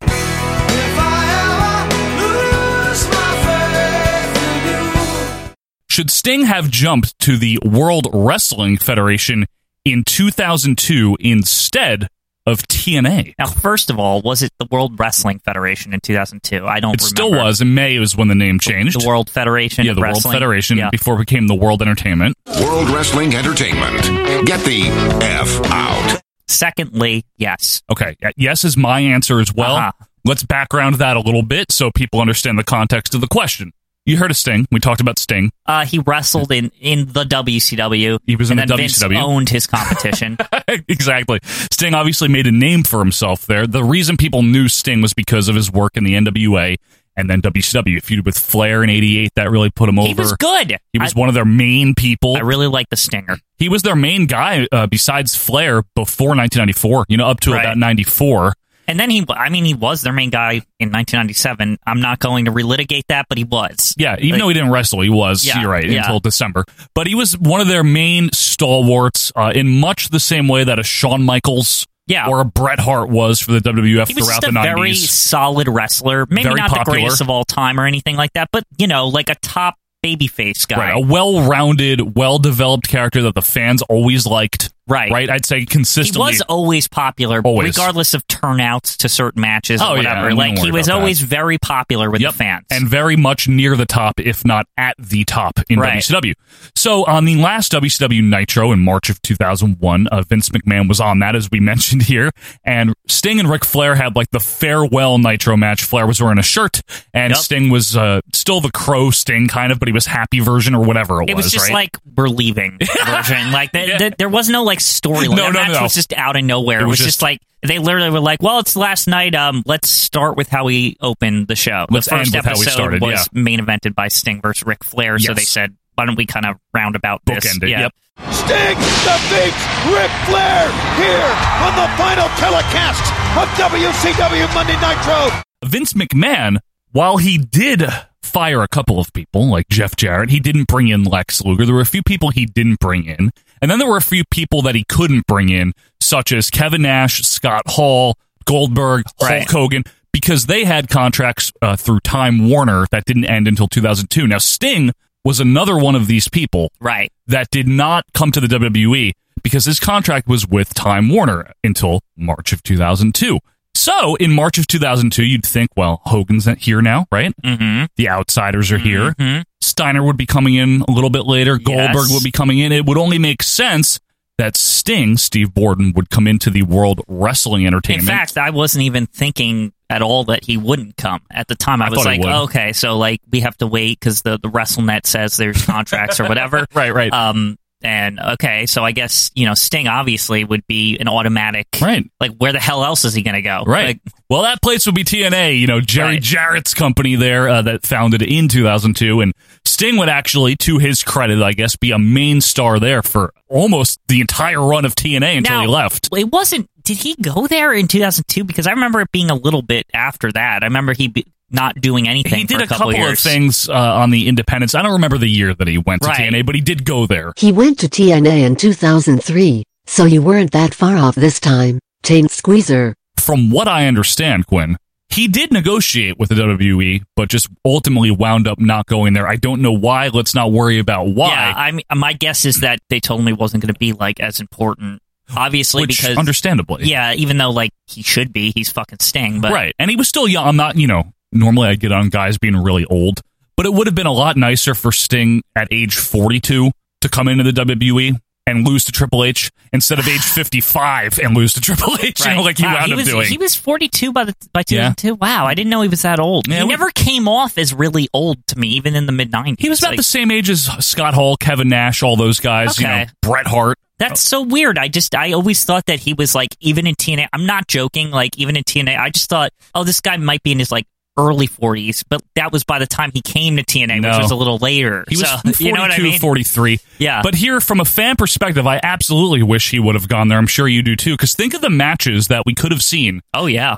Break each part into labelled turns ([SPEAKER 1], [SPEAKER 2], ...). [SPEAKER 1] Should Sting have jumped to the World Wrestling Federation in 2002 instead of TNA?
[SPEAKER 2] Now, first of all, was it the World Wrestling Federation in 2002? I don't
[SPEAKER 1] It
[SPEAKER 2] remember.
[SPEAKER 1] still was. In May was when the name changed.
[SPEAKER 2] The World Federation
[SPEAKER 1] yeah,
[SPEAKER 2] of
[SPEAKER 1] the World
[SPEAKER 2] Wrestling.
[SPEAKER 1] Federation
[SPEAKER 2] Yeah.
[SPEAKER 1] before it became the World Entertainment.
[SPEAKER 3] World Wrestling Entertainment. Get the F out.
[SPEAKER 2] Secondly, yes.
[SPEAKER 1] Okay. Uh, Yes is my answer as well.
[SPEAKER 2] Uh-huh.
[SPEAKER 1] Let's background that a little bit so people understand the context of the question. You heard of Sting. We talked about Sting.
[SPEAKER 2] Uh, he wrestled in, in the WCW.
[SPEAKER 1] He was in
[SPEAKER 2] and
[SPEAKER 1] the
[SPEAKER 2] then Vince
[SPEAKER 1] WCW.
[SPEAKER 2] owned his competition.
[SPEAKER 1] exactly. Sting obviously made a name for himself there. The reason people knew Sting was because of his work in the NWA and then WCW. Feuded with Flair in 88. That really put him over.
[SPEAKER 2] he was good.
[SPEAKER 1] He was
[SPEAKER 2] I,
[SPEAKER 1] one of their main people.
[SPEAKER 2] I really like the Stinger.
[SPEAKER 1] he was their main guy uh, besides Flair before 1994, you know, up to
[SPEAKER 2] Right.
[SPEAKER 1] about 94.
[SPEAKER 2] And then he, I mean, he was their main guy in 1997. I'm not going to relitigate that, but he was.
[SPEAKER 1] Yeah, even
[SPEAKER 2] Like,
[SPEAKER 1] though he didn't wrestle, he was,
[SPEAKER 2] Yeah,
[SPEAKER 1] you're right,
[SPEAKER 2] yeah.
[SPEAKER 1] until December. But he was one of their main stalwarts uh, in much the same way that a Shawn Michaels
[SPEAKER 2] Yeah.
[SPEAKER 1] or a Bret Hart was for the WWF
[SPEAKER 2] he was
[SPEAKER 1] throughout
[SPEAKER 2] just
[SPEAKER 1] the
[SPEAKER 2] a
[SPEAKER 1] 90s.
[SPEAKER 2] very solid wrestler. Maybe
[SPEAKER 1] Very
[SPEAKER 2] not the
[SPEAKER 1] popular.
[SPEAKER 2] greatest of all time or anything like that, but you know, like a top babyface guy.
[SPEAKER 1] Right, Oh, a well-rounded, well-developed character that the fans always liked.
[SPEAKER 2] Right.
[SPEAKER 1] right. I'd say
[SPEAKER 2] He
[SPEAKER 1] consistently.
[SPEAKER 2] was always popular,
[SPEAKER 1] Always.
[SPEAKER 2] regardless of turnouts to certain matches
[SPEAKER 1] Oh, yeah,
[SPEAKER 2] or
[SPEAKER 1] I
[SPEAKER 2] whatever.
[SPEAKER 1] wouldn't
[SPEAKER 2] like
[SPEAKER 1] worry
[SPEAKER 2] he was
[SPEAKER 1] about that.
[SPEAKER 2] always very popular with
[SPEAKER 1] Yep.
[SPEAKER 2] the fans.
[SPEAKER 1] And very much near the top, if not at the top in
[SPEAKER 2] Right.
[SPEAKER 1] WCW. So on the last WCW Nitro in March of 2001, uh, Vince McMahon was on that, as we mentioned here. And Sting and Ric Flair had like the farewell Nitro match. Flair was wearing a shirt, and
[SPEAKER 2] Yep.
[SPEAKER 1] Sting was uh, still the crow Sting, kind of, but he was happy version or whatever it,
[SPEAKER 2] it was just
[SPEAKER 1] right?
[SPEAKER 2] like we're leaving version. Like th-
[SPEAKER 1] Yeah.
[SPEAKER 2] th- there was no like storyline.
[SPEAKER 1] No,
[SPEAKER 2] that
[SPEAKER 1] no,
[SPEAKER 2] match
[SPEAKER 1] no.
[SPEAKER 2] was just out of nowhere. It was, just, like they literally were like, "Well, it's last night. Um, let's start with how we opened the show.
[SPEAKER 1] Let's
[SPEAKER 2] the first
[SPEAKER 1] end with how we
[SPEAKER 2] episode
[SPEAKER 1] started,
[SPEAKER 2] was main evented by Sting versus Ric Flair. So
[SPEAKER 1] Yes.
[SPEAKER 2] they said, "Why don't we kind of round about this?
[SPEAKER 1] bookended.
[SPEAKER 2] yeah,
[SPEAKER 1] Yep.
[SPEAKER 4] Sting defeats Ric Flair here on the final telecast of WCW Monday Nitro.
[SPEAKER 1] Vince McMahon, while he did fire a couple of people, like Jeff Jarrett, he didn't bring in Lex Luger. There were a few people he didn't bring in. And then there were a few people that he couldn't bring in, such as Kevin Nash, Scott Hall, Goldberg,
[SPEAKER 2] Right.
[SPEAKER 1] Hulk Hogan, because they had contracts uh, through Time Warner that didn't end until 2002. Now, Sting was another one of these people
[SPEAKER 2] right.
[SPEAKER 1] that did not come to the WWE because his contract was with Time Warner until March of 2002. So in March of 2002, you'd think, well, Hogan's here now, right?
[SPEAKER 2] Mm-hmm.
[SPEAKER 1] The outsiders are here.
[SPEAKER 2] Mhm.
[SPEAKER 1] Steiner would be coming in a little bit later. Goldberg
[SPEAKER 2] Yes.
[SPEAKER 1] would be coming in. It would only make sense that Sting, Steve Borden, would come into the World Wrestling
[SPEAKER 2] In
[SPEAKER 1] Entertainment.
[SPEAKER 2] fact, I wasn't even thinking at all that he wouldn't come at the time. I, was
[SPEAKER 1] thought he
[SPEAKER 2] like,
[SPEAKER 1] would.
[SPEAKER 2] okay, so like we have to wait because the the WrestleNet says there's contracts or whatever.
[SPEAKER 1] right, right.
[SPEAKER 2] Um, and okay, so I guess you know Sting obviously would be an automatic,
[SPEAKER 1] Right.
[SPEAKER 2] Like, where the hell else is he going to go?
[SPEAKER 1] Right.
[SPEAKER 2] Like,
[SPEAKER 1] well, that place would be TNA, you know, Jerry
[SPEAKER 2] Right.
[SPEAKER 1] Jarrett's company there uh, that founded in 2002. And Sting would actually, to his credit, I guess, be a main star there for almost the entire run of TNA until
[SPEAKER 2] now,
[SPEAKER 1] he left.
[SPEAKER 2] It wasn't. Did he go there in 2002? Because I remember it being a little bit after that. I remember he be, not doing anything.
[SPEAKER 1] He
[SPEAKER 2] for
[SPEAKER 1] did
[SPEAKER 2] a couple,
[SPEAKER 1] of
[SPEAKER 2] years.
[SPEAKER 1] things uh, on the independents. I don't remember the year that he went to
[SPEAKER 2] Right.
[SPEAKER 1] TNA, but he did go there.
[SPEAKER 5] He went to TNA in 2003, so you weren't that far off this time, Taint Squeezer.
[SPEAKER 1] From what I understand, Quinn, he did negotiate with the WWE, but just ultimately wound up not going there. I don't know why. Let's not worry about why.
[SPEAKER 2] Yeah, I mean, my guess is that they told him it wasn't going to be like as important. Obviously,
[SPEAKER 1] which,
[SPEAKER 2] because
[SPEAKER 1] understandably.
[SPEAKER 2] yeah, even though like he should be, he's fucking Sting, but
[SPEAKER 1] right. And he was still young. I'm not, you know, normally I get on guys being really old, but it would have been a lot nicer for Sting at age 42 to come into the WWE and lose to Triple H instead of age 55 and lose to Triple H, you know,
[SPEAKER 2] Right.
[SPEAKER 1] like he
[SPEAKER 2] Wow,
[SPEAKER 1] wound up
[SPEAKER 2] was,
[SPEAKER 1] doing.
[SPEAKER 2] He was 42 by the by
[SPEAKER 1] Yeah.
[SPEAKER 2] 2002. Wow, I didn't know he was that old.
[SPEAKER 1] Yeah,
[SPEAKER 2] he
[SPEAKER 1] we-
[SPEAKER 2] never came off as really old to me, even in the mid 90s.
[SPEAKER 1] He was about the same age as Scott Hall, Kevin Nash, all those guys, you know,
[SPEAKER 2] Okay.
[SPEAKER 1] Bret Hart.
[SPEAKER 2] That's so weird. I just I always thought that he was like even in TNA. I'm not joking. Like even in TNA, I just thought, oh, this guy might be in his like early 40s, but that was by the time he came to TNA,
[SPEAKER 1] No.
[SPEAKER 2] which was a little later.
[SPEAKER 1] He was
[SPEAKER 2] so,
[SPEAKER 1] 42,
[SPEAKER 2] you know what I mean?
[SPEAKER 1] 43.
[SPEAKER 2] Yeah.
[SPEAKER 1] But here, from a fan perspective, I absolutely wish he would have gone there. I'm sure you do too. Because think of the matches that we could have seen.
[SPEAKER 2] oh yeah,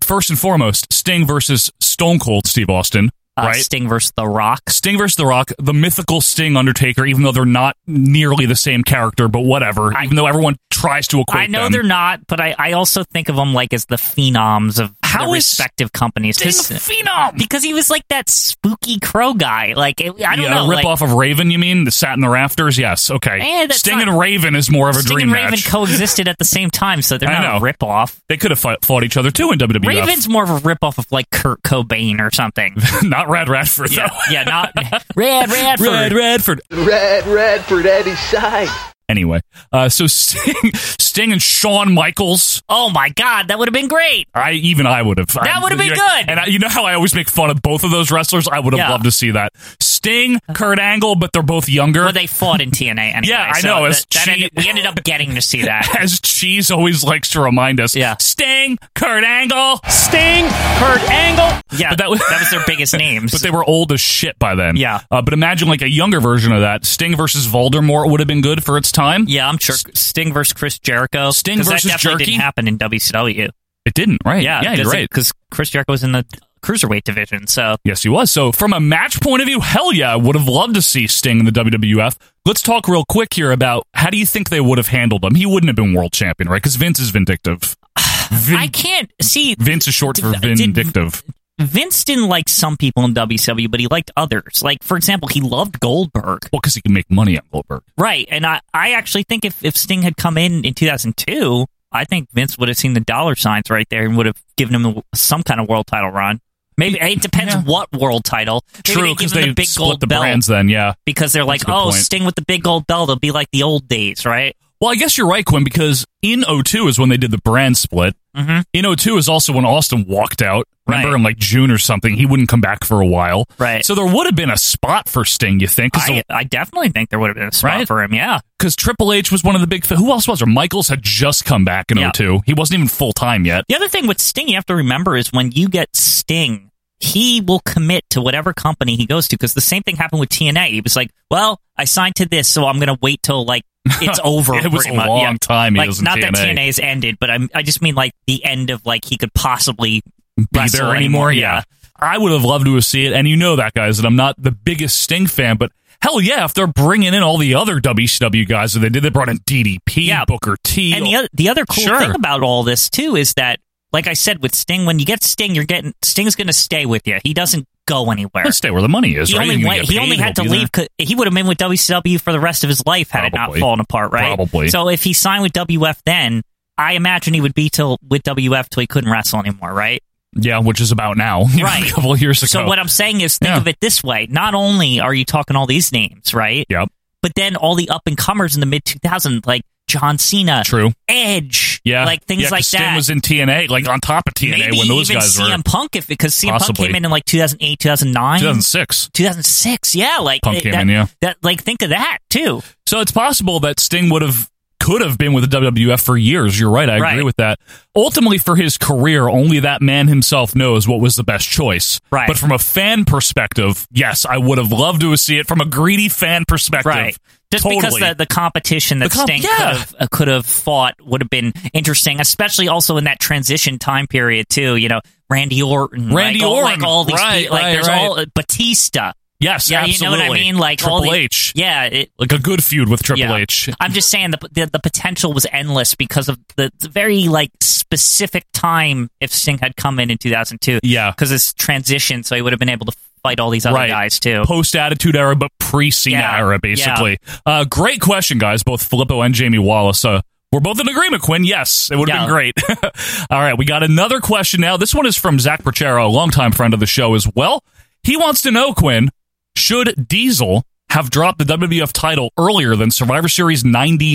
[SPEAKER 1] First and foremost, Sting versus Stone Cold Steve Austin,
[SPEAKER 2] uh,
[SPEAKER 1] right?
[SPEAKER 2] Sting versus The Rock.
[SPEAKER 1] Sting versus The Rock, the mythical Sting Undertaker, even though they're not nearly the same character, but whatever. even though everyone tries to equate
[SPEAKER 2] I know
[SPEAKER 1] them.
[SPEAKER 2] they're not, but I, I also think of them like as the phenoms of
[SPEAKER 1] How
[SPEAKER 2] their
[SPEAKER 1] is
[SPEAKER 2] respective companies.
[SPEAKER 1] Sting
[SPEAKER 2] His-
[SPEAKER 1] a phenom?
[SPEAKER 2] because he was like that spooky crow guy. Like it, I don't
[SPEAKER 1] yeah,
[SPEAKER 2] know,
[SPEAKER 1] a rip
[SPEAKER 2] like,
[SPEAKER 1] off of Raven, you mean? The Sat in the Rafters? Yes. Okay.
[SPEAKER 2] Eh, that's
[SPEAKER 1] Sting
[SPEAKER 2] not-
[SPEAKER 1] and Raven is more of a
[SPEAKER 2] Sting
[SPEAKER 1] dream
[SPEAKER 2] and Raven
[SPEAKER 1] match.
[SPEAKER 2] coexisted at the same time, so they're
[SPEAKER 1] I
[SPEAKER 2] not a
[SPEAKER 1] know.
[SPEAKER 2] rip off.
[SPEAKER 1] they could have fought, fought each other too in WWF.
[SPEAKER 2] Raven's more of a rip off of like Kurt Cobain or something.
[SPEAKER 1] not Rad Radford
[SPEAKER 2] yeah,
[SPEAKER 1] though.
[SPEAKER 2] yeah, not Red Radford.
[SPEAKER 1] Rad Radford.
[SPEAKER 4] Red, red for Eddie side.
[SPEAKER 1] Anyway, uh, so Sting, Sting and Shawn Michaels.
[SPEAKER 2] Oh my God, that would have been great.
[SPEAKER 1] I even I would have.
[SPEAKER 2] That would've been
[SPEAKER 1] you know-
[SPEAKER 2] good.
[SPEAKER 1] And I, you know how I always make fun of both of those wrestlers. I would have
[SPEAKER 2] Yeah.
[SPEAKER 1] loved to see that. Sting, Kurt Angle, but they're both younger.
[SPEAKER 2] Well, they fought in TNA. Anyway,
[SPEAKER 1] Yeah, I
[SPEAKER 2] so
[SPEAKER 1] know, it's
[SPEAKER 2] That, that
[SPEAKER 1] cheap.
[SPEAKER 2] ended, we ended up getting to see that.
[SPEAKER 1] as Cheese always likes to remind us.
[SPEAKER 2] Yeah.
[SPEAKER 1] Sting, Kurt Angle.
[SPEAKER 6] Sting, Kurt Angle.
[SPEAKER 1] But
[SPEAKER 2] Yeah,
[SPEAKER 1] that
[SPEAKER 2] that
[SPEAKER 1] was-
[SPEAKER 2] was, that was their biggest names.
[SPEAKER 1] But they were old as shit by then.
[SPEAKER 2] Yeah.
[SPEAKER 1] Uh, but imagine like a younger version of that. Sting versus Voldemort would have been good for its time.
[SPEAKER 2] yeah, I'm sure Sting versus Chris Jericho.
[SPEAKER 1] Sting
[SPEAKER 2] 'Cause
[SPEAKER 1] versus
[SPEAKER 2] that definitely
[SPEAKER 1] Jerky?
[SPEAKER 2] didn't happen in WCW.
[SPEAKER 1] It didn't, right?
[SPEAKER 2] Yeah,
[SPEAKER 1] yeah, you're right.
[SPEAKER 2] Because Chris Jericho was in the cruiserweight division, so
[SPEAKER 1] Yes, he was. So, from a match point of view, hell yeah, I would have loved to see Sting in the WWF. Let's talk real quick here about how do you think they would have handled him? He wouldn't have been world champion, right? Because Vince is vindictive. Vin-
[SPEAKER 2] I can't see
[SPEAKER 1] Vince is short for
[SPEAKER 2] Did- did-
[SPEAKER 1] vindictive.
[SPEAKER 2] Vince didn't like some people in WCW, but he liked others. Like for example, he loved Goldberg,
[SPEAKER 1] Well, because he can make money on Goldberg.
[SPEAKER 2] right? And I, I actually think if if Sting had come in in 2002, I think Vince would have seen the dollar signs right there and would have given him some kind of world title run. Maybe it depends
[SPEAKER 1] Yeah.
[SPEAKER 2] what world title. Maybe
[SPEAKER 1] True,
[SPEAKER 2] they give
[SPEAKER 1] because
[SPEAKER 2] him
[SPEAKER 1] they
[SPEAKER 2] the big
[SPEAKER 1] split
[SPEAKER 2] gold
[SPEAKER 1] the
[SPEAKER 2] belt
[SPEAKER 1] brands then, yeah.
[SPEAKER 2] because they're like,
[SPEAKER 1] a good
[SPEAKER 2] oh,
[SPEAKER 1] point.
[SPEAKER 2] Sting with the big gold belt will be like the old days, right?
[SPEAKER 1] Well, I guess you're right, Quinn, because in 02 is when they did the brand split. Mm-hmm. In 02 is also when Austin walked out. Remember
[SPEAKER 2] Right.
[SPEAKER 1] in like June or something, he wouldn't come back for a while.
[SPEAKER 2] Right.
[SPEAKER 1] So there would have been a spot for Sting, you think?
[SPEAKER 2] I, I definitely think there would have been a spot
[SPEAKER 1] Right?
[SPEAKER 2] for him. Yeah,
[SPEAKER 1] Because Triple H was one of the big. Fa- who else was there? Michaels had just come back in
[SPEAKER 2] Yeah.
[SPEAKER 1] 02. He wasn't even full time yet.
[SPEAKER 2] The other thing with Sting you have to remember is when you get Sting, he will commit to whatever company he goes to because the same thing happened with TNA. He was like, "Well, I signed to this, so I'm going to wait till like it's over."
[SPEAKER 1] It was
[SPEAKER 2] pretty
[SPEAKER 1] a
[SPEAKER 2] much.
[SPEAKER 1] long
[SPEAKER 2] Yeah.
[SPEAKER 1] time he
[SPEAKER 2] Like,
[SPEAKER 1] was in
[SPEAKER 2] not that
[SPEAKER 1] TNA.
[SPEAKER 2] TNA has ended, but I'm, I just mean like the end of like he could possibly
[SPEAKER 1] Be
[SPEAKER 2] wrestle
[SPEAKER 1] there
[SPEAKER 2] anymore.
[SPEAKER 1] anymore? Yeah. I would have loved to have seen it. And you know that, guys, that I'm not the biggest Sting fan, but hell yeah, if they're bringing in all the other WCW guys that they did, they brought in DDP,
[SPEAKER 2] Yeah.
[SPEAKER 1] Booker T.
[SPEAKER 2] And the other, the other cool
[SPEAKER 1] Sure.
[SPEAKER 2] thing about all this too is that, like I said, with Sting, when you get Sting, you're getting Sting's going to stay with you. He doesn't go anywhere.
[SPEAKER 1] Let's stay where the money is.
[SPEAKER 2] He
[SPEAKER 1] right?
[SPEAKER 2] only
[SPEAKER 1] You're
[SPEAKER 2] went,
[SPEAKER 1] gonna get
[SPEAKER 2] he
[SPEAKER 1] paid,
[SPEAKER 2] only had to
[SPEAKER 1] he'll be
[SPEAKER 2] leave. 'cause He would have been with WCW for the rest of his life had it
[SPEAKER 1] Probably.
[SPEAKER 2] not fallen apart, right?
[SPEAKER 1] Probably.
[SPEAKER 2] So if he signed with WF then, I imagine he would be till with WF till he couldn't wrestle anymore, right?
[SPEAKER 1] there. Yeah, which is about now. you know,
[SPEAKER 2] Right.
[SPEAKER 1] a couple of years ago.
[SPEAKER 2] So what I'm saying is, think
[SPEAKER 1] Yeah.
[SPEAKER 2] of it this way: not only are you talking all these names, right?
[SPEAKER 1] Yep.
[SPEAKER 2] But then all the up and comers in the mid 2000s, like John Cena,
[SPEAKER 1] True.
[SPEAKER 2] Edge,
[SPEAKER 1] Yeah.
[SPEAKER 2] like things
[SPEAKER 1] Yeah, 'cause
[SPEAKER 2] like
[SPEAKER 1] Sting
[SPEAKER 2] that.
[SPEAKER 1] was in TNA, like on top of TNA
[SPEAKER 2] Maybe
[SPEAKER 1] when those
[SPEAKER 2] even
[SPEAKER 1] guys
[SPEAKER 2] CM
[SPEAKER 1] were.
[SPEAKER 2] Punk, if because CM
[SPEAKER 1] Possibly.
[SPEAKER 2] Punk came in in like 2008, 2009,
[SPEAKER 1] 2006.
[SPEAKER 2] 2006. Yeah, like
[SPEAKER 1] Punk
[SPEAKER 2] it-
[SPEAKER 1] came
[SPEAKER 2] that-
[SPEAKER 1] in, yeah.
[SPEAKER 2] that like think of that too.
[SPEAKER 1] So it's possible that Sting would have could have been with the WWF for years. You're right. I agree
[SPEAKER 2] Right.
[SPEAKER 1] with that. Ultimately, for his career, only that man himself knows what was the best choice.
[SPEAKER 2] Right.
[SPEAKER 1] But from a fan perspective, yes, I would have loved to see it from a greedy fan perspective.
[SPEAKER 2] Right. Just
[SPEAKER 1] totally.
[SPEAKER 2] because the, the competition that
[SPEAKER 1] The comp-
[SPEAKER 2] Sting
[SPEAKER 1] yeah.
[SPEAKER 2] could have uh, could have fought would have been interesting, especially also in that transition time period too. You know, Randy Orton,
[SPEAKER 1] Randy
[SPEAKER 2] like, all-
[SPEAKER 1] Orton,
[SPEAKER 2] like all these,
[SPEAKER 1] right,
[SPEAKER 2] pe- like
[SPEAKER 1] right,
[SPEAKER 2] there's
[SPEAKER 1] right.
[SPEAKER 2] all Batista.
[SPEAKER 1] yes,
[SPEAKER 2] Yeah,
[SPEAKER 1] absolutely.
[SPEAKER 2] you know what I mean. Like
[SPEAKER 1] Triple
[SPEAKER 2] all the,
[SPEAKER 1] H,
[SPEAKER 2] Yeah, it,
[SPEAKER 1] like a good feud with Triple
[SPEAKER 2] yeah.
[SPEAKER 1] H.
[SPEAKER 2] I'm just saying the, the the potential was endless because of the, the very like specific time if Sting had come in in 2002.
[SPEAKER 1] Yeah.
[SPEAKER 2] because it's transition, so he would have been able to fight all these other guys too.
[SPEAKER 1] Post Attitude Era, but pre Cena
[SPEAKER 2] Yeah,
[SPEAKER 1] era, basically. Uh, great question, guys. Both Filippo and Jamie Wallace. Uh, we're both in agreement, Quinn. Yes, it would have
[SPEAKER 2] Yeah.
[SPEAKER 1] been great. All right, we got another question now. This one is from Zach Prochero, a longtime friend of the show as well. He wants to know, Quinn, should Diesel have dropped the WWF title earlier than Survivor Series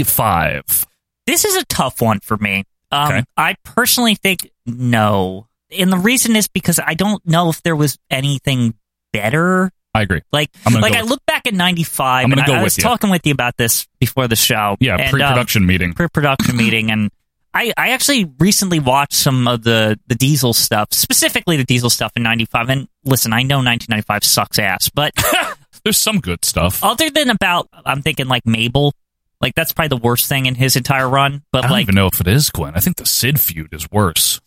[SPEAKER 1] 95?
[SPEAKER 2] this is a tough one for me. Um,
[SPEAKER 1] Okay.
[SPEAKER 2] I personally think no. And the reason is because I don't know if there was anything better.
[SPEAKER 1] I agree.
[SPEAKER 2] Like,
[SPEAKER 1] I'm gonna
[SPEAKER 2] like
[SPEAKER 1] go
[SPEAKER 2] I
[SPEAKER 1] with-
[SPEAKER 2] look back at '95.
[SPEAKER 1] I'm gonna
[SPEAKER 2] and
[SPEAKER 1] go
[SPEAKER 2] I, I
[SPEAKER 1] with
[SPEAKER 2] was
[SPEAKER 1] you.
[SPEAKER 2] talking with you about this before the show.
[SPEAKER 1] Yeah,
[SPEAKER 2] and, um,
[SPEAKER 1] pre production meeting.
[SPEAKER 2] pre-production meeting, and I, I actually recently watched some of the the Diesel stuff, specifically the Diesel stuff in '95. And listen, I know 1995 sucks ass, but
[SPEAKER 1] There's some good stuff.
[SPEAKER 2] other than about, I'm thinking like Mabel. Like that's probably the worst thing in his entire run,
[SPEAKER 1] I
[SPEAKER 2] but
[SPEAKER 1] don't
[SPEAKER 2] like
[SPEAKER 1] even know if it is, Quinn. I think the Sid feud is worse.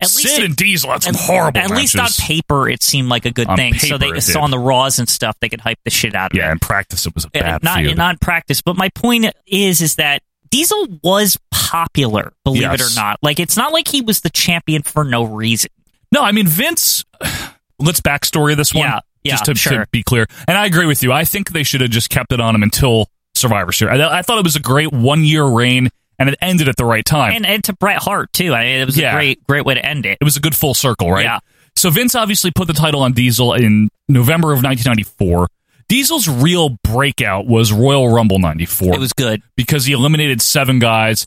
[SPEAKER 2] at least
[SPEAKER 1] Sid
[SPEAKER 2] it-
[SPEAKER 1] and Diesel had some
[SPEAKER 2] at-
[SPEAKER 1] horrible
[SPEAKER 2] At least on
[SPEAKER 1] matches.
[SPEAKER 2] paper, it seemed like a good
[SPEAKER 1] On
[SPEAKER 2] thing.
[SPEAKER 1] paper,
[SPEAKER 2] so they
[SPEAKER 1] it
[SPEAKER 2] so on the Raws and stuff, they could hype the shit out of
[SPEAKER 1] Yeah,
[SPEAKER 2] it.
[SPEAKER 1] in practice it was a
[SPEAKER 2] And
[SPEAKER 1] bad
[SPEAKER 2] not
[SPEAKER 1] feud.
[SPEAKER 2] not in practice, but my point is, is that Diesel was popular, believe it
[SPEAKER 1] Yes.
[SPEAKER 2] or not. Like it's not like he was the champion for no reason.
[SPEAKER 1] no, I mean Vince. Let's backstory this one.
[SPEAKER 2] Yeah, yeah,
[SPEAKER 1] just to,
[SPEAKER 2] sure.
[SPEAKER 1] to be clear. And I agree with you. I think they should have just kept it on him until Survivor Series. I, I thought it was a great one year reign, and it ended at the right time.
[SPEAKER 2] And and to Bret Hart too. I mean, it was
[SPEAKER 1] Yeah.
[SPEAKER 2] a great great way to end it.
[SPEAKER 1] it was a good full circle, right?
[SPEAKER 2] Yeah.
[SPEAKER 1] So Vince obviously put the title on Diesel in November of 1994. Diesel's real breakout was Royal Rumble 94.
[SPEAKER 2] It was good.
[SPEAKER 1] because he eliminated seven guys.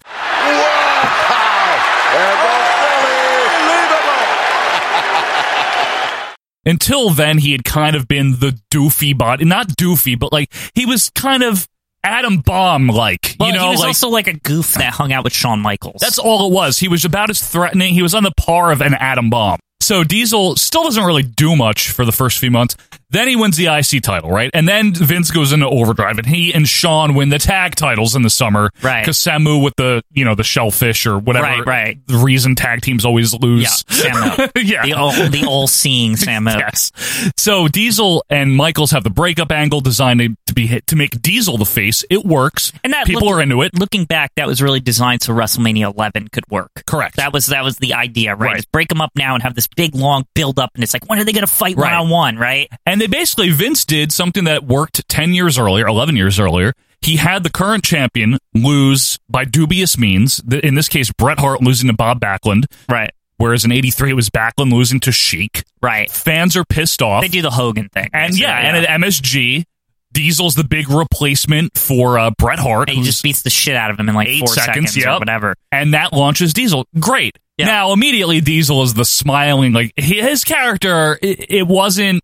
[SPEAKER 1] Until then, he had kind of been the doofy body. Not doofy, but like he was kind of Adam Bomb like.
[SPEAKER 2] Well,
[SPEAKER 1] you know,
[SPEAKER 2] he was
[SPEAKER 1] like,
[SPEAKER 2] also like a goof that hung out with Shawn Michaels.
[SPEAKER 1] that's all it was. He was about as threatening. He was on the par of an atom bomb. So Diesel still doesn't really do much for the first few months. Then he wins the IC title, right? And then Vince goes into overdrive, and he and Sean win the tag titles in the summer,
[SPEAKER 2] Right.
[SPEAKER 1] Because Samu with the you know the shellfish or whatever,
[SPEAKER 2] Right, right.
[SPEAKER 1] The reason tag teams always
[SPEAKER 2] yeah,
[SPEAKER 1] lose,
[SPEAKER 2] Samo.
[SPEAKER 1] yeah.
[SPEAKER 2] The all the all seeing Samo.
[SPEAKER 1] Yes. So Diesel and Michaels have the breakup angle designed to- to be hit, to make Diesel the face. It works,
[SPEAKER 2] And that
[SPEAKER 1] people
[SPEAKER 2] looked-
[SPEAKER 1] are into it.
[SPEAKER 2] Looking back, that was really designed so WrestleMania 11 could work.
[SPEAKER 1] Correct.
[SPEAKER 2] That was that was the idea, right?
[SPEAKER 1] Right.
[SPEAKER 2] Is break them up now and have this big long build up, and it's like when are they going to fight one
[SPEAKER 1] Right.
[SPEAKER 2] on one, right?
[SPEAKER 1] And they basically, Vince did something that worked 10 years earlier, 11 years earlier. He had the current champion lose by dubious means. th- In this case, Bret Hart losing to Bob Backlund,
[SPEAKER 2] Right.
[SPEAKER 1] whereas in 83, it was Backlund losing to Sheik.
[SPEAKER 2] Right.
[SPEAKER 1] Fans are pissed off.
[SPEAKER 2] They do the Hogan thing,
[SPEAKER 1] and
[SPEAKER 2] So,
[SPEAKER 1] yeah, and at MSG, Diesel's the big replacement for uh, Bret Hart.
[SPEAKER 2] And he
[SPEAKER 1] who's-
[SPEAKER 2] just beats the shit out of him in like
[SPEAKER 1] Eight
[SPEAKER 2] four
[SPEAKER 1] seconds,
[SPEAKER 2] seconds,
[SPEAKER 1] yep.
[SPEAKER 2] or whatever.
[SPEAKER 1] and that launches Diesel. Great.
[SPEAKER 2] Yeah.
[SPEAKER 1] Now, immediately, Diesel is the smiling, like, he- his character, it, it wasn't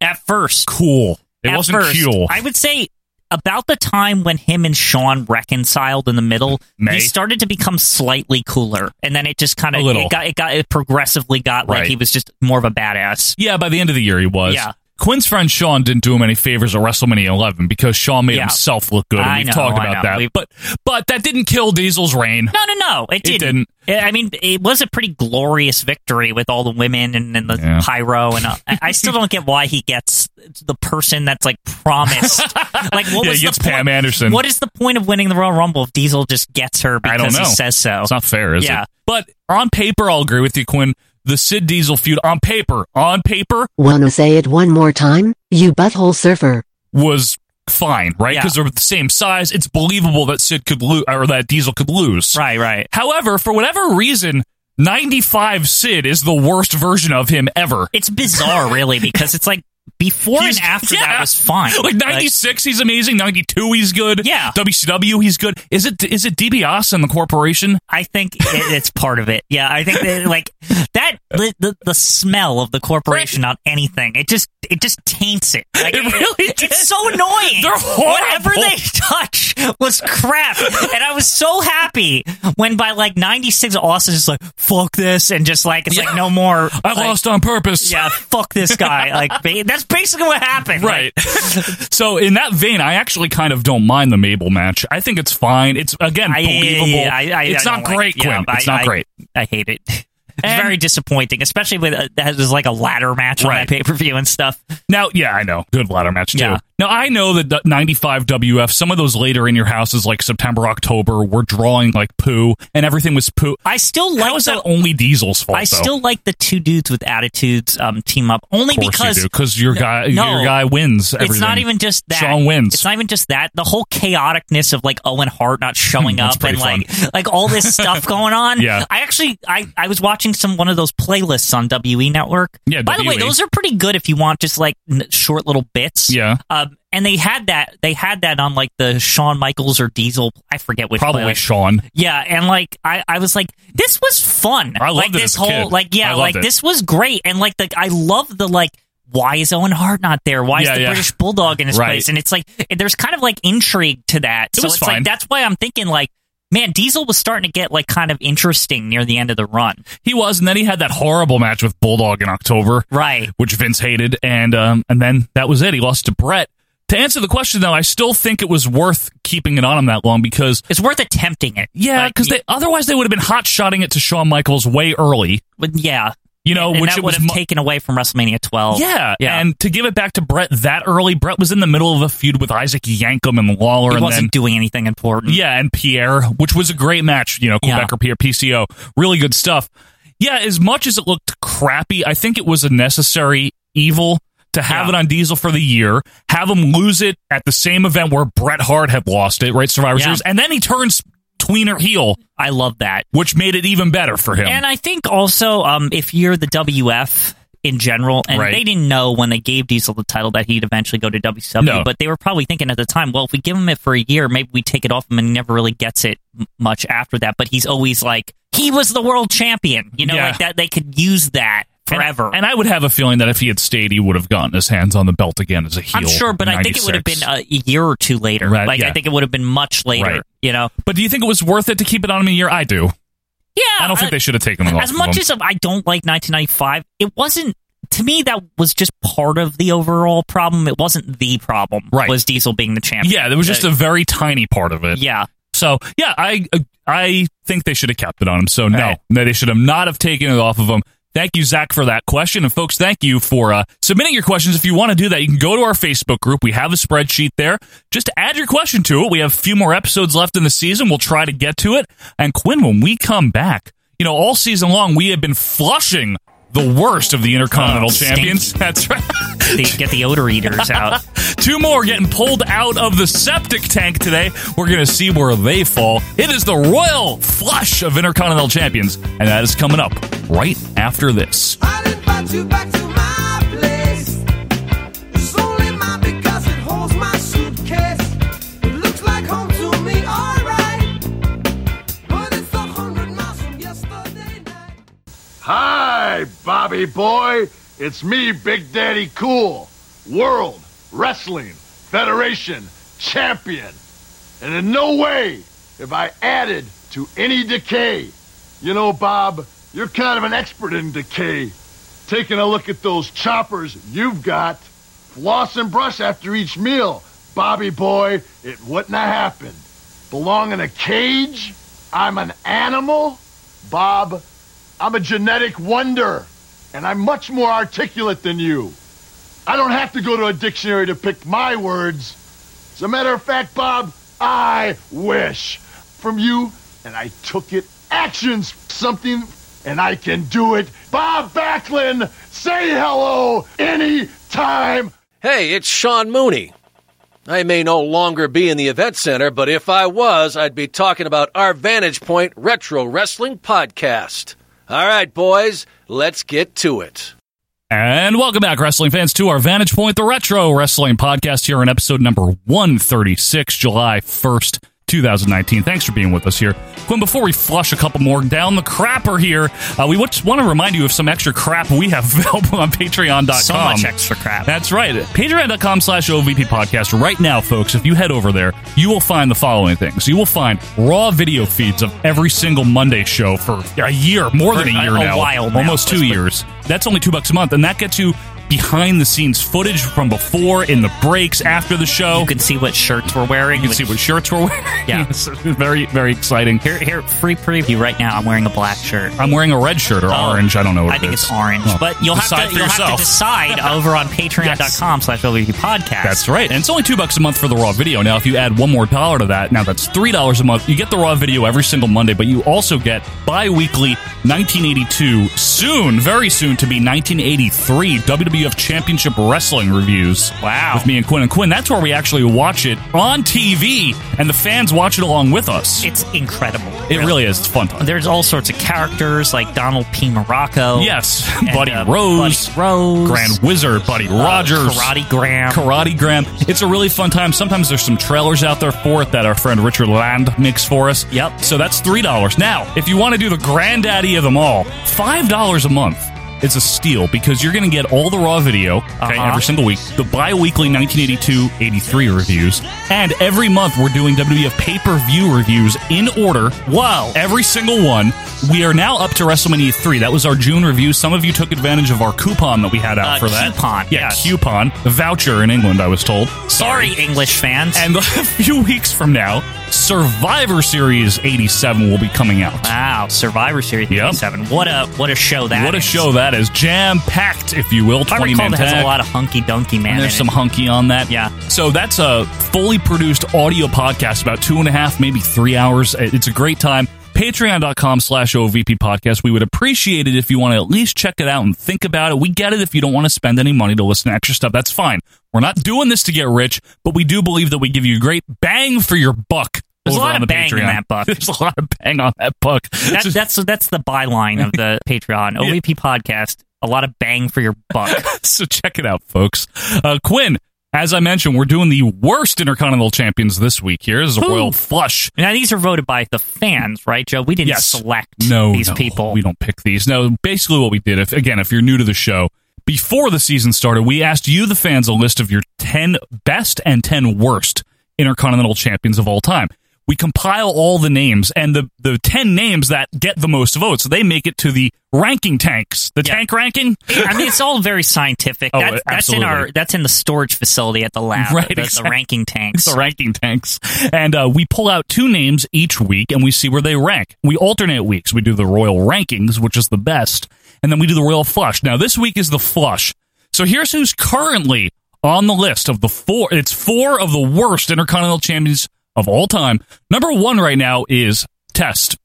[SPEAKER 2] At first,
[SPEAKER 1] cool. It
[SPEAKER 2] at
[SPEAKER 1] wasn't
[SPEAKER 2] first,
[SPEAKER 1] cool.
[SPEAKER 2] I would say about the time when him and Sean reconciled in the middle,
[SPEAKER 1] May.
[SPEAKER 2] he started to become slightly cooler, and then it just kind
[SPEAKER 1] A
[SPEAKER 2] of
[SPEAKER 1] little.
[SPEAKER 2] it got it got it progressively got
[SPEAKER 1] Right.
[SPEAKER 2] like he was just more of a badass.
[SPEAKER 1] Yeah, by the end of the year he was.
[SPEAKER 2] Yeah.
[SPEAKER 1] Quinn's friend Sean didn't do him any favors at WrestleMania 11 because Sean made
[SPEAKER 2] Yeah.
[SPEAKER 1] himself look good. And
[SPEAKER 2] I
[SPEAKER 1] we've
[SPEAKER 2] know,
[SPEAKER 1] talked
[SPEAKER 2] I
[SPEAKER 1] about
[SPEAKER 2] know.
[SPEAKER 1] that,
[SPEAKER 2] We've-
[SPEAKER 1] but but that didn't kill Diesel's reign.
[SPEAKER 2] No, no, no, it
[SPEAKER 1] It
[SPEAKER 2] didn't. I mean, it was a pretty glorious victory with all the women and, and the
[SPEAKER 1] Yeah.
[SPEAKER 2] pyro, and uh, I I still don't get why he gets the person that's like promised. like, what
[SPEAKER 1] Yeah,
[SPEAKER 2] was
[SPEAKER 1] he gets
[SPEAKER 2] the point?
[SPEAKER 1] Pam Anderson.
[SPEAKER 2] What is the point of winning the Royal Rumble if Diesel just gets her because
[SPEAKER 1] I don't know.
[SPEAKER 2] he says so?
[SPEAKER 1] It's not fair, is
[SPEAKER 2] Yeah.
[SPEAKER 1] it? But on paper, I'll agree with you, Quinn. The Sid Diesel feud on paper, on paper,
[SPEAKER 5] Wanna say it one more time, you butthole surfer?
[SPEAKER 1] was fine, right?
[SPEAKER 2] Yeah.
[SPEAKER 1] Because they're the same size. It's believable that Sid could lose or that Diesel could lose.
[SPEAKER 2] Right, right.
[SPEAKER 1] However, for whatever reason, 95 Sid is the worst version of him ever.
[SPEAKER 2] It's bizarre, really, because it's like before
[SPEAKER 1] He's-
[SPEAKER 2] and after
[SPEAKER 1] yeah.
[SPEAKER 2] that was fine.
[SPEAKER 1] Like ninety six, he's amazing. Ninety two, he's good.
[SPEAKER 2] Yeah.
[SPEAKER 1] WCW, he's good. Is it is it DiBiase and the corporation?
[SPEAKER 2] I think it, it's part of it. Yeah, I think that, like that the, the the smell of the corporation on anything it just it just taints it. Like,
[SPEAKER 1] It really
[SPEAKER 2] it's so annoying.
[SPEAKER 1] They're horrible.
[SPEAKER 2] Whatever they touch was crap, and I was so happy when by like ninety six, Austin's just like fuck this, and just like it's like no more.
[SPEAKER 1] I
[SPEAKER 2] like,
[SPEAKER 1] lost on purpose.
[SPEAKER 2] Yeah, fuck this guy. Like ba- that's basically what happened. Like,
[SPEAKER 1] Right. so in that vein, I actually kind of don't mind the Mabel match. I think it's fine. It's again
[SPEAKER 2] I-
[SPEAKER 1] believable.
[SPEAKER 2] I, I,
[SPEAKER 1] it's
[SPEAKER 2] I
[SPEAKER 1] not
[SPEAKER 2] don't like-
[SPEAKER 1] great,
[SPEAKER 2] yeah,
[SPEAKER 1] Quinn.
[SPEAKER 2] I-
[SPEAKER 1] it's not
[SPEAKER 2] I-
[SPEAKER 1] great.
[SPEAKER 2] I hate it. It's
[SPEAKER 1] And-
[SPEAKER 2] very disappointing, especially with uh, that was like a ladder match on
[SPEAKER 1] Right.
[SPEAKER 2] that pay per view and stuff.
[SPEAKER 1] Now, yeah, I know. Good ladder match too.
[SPEAKER 2] Yeah.
[SPEAKER 1] Now I know that the 95 WF, some of those later in your houses, like September, October, were drawing like poo, and everything was poo.
[SPEAKER 2] I still like
[SPEAKER 1] How is that
[SPEAKER 2] the-
[SPEAKER 1] only Diesel's fault?
[SPEAKER 2] I
[SPEAKER 1] though?
[SPEAKER 2] still like the two dudes with attitudes um, team up only
[SPEAKER 1] Of course you
[SPEAKER 2] because
[SPEAKER 1] do, 'cause your guy
[SPEAKER 2] no.
[SPEAKER 1] your guy wins.
[SPEAKER 2] It's not
[SPEAKER 1] everything.
[SPEAKER 2] even just that.
[SPEAKER 1] Sean wins.
[SPEAKER 2] It's not even just that. The whole chaoticness of like Owen Hart not showing
[SPEAKER 1] That's
[SPEAKER 2] up and
[SPEAKER 1] pretty
[SPEAKER 2] like like all this stuff going on.
[SPEAKER 1] Yeah.
[SPEAKER 2] I actually I I was watching some one of those playlists on WE Network.
[SPEAKER 1] Yeah, E.
[SPEAKER 2] By the way,
[SPEAKER 1] WE.
[SPEAKER 2] those are pretty good if you want just like n- short little bits.
[SPEAKER 1] Yeah.
[SPEAKER 2] Um, and they had that they had that on like the Shawn Michaels or Diesel. I forget which.
[SPEAKER 1] probably
[SPEAKER 2] playlist.
[SPEAKER 1] Sean.
[SPEAKER 2] Yeah, and like I, I was like, this was fun.
[SPEAKER 1] I loved
[SPEAKER 2] like
[SPEAKER 1] it
[SPEAKER 2] this
[SPEAKER 1] as a
[SPEAKER 2] whole
[SPEAKER 1] kid.
[SPEAKER 2] like
[SPEAKER 1] I
[SPEAKER 2] yeah,
[SPEAKER 1] loved
[SPEAKER 2] like
[SPEAKER 1] it.
[SPEAKER 2] this was great. And like the I love the like why is Owen Hart not there? Why
[SPEAKER 1] Yeah,
[SPEAKER 2] is the
[SPEAKER 1] yeah.
[SPEAKER 2] British Bulldog in his
[SPEAKER 1] Right.
[SPEAKER 2] place? And it's like and there's kind of like intrigue to that.
[SPEAKER 1] It
[SPEAKER 2] so
[SPEAKER 1] was
[SPEAKER 2] it's
[SPEAKER 1] fine.
[SPEAKER 2] like that's why I'm thinking like, man, Diesel was starting to get like kind of interesting near the end of the run.
[SPEAKER 1] He was, and then he had that horrible match with Bulldog in October,
[SPEAKER 2] Right.
[SPEAKER 1] which Vince hated, and um, and then that was it. He lost to Brett. To answer the question, though, I still think it was worth keeping it on him that long because
[SPEAKER 2] It's worth attempting it.
[SPEAKER 1] yeah,
[SPEAKER 2] Like,
[SPEAKER 1] because they otherwise they would have been hot shotting it to Shawn Michaels way early,
[SPEAKER 2] but yeah.
[SPEAKER 1] you know,
[SPEAKER 2] and
[SPEAKER 1] which
[SPEAKER 2] that
[SPEAKER 1] it
[SPEAKER 2] would
[SPEAKER 1] was
[SPEAKER 2] have
[SPEAKER 1] mu-
[SPEAKER 2] taken away from WrestleMania 12.
[SPEAKER 1] Yeah,
[SPEAKER 2] Yeah.
[SPEAKER 1] and to give it back to Brett that early, Brett was in the middle of a feud with Isaac Yankum and Lawler,
[SPEAKER 2] He
[SPEAKER 1] and
[SPEAKER 2] wasn't
[SPEAKER 1] then
[SPEAKER 2] doing anything important.
[SPEAKER 1] Yeah, and Pierre, which was a great match, you know,
[SPEAKER 2] Yeah.
[SPEAKER 1] Quebec or Pierre PCO. Really good stuff. Yeah, as much as it looked crappy, I think it was a necessary evil to have
[SPEAKER 2] Yeah.
[SPEAKER 1] it on Diesel for the year, have him lose it at the same event where Bret Hart had lost it, right? Survivor
[SPEAKER 2] Yeah.
[SPEAKER 1] Series. And then he turns tweener heel,
[SPEAKER 2] I love that.
[SPEAKER 1] which made it even better for him.
[SPEAKER 2] um, And I think also, um, if you're the WF, in general. And
[SPEAKER 1] Right.
[SPEAKER 2] they didn't know when they gave Diesel the title that he'd eventually go to WCW.
[SPEAKER 1] No.
[SPEAKER 2] But they were probably thinking at the time, well, if we give him it for a year, maybe we take it off him and he never really gets it m- much after that. But he's always like, he was the world champion. You know,
[SPEAKER 1] Yeah.
[SPEAKER 2] like that. They could use that forever.
[SPEAKER 1] And, and I would have a feeling that if he had stayed, he would have gotten his hands on the belt again as a heel.
[SPEAKER 2] I'm sure, but
[SPEAKER 1] in
[SPEAKER 2] I think it would have
[SPEAKER 1] 96.
[SPEAKER 2] been uh, a year or two later.
[SPEAKER 1] Right,
[SPEAKER 2] like
[SPEAKER 1] yeah.
[SPEAKER 2] I think it would have been much later.
[SPEAKER 1] Right.
[SPEAKER 2] You know?
[SPEAKER 1] but do you think it was worth it to keep it on him a year? I do.
[SPEAKER 2] Yeah.
[SPEAKER 1] I don't think they should have taken it off.
[SPEAKER 2] As
[SPEAKER 1] of
[SPEAKER 2] much
[SPEAKER 1] him.
[SPEAKER 2] as I don't like 1995, it wasn't to me that was just part of the overall problem. It wasn't the problem.
[SPEAKER 1] Right.
[SPEAKER 2] Was Diesel being the champion? Uh,
[SPEAKER 1] yeah, there was just a very tiny part of it.
[SPEAKER 2] yeah.
[SPEAKER 1] So yeah, I I think they should have kept it on him. So no,
[SPEAKER 2] Right.
[SPEAKER 1] no, they should have not have taken it off of him. Thank you, Zach, for that question. And folks, thank you for uh, submitting your questions. If you want to do that, you can go to our Facebook group. We have a spreadsheet there. Just add your question to it. We have a few more episodes left in the season. We'll try to get to it. And Quinn, when we come back, you know, all season long, we have been flushing the worst of the Intercontinental
[SPEAKER 2] Oh, stinky.
[SPEAKER 1] Champions. That's right.
[SPEAKER 2] They get the odor eaters out.
[SPEAKER 1] Two more getting pulled out of the septic tank today. We're going to see where they fall. It is the royal flush of Intercontinental Champions, and that is coming up right after this.
[SPEAKER 7] I invite you back to my place. It's only mine because it holds my suitcase. It looks like home to me, alright. But it's a hundred miles from yesterday night.
[SPEAKER 8] Hi, Bobby boy. It's me, Big Daddy Cool, World Wrestling Federation Champion. And in no way have I added to any decay. You know, Bob, you're kind of an expert in decay. Taking a look at those choppers you've got, floss and brush after each meal. Bobby boy, it wouldn't have happened. Belong in a cage? I'm an animal? Bob, I'm a genetic wonder, and I'm much more articulate than you. I don't have to go to a dictionary to pick my words. As a matter of fact, Bob, I wish from you, and I took it. Actions, something, and I can do it. Bob Backlund, say hello anytime.
[SPEAKER 9] Hey, it's Sean Mooney. I may no longer be in the event center, but if I was, I'd be talking about our Vantage Point Retro Wrestling Podcast. All right, boys, let's get to it.
[SPEAKER 1] And welcome back, wrestling fans, to our Vantage Point, the Retro Wrestling Podcast, here in episode number 136, July 1st, 2019. Thanks for being with us here. Quinn, before we flush a couple more down the crapper here, uh, we just want to remind you of some extra crap we have available on patreon.com.
[SPEAKER 2] So much extra crap.
[SPEAKER 1] That's right. Patreon.com slash OVP podcast. Right now, folks, if you head over there, you will find the following things. You will find raw video feeds of every single Monday show for a year, more than a
[SPEAKER 2] For a-
[SPEAKER 1] year
[SPEAKER 2] a
[SPEAKER 1] now.
[SPEAKER 2] while now.
[SPEAKER 1] Almost two
[SPEAKER 2] That's
[SPEAKER 1] years. That's only two bucks a month, and that gets you behind the scenes footage from before, in the breaks, after the show.
[SPEAKER 2] You can see what shirts we're wearing.
[SPEAKER 1] You can see what shirts we're wearing.
[SPEAKER 2] Yeah.
[SPEAKER 1] Yes, very, very exciting.
[SPEAKER 2] Here, here, free preview right now. I'm wearing a black shirt.
[SPEAKER 1] I'm wearing a red shirt or orange. I don't know what
[SPEAKER 2] Oh. I
[SPEAKER 1] it
[SPEAKER 2] think
[SPEAKER 1] is. Oh.
[SPEAKER 2] it's orange,
[SPEAKER 1] Well,
[SPEAKER 2] but you'll have to
[SPEAKER 1] decide for
[SPEAKER 2] you'll have to
[SPEAKER 1] yourself.
[SPEAKER 2] decide over on patreon.com slash LVP podcast.
[SPEAKER 1] That's right. And it's only two bucks a month for the raw video. Now, if you add one more dollar to that, now that's three dollars a month. You get the raw video every single Monday, but you also get bi-weekly 1982 soon, very soon to be 1983 WWF Championship Wrestling reviews. Wow. With me and Quinn and Quinn. That's where we actually watch it on TV and the fans watch it along with us. It,
[SPEAKER 2] It's incredible.
[SPEAKER 1] really is. It's fun time.
[SPEAKER 2] There's all sorts of characters like Donald P. Morocco.
[SPEAKER 1] Yes.
[SPEAKER 2] and,
[SPEAKER 1] Buddy
[SPEAKER 2] uh,
[SPEAKER 1] Rose.
[SPEAKER 2] Buddy Rose.
[SPEAKER 1] Grand Wizard, Buddy Rogers.
[SPEAKER 2] Uh, Karate Graham.
[SPEAKER 1] Karate Gram. It's a really fun time. Sometimes there's some trailers out there for it that our friend Richard Land makes for us.
[SPEAKER 2] Yep.
[SPEAKER 1] So that's three dollars. Now, if you want to do the granddaddy of them all, five dollars a month. It's a steal because you're going to get all the raw video okay,
[SPEAKER 2] Uh-huh.
[SPEAKER 1] every single week, the bi weekly 1982 83 reviews, and every month we're doing WWF pay per view reviews in order. Wow. Every single one. We are now up to WrestleMania 3. That was our June review. Some of you took advantage of our coupon that we had out
[SPEAKER 2] Uh,
[SPEAKER 1] for that.
[SPEAKER 2] coupon,
[SPEAKER 1] Yeah,
[SPEAKER 2] yes.
[SPEAKER 1] coupon. A voucher in England, I was told.
[SPEAKER 2] Sorry, English fans.
[SPEAKER 1] And a few weeks from now, Survivor Series 87 will be coming out.
[SPEAKER 2] wow, Survivor Series
[SPEAKER 1] Yep.
[SPEAKER 2] 87. What a what a show that
[SPEAKER 1] what a
[SPEAKER 2] is.
[SPEAKER 1] show that is. Jam packed, if you will.
[SPEAKER 2] I
[SPEAKER 1] 20
[SPEAKER 2] recall
[SPEAKER 1] man
[SPEAKER 2] that has
[SPEAKER 1] tag.
[SPEAKER 2] a lot of hunky dunky man.
[SPEAKER 1] and there's
[SPEAKER 2] in
[SPEAKER 1] some
[SPEAKER 2] it.
[SPEAKER 1] hunky on that.
[SPEAKER 2] Yeah.
[SPEAKER 1] So that's a fully produced audio podcast, about two and a half, maybe three hours. It's a great time. Patreon.com slash OVP podcast. We would appreciate it if you want to at least check it out and think about it. We get it if you don't want to spend any money to listen to extra stuff. That's fine. We're not doing this to get rich, but we do believe that we give you great bang for your buck.
[SPEAKER 2] There's a
[SPEAKER 1] over
[SPEAKER 2] lot
[SPEAKER 1] on
[SPEAKER 2] of
[SPEAKER 1] the
[SPEAKER 2] bang in
[SPEAKER 1] Patreon.
[SPEAKER 2] that buck.
[SPEAKER 1] There's a lot of bang on that buck.
[SPEAKER 2] That,
[SPEAKER 1] Just-
[SPEAKER 2] that's that's the byline of the Patreon OVP podcast. a lot of bang for your buck.
[SPEAKER 1] so check it out, folks. Uh, Quinn, as I mentioned, we're doing the worst Intercontinental Champions this week here. This is a
[SPEAKER 2] Who?
[SPEAKER 1] royal flush.
[SPEAKER 2] now these are voted by the fans, right, Joe? We didn't
[SPEAKER 1] Yes.
[SPEAKER 2] select
[SPEAKER 1] No,
[SPEAKER 2] these
[SPEAKER 1] no,
[SPEAKER 2] people.
[SPEAKER 1] We don't pick these. No, basically what we did, if again, if you're new to the show, before the season started, we asked you, the fans, a list of your 10 best and 10 worst Intercontinental Champions of all time. We compile all the names and the, the 10 names that get the most votes, they make it to the ranking tanks. The tank ranking?
[SPEAKER 2] I mean, it's all very scientific.
[SPEAKER 1] Oh,
[SPEAKER 2] That- that's in our
[SPEAKER 1] absolutely.
[SPEAKER 2] that's in the storage facility at the lab,
[SPEAKER 1] Right,
[SPEAKER 2] the, the
[SPEAKER 1] exactly.
[SPEAKER 2] ranking tanks.
[SPEAKER 1] the ranking tanks. And uh, we pull out two names each week and we see where they rank. We alternate weeks. We do the royal rankings, which is the best, and then we do the royal flush. Now, this week is the flush. So here's who's currently on the list of the four. It's four of the worst Intercontinental Champions of all time. Number one right now is Test.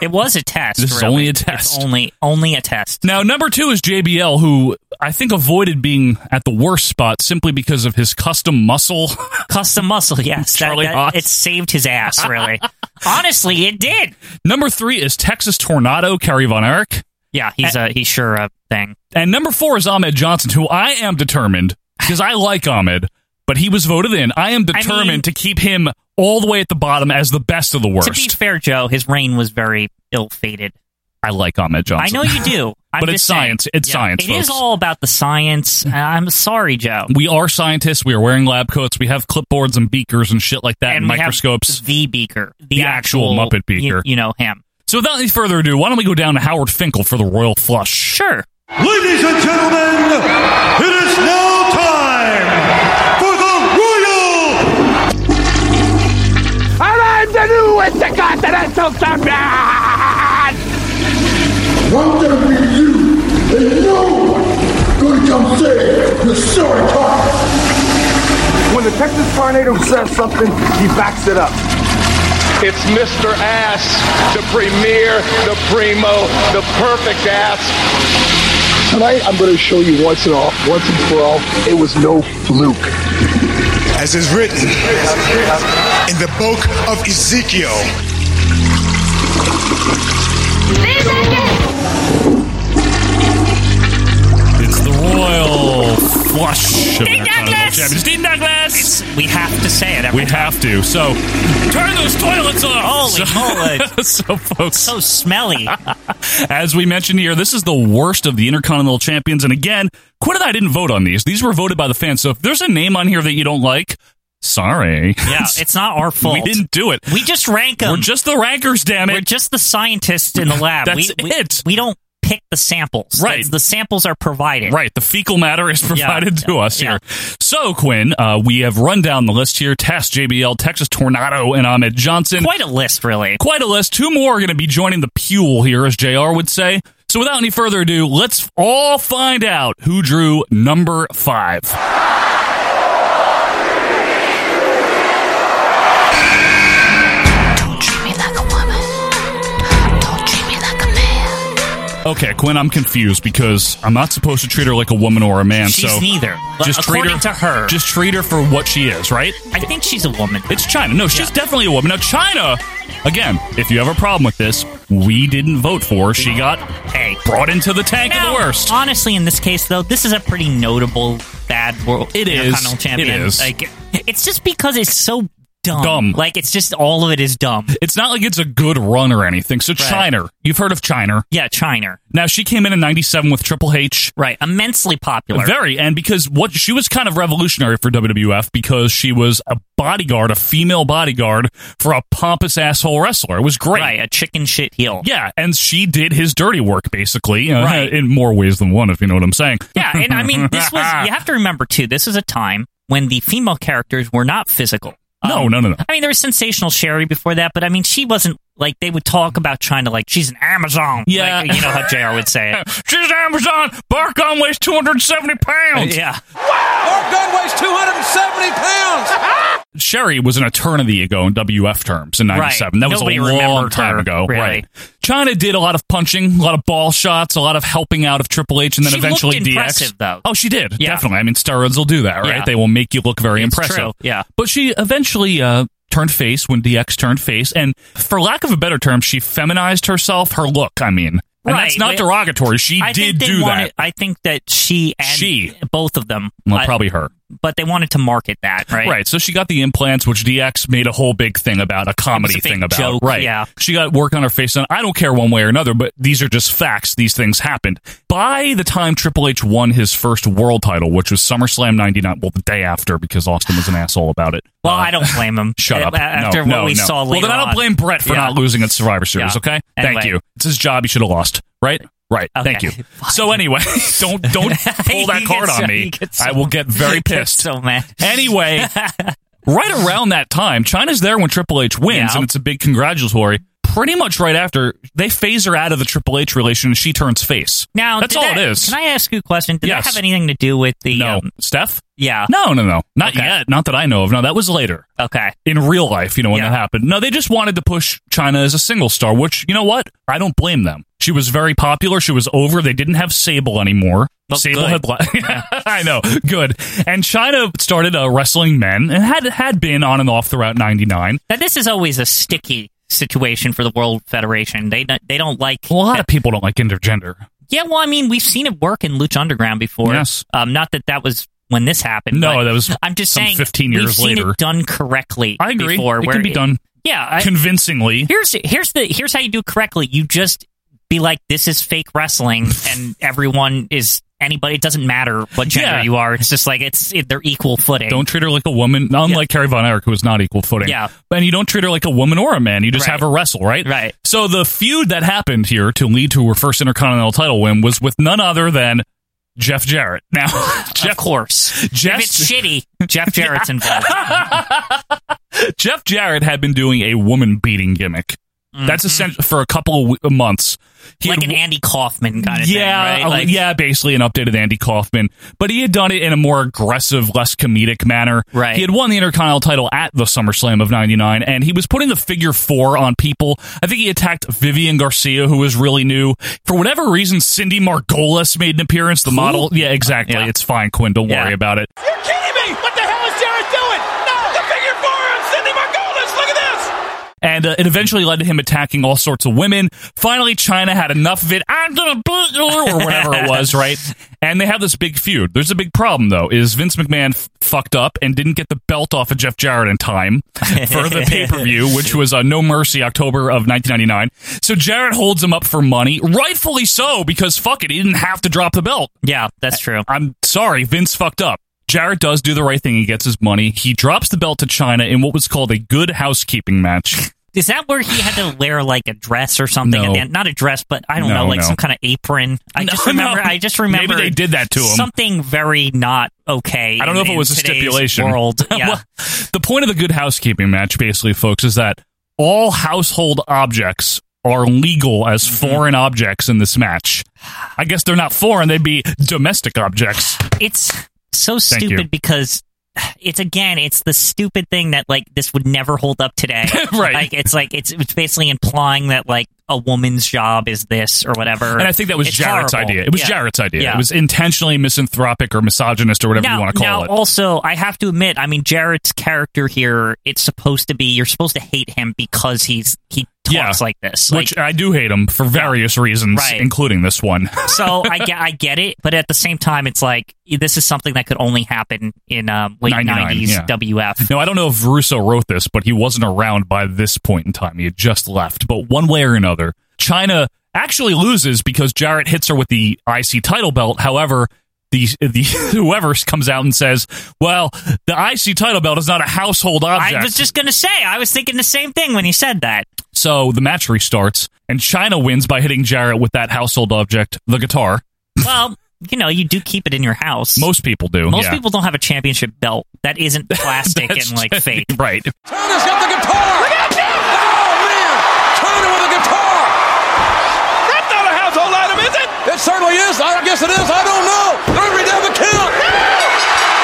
[SPEAKER 2] It was a test.
[SPEAKER 1] This is
[SPEAKER 2] really.
[SPEAKER 1] only a
[SPEAKER 2] It's
[SPEAKER 1] test.
[SPEAKER 2] only only a test.
[SPEAKER 1] Now, number two is JBL, who I think avoided being at the worst spot simply because of his custom muscle.
[SPEAKER 2] Custom muscle, yes. That-
[SPEAKER 1] Charlie
[SPEAKER 2] that-
[SPEAKER 1] Haas.
[SPEAKER 2] It saved his ass, really. Honestly, it did.
[SPEAKER 1] number three is Texas Tornado, Kerry Von Erich.
[SPEAKER 2] Yeah, he's a he's sure a thing.
[SPEAKER 1] And number four is Ahmed Johnson, who I am determined because I like Ahmed, but he was voted in. I am
[SPEAKER 2] mean-
[SPEAKER 1] determined to keep him all the way at the bottom as the best of the worst.
[SPEAKER 2] To be fair, Joe, his reign was very ill fated.
[SPEAKER 1] I like Ahmed
[SPEAKER 2] I
[SPEAKER 1] Johnson.
[SPEAKER 2] know you do. I'm
[SPEAKER 1] But it's
[SPEAKER 2] just saying.
[SPEAKER 1] science. It's science,
[SPEAKER 2] It is
[SPEAKER 1] folks.
[SPEAKER 2] all about the science. I'm sorry, Joe.
[SPEAKER 1] We are scientists. We are wearing lab coats. We have clipboards and beakers and shit like that, and,
[SPEAKER 2] we have
[SPEAKER 1] microscopes.
[SPEAKER 2] the beaker, the,
[SPEAKER 1] The actual Muppet
[SPEAKER 2] you-
[SPEAKER 1] beaker.
[SPEAKER 2] You, know him.
[SPEAKER 1] so, without any further ado, why don't we go down to Howard Finkel for the royal flush?
[SPEAKER 2] Sure.
[SPEAKER 4] Ladies and gentlemen, it is now time for the Royal
[SPEAKER 7] I'm the newest Continental Champion!
[SPEAKER 10] I'm gonna be you, and no one gonna come save the sorry car.
[SPEAKER 4] When the Texas Tornado says something, he backs it up.
[SPEAKER 8] It's Mr. Ass, the premier, the primo, the perfect ass.
[SPEAKER 10] Tonight, I'm gonna show you once and all, once and for all, it was no fluke.
[SPEAKER 4] As is written in the book of Ezekiel.
[SPEAKER 1] It's the royal flush of
[SPEAKER 2] Dean
[SPEAKER 1] Intercontinental
[SPEAKER 2] Douglas!
[SPEAKER 1] Champions. Dean Douglas!
[SPEAKER 2] We have to say it. Every
[SPEAKER 1] We have to. So, turn those toilets off!
[SPEAKER 2] Holy moly.
[SPEAKER 1] so, so, folks.
[SPEAKER 2] so smelly.
[SPEAKER 1] As we mentioned here, this is the worst of the Intercontinental Champions. And again, Quinn and I didn't vote on these. These were voted by the fans. So if there's a name on here that you don't like, sorry.
[SPEAKER 2] Yeah, it's not our fault.
[SPEAKER 1] We um, didn't do it.
[SPEAKER 2] We just rank them.
[SPEAKER 1] We're just the rankers, damn
[SPEAKER 2] We're
[SPEAKER 1] it.
[SPEAKER 2] just the scientists in the lab.
[SPEAKER 1] That's
[SPEAKER 2] we, we,
[SPEAKER 1] it.
[SPEAKER 2] We don't pick the samples.
[SPEAKER 1] Right.
[SPEAKER 2] That's- the samples are provided.
[SPEAKER 1] Right, the fecal matter is provided
[SPEAKER 2] Yeah,
[SPEAKER 1] to
[SPEAKER 2] yeah,
[SPEAKER 1] us
[SPEAKER 2] yeah.
[SPEAKER 1] here. So, Quinn, uh, we have run down the list here Test, JBL, Texas Tornado, and Ahmed Johnson.
[SPEAKER 2] Quite a list, really.
[SPEAKER 1] Quite a list. Two more are going to be joining the Pule here, as JR would say. So, without any further ado, let's all find out who drew number five.
[SPEAKER 7] Don't treat me like a woman. Don't treat me like a man.
[SPEAKER 1] Okay, Quinn, I'm confused because I'm not supposed to treat her like a woman or a man.
[SPEAKER 2] She's
[SPEAKER 1] so
[SPEAKER 2] neither.
[SPEAKER 1] Just treat
[SPEAKER 2] According
[SPEAKER 1] her
[SPEAKER 2] to her.
[SPEAKER 1] Just treat her for what she is, right?
[SPEAKER 2] I think she's a woman.
[SPEAKER 1] It's China. No, she's definitely a woman. Now, China. Again, if you have a problem with this, we didn't vote for. her. She got
[SPEAKER 2] Hey.
[SPEAKER 1] brought into the tank
[SPEAKER 2] Now,
[SPEAKER 1] of the worst.
[SPEAKER 2] Honestly, in this case, though, this is a pretty notable bad world.
[SPEAKER 1] It is.
[SPEAKER 2] Intercontinental Champion.
[SPEAKER 1] It is.
[SPEAKER 2] Like, it's just because it's so dumb.
[SPEAKER 1] Dumb.
[SPEAKER 2] Like, it's just all of it is dumb.
[SPEAKER 1] It's not like it's a good run or anything. So, China. You've heard of China.
[SPEAKER 2] Yeah, China.
[SPEAKER 1] Now, she came in in 97 with Triple H.
[SPEAKER 2] Right. Immensely popular.
[SPEAKER 1] Very, and because what she was kind of revolutionary for WWF because she was a bodyguard, a female bodyguard for a pompous asshole wrestler. It was great.
[SPEAKER 2] right. A chicken shit heel.
[SPEAKER 1] Yeah, and she did his dirty work basically, uh,
[SPEAKER 2] Right.
[SPEAKER 1] in more ways than one, if you know what I'm saying.
[SPEAKER 2] Yeah, and I mean, this was, you have to remember, too, this is a time when the female characters were not physical.
[SPEAKER 1] No,
[SPEAKER 2] Um,
[SPEAKER 1] no, no, no.
[SPEAKER 2] I mean, there was sensational Sherry before that, but I mean, she wasn't like, they would talk about China like she's an Amazon.
[SPEAKER 1] Yeah.
[SPEAKER 2] Like, you know how JR would say it.
[SPEAKER 1] She's Amazon. Bark Gun weighs 270 pounds.
[SPEAKER 2] yeah.
[SPEAKER 9] Mark Gunn weighs 270 pounds.
[SPEAKER 1] Sherry was an eternity ago in WF terms in '97.
[SPEAKER 2] Right.
[SPEAKER 1] That was
[SPEAKER 2] Nobody
[SPEAKER 1] a long
[SPEAKER 2] remembered
[SPEAKER 1] time
[SPEAKER 2] her,
[SPEAKER 1] ago.
[SPEAKER 2] really.
[SPEAKER 1] Right. China did a lot of punching, a lot of ball shots, a lot of helping out of Triple H, and then
[SPEAKER 2] She
[SPEAKER 1] eventually
[SPEAKER 2] looked
[SPEAKER 1] DX.
[SPEAKER 2] impressive, though.
[SPEAKER 1] Oh, she did
[SPEAKER 2] Yeah.
[SPEAKER 1] definitely. I mean, steroids will do that, right?
[SPEAKER 2] Yeah.
[SPEAKER 1] They will make you look very
[SPEAKER 2] It's
[SPEAKER 1] impressive.
[SPEAKER 2] true, yeah.
[SPEAKER 1] But she eventually uh, turned face when DX turned face, and for lack of a better term, she feminized herself. Her look, I mean. And that's not
[SPEAKER 2] It-
[SPEAKER 1] derogatory. She
[SPEAKER 2] I
[SPEAKER 1] did
[SPEAKER 2] think they
[SPEAKER 1] do
[SPEAKER 2] wanted-
[SPEAKER 1] that.
[SPEAKER 2] I think that she and
[SPEAKER 1] She.
[SPEAKER 2] both of them,
[SPEAKER 1] Well,
[SPEAKER 2] I-
[SPEAKER 1] probably her.
[SPEAKER 2] but they wanted to market that, right?
[SPEAKER 1] Right. So she got the implants, which DX made a whole big thing about, a comedy
[SPEAKER 2] It was a big
[SPEAKER 1] thing about.
[SPEAKER 2] joke,
[SPEAKER 1] right.
[SPEAKER 2] yeah.
[SPEAKER 1] She got work on her face. And I don't care one way or another, but these are just facts. These things happened. By the time Triple H won his first world title, which was SummerSlam 99, well, the day after because Austin was an asshole about it.
[SPEAKER 2] Well, I don't blame him.
[SPEAKER 1] Shut up.
[SPEAKER 2] After
[SPEAKER 1] no,
[SPEAKER 2] what
[SPEAKER 1] no,
[SPEAKER 2] we
[SPEAKER 1] no.
[SPEAKER 2] saw later
[SPEAKER 1] Well, then I don't
[SPEAKER 2] on.
[SPEAKER 1] blame Brett for
[SPEAKER 2] Yeah.
[SPEAKER 1] not losing at Survivor Series,
[SPEAKER 2] Yeah.
[SPEAKER 1] okay? Thank
[SPEAKER 2] Anyway.
[SPEAKER 1] you. It's his job. He should have lost, right? Right. Thank you.
[SPEAKER 2] Okay.
[SPEAKER 1] So anyway, don't don't pull that
[SPEAKER 2] He
[SPEAKER 1] card
[SPEAKER 2] gets so-
[SPEAKER 1] on
[SPEAKER 2] he
[SPEAKER 1] me.
[SPEAKER 2] gets so-
[SPEAKER 1] I will get
[SPEAKER 2] he
[SPEAKER 1] very
[SPEAKER 2] gets
[SPEAKER 1] pissed.
[SPEAKER 2] So mad.
[SPEAKER 1] Anyway, right around that time, China's there when Triple H wins,
[SPEAKER 2] Yeah.
[SPEAKER 1] and it's a big congratulatory. Pretty much right after, they phase her out of the Triple H relation, and she turns face.
[SPEAKER 2] Now
[SPEAKER 1] that's
[SPEAKER 2] did
[SPEAKER 1] all
[SPEAKER 2] that-
[SPEAKER 1] it is.
[SPEAKER 2] Can I ask you a question? Did
[SPEAKER 1] Yes.
[SPEAKER 2] that have anything to do with the?
[SPEAKER 1] no,
[SPEAKER 2] um,
[SPEAKER 1] Steph?
[SPEAKER 2] yeah.
[SPEAKER 1] No, no, no, not
[SPEAKER 2] Okay.
[SPEAKER 1] yet. Not that I know of. No, that was later
[SPEAKER 2] Okay.
[SPEAKER 1] in real life. You know when
[SPEAKER 2] Yeah.
[SPEAKER 1] that happened. No, they just wanted to push China as a single star, which you know what? I don't blame them. She was very popular. She was over. They didn't have Sable anymore.
[SPEAKER 2] But
[SPEAKER 1] Sable
[SPEAKER 2] Oh, good.
[SPEAKER 1] had left. I know, good. And China started uh, wrestling men and had had been on and off throughout '99.
[SPEAKER 2] Now this is always a sticky situation for the World Federation. They don't- they don't like.
[SPEAKER 1] A lot of people don't like intergender.
[SPEAKER 2] Yeah. Well, I mean, we've seen it work in Lucha Underground before.
[SPEAKER 1] Yes.
[SPEAKER 2] Um. Not that that was when this happened.
[SPEAKER 1] No,
[SPEAKER 2] but
[SPEAKER 1] that was
[SPEAKER 2] I'm just
[SPEAKER 1] some
[SPEAKER 2] saying.
[SPEAKER 1] 15
[SPEAKER 2] we've
[SPEAKER 1] years
[SPEAKER 2] seen
[SPEAKER 1] later.
[SPEAKER 2] it done correctly.
[SPEAKER 1] I agree.
[SPEAKER 2] Before,
[SPEAKER 1] it
[SPEAKER 2] where
[SPEAKER 1] can be done
[SPEAKER 2] Yeah. I,
[SPEAKER 1] convincingly.
[SPEAKER 2] here's here's the here's how you do it correctly. You just be like, this is fake wrestling, and everyone is anybody. It doesn't matter what gender
[SPEAKER 1] Yeah.
[SPEAKER 2] you are. It's just like it's it, they're equal footing.
[SPEAKER 1] Don't treat her like a woman, unlike Carrie Von Erich, who is not equal footing.
[SPEAKER 2] Yeah.
[SPEAKER 1] And you don't treat her like a woman or a man. You just
[SPEAKER 2] Right.
[SPEAKER 1] have her wrestle, right?
[SPEAKER 2] Right.
[SPEAKER 1] So the feud that happened here to lead to her first Intercontinental title win was with none other than Jeff Jarrett. Now,
[SPEAKER 2] of
[SPEAKER 1] Jeff,
[SPEAKER 2] course.
[SPEAKER 1] Jeff-
[SPEAKER 2] if it's shitty, Jeff Jarrett's involved.
[SPEAKER 1] Jeff Jarrett had been doing a woman beating gimmick. That's essential for a couple of w- months. He
[SPEAKER 2] Mm-hmm. like
[SPEAKER 1] had
[SPEAKER 2] an
[SPEAKER 1] w-
[SPEAKER 2] Andy Kaufman kind of
[SPEAKER 1] yeah,
[SPEAKER 2] thing,
[SPEAKER 1] uh,
[SPEAKER 2] right? Like,
[SPEAKER 1] yeah, basically an updated Andy Kaufman, but he had done it in a more aggressive, less comedic manner.
[SPEAKER 2] Right.
[SPEAKER 1] He had won the Intercontinental title at the SummerSlam of '99, and he was putting the figure four on people. I think he attacked Vivian Garcia, who was really new. For whatever reason, Cindy Margolis made an appearance. The model, yeah, exactly.
[SPEAKER 2] Yeah.
[SPEAKER 1] It's fine, Quinn. Don't
[SPEAKER 2] Yeah.
[SPEAKER 1] worry about it.
[SPEAKER 4] You're kidding me! What the hell is Jared doing? No! The figure four on Cindy Margolis! Look at this!
[SPEAKER 1] And uh, it eventually led to him attacking all sorts of women. Finally, China had enough of it. I'm gonna beat you, or whatever it was, right? And they have this big feud. There's a big problem though: is Vince McMahon f- fucked up and didn't get the belt off of Jeff Jarrett in time for the pay per view, which was uh, No Mercy, October of 1999. So Jarrett holds him up for money, rightfully so, because fuck it, he didn't have to drop the belt.
[SPEAKER 2] yeah, that's true.
[SPEAKER 1] I'm sorry, Vince fucked up. Jarrett does do the right thing. He gets his money. He drops the belt to China in what was called a good housekeeping match.
[SPEAKER 2] Is that where he had to wear like a dress or something?
[SPEAKER 1] No.
[SPEAKER 2] At the end? Not a dress, but I don't
[SPEAKER 1] No,
[SPEAKER 2] know, like
[SPEAKER 1] no.
[SPEAKER 2] some kind of apron. I just
[SPEAKER 1] No, no.
[SPEAKER 2] remember. I just remember
[SPEAKER 1] Maybe they did that to him.
[SPEAKER 2] Something very not okay.
[SPEAKER 1] I don't know
[SPEAKER 2] in-
[SPEAKER 1] if it
[SPEAKER 2] in
[SPEAKER 1] was a
[SPEAKER 2] today's
[SPEAKER 1] stipulation.
[SPEAKER 2] World, yeah.
[SPEAKER 1] Well, the point of the good housekeeping match, basically, folks, is that all household objects are legal as
[SPEAKER 2] Mm-hmm.
[SPEAKER 1] foreign objects in this match. I guess they're not foreign; they'd be domestic objects.
[SPEAKER 2] it's so
[SPEAKER 1] Thank you.
[SPEAKER 2] stupid because it's again it's the stupid thing that like this would never hold up today
[SPEAKER 1] Right.
[SPEAKER 2] like it's like it's, it's basically implying that like a woman's job is this or whatever
[SPEAKER 1] And I think that was
[SPEAKER 2] It's
[SPEAKER 1] Jarrett's
[SPEAKER 2] horrible.
[SPEAKER 1] idea. It was
[SPEAKER 2] Yeah.
[SPEAKER 1] Jarrett's idea.
[SPEAKER 2] Yeah.
[SPEAKER 1] It was intentionally misanthropic or misogynist or whatever
[SPEAKER 2] now,
[SPEAKER 1] you want to call
[SPEAKER 2] now
[SPEAKER 1] it.
[SPEAKER 2] also i have to admit i mean jared's character here it's supposed to be you're supposed to hate him because he's he talks
[SPEAKER 1] Yeah.
[SPEAKER 2] like this
[SPEAKER 1] Which
[SPEAKER 2] like,
[SPEAKER 1] I do hate him for various reasons,
[SPEAKER 2] Right.
[SPEAKER 1] including this one.
[SPEAKER 2] so I get, I get it, but at the same time, it's like this is something that could only happen in um, late
[SPEAKER 1] 99,
[SPEAKER 2] '90s
[SPEAKER 1] yeah.
[SPEAKER 2] WF.
[SPEAKER 1] Now, I don't know if Russo wrote this, but he wasn't around by this point in time. He had just left. But one way or another, China actually loses because Jarrett hits her with the IC title belt. However, the, the whoever comes out and says, "Well, the IC title belt is not a household object."
[SPEAKER 2] I was just gonna say, I was thinking the same thing when you said that.
[SPEAKER 1] so the match restarts, and China wins by hitting Jarrett with that household object, the guitar.
[SPEAKER 2] Well, you know, you do keep it in your house.
[SPEAKER 1] Most people do.
[SPEAKER 2] most
[SPEAKER 1] yeah.
[SPEAKER 2] people don't have a championship belt that isn't plastic
[SPEAKER 1] That's
[SPEAKER 2] and like
[SPEAKER 1] just-
[SPEAKER 2] fake.
[SPEAKER 1] right?
[SPEAKER 9] China's got the guitar. Oh man, China with a guitar.
[SPEAKER 4] That's not a household item, is it?
[SPEAKER 9] It certainly is. I guess it is. I don't know. Every damn account.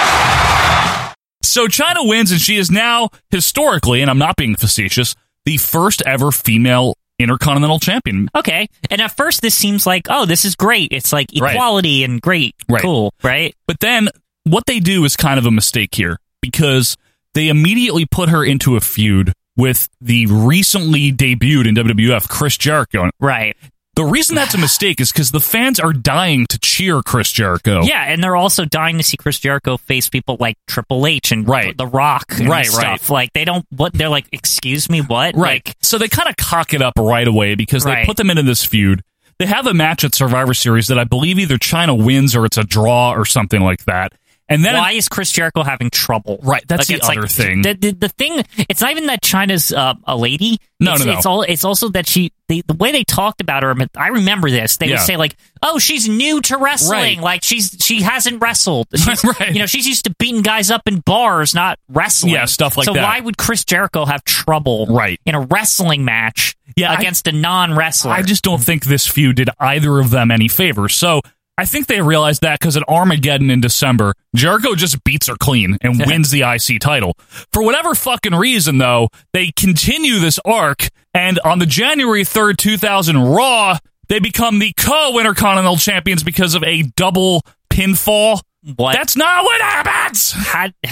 [SPEAKER 1] So China wins, and she is now historically, and I'm not being facetious, the first ever female intercontinental champion.
[SPEAKER 2] Okay, and at first this seems like, oh, this is great. It's like
[SPEAKER 1] Right.
[SPEAKER 2] equality and great,
[SPEAKER 1] Right.
[SPEAKER 2] cool, right?
[SPEAKER 1] But then what they do is kind of a mistake here because they immediately put her into a feud with the recently debuted in WWF Chris Jericho.
[SPEAKER 2] Right.
[SPEAKER 1] The reason that's a mistake is because the fans are dying to cheer Chris Jericho.
[SPEAKER 2] Yeah, and they're also dying to see Chris Jericho face people like Triple H and
[SPEAKER 1] Right.
[SPEAKER 2] The Rock and
[SPEAKER 1] Right,
[SPEAKER 2] stuff.
[SPEAKER 1] right.
[SPEAKER 2] Like they don't what they're like, excuse me, what?
[SPEAKER 1] Right.
[SPEAKER 2] Like
[SPEAKER 1] so they kind of cock it up right away because they
[SPEAKER 2] Right.
[SPEAKER 1] put them into this feud. They have a match at Survivor Series that I believe either China wins or it's a draw or something like that. And then
[SPEAKER 2] why is Chris Jericho having trouble?
[SPEAKER 1] Right, that's the
[SPEAKER 2] it's
[SPEAKER 1] other thing.
[SPEAKER 2] The, the, the thing, it's not even that China's uh, a lady.
[SPEAKER 1] No,
[SPEAKER 2] it's,
[SPEAKER 1] no, no.
[SPEAKER 2] It's all. It's also that she. The, the way they talked about her, I remember this. They would
[SPEAKER 1] Yeah.
[SPEAKER 2] say like, "Oh, she's new to wrestling.
[SPEAKER 1] Right.
[SPEAKER 2] Like she's she hasn't wrestled. She's,
[SPEAKER 1] Right.
[SPEAKER 2] You know, she's used to beating guys up in bars, not wrestling.
[SPEAKER 1] Yeah, stuff like
[SPEAKER 2] so
[SPEAKER 1] that.
[SPEAKER 2] why would Chris Jericho have trouble?
[SPEAKER 1] Right.
[SPEAKER 2] in a wrestling match.
[SPEAKER 1] Yeah, I-
[SPEAKER 2] against a non wrestler.
[SPEAKER 1] I just don't think this feud did either of them any favor. So I think they realized that because at Armageddon in December, Jericho just beats her clean and wins the IC title. For whatever fucking reason, though, they continue this arc, and on the January 3rd, 2000 Raw, they become the co Intercontinental Champions because of a double pinfall.
[SPEAKER 2] What?
[SPEAKER 1] That's not what happens!
[SPEAKER 2] How,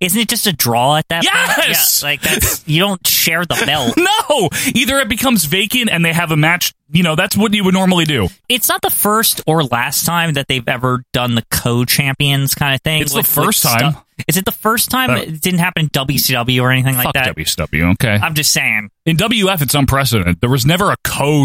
[SPEAKER 2] isn't it just a draw at that point?
[SPEAKER 1] Yes!
[SPEAKER 2] Yeah, like that's you don't share the belt.
[SPEAKER 1] No! Either it becomes vacant and they have a match, you know, that's what you would normally do.
[SPEAKER 2] It's not the first or last time that they've ever done the co-champions kind of thing.
[SPEAKER 1] It's the first
[SPEAKER 2] stuff.
[SPEAKER 1] time.
[SPEAKER 2] Is it the first time
[SPEAKER 1] Uh,
[SPEAKER 2] it didn't happen in WCW or anything like
[SPEAKER 1] Fuck
[SPEAKER 2] that?
[SPEAKER 1] WCW, okay.
[SPEAKER 2] I'm just saying.
[SPEAKER 1] In WF, it's unprecedented. There was never a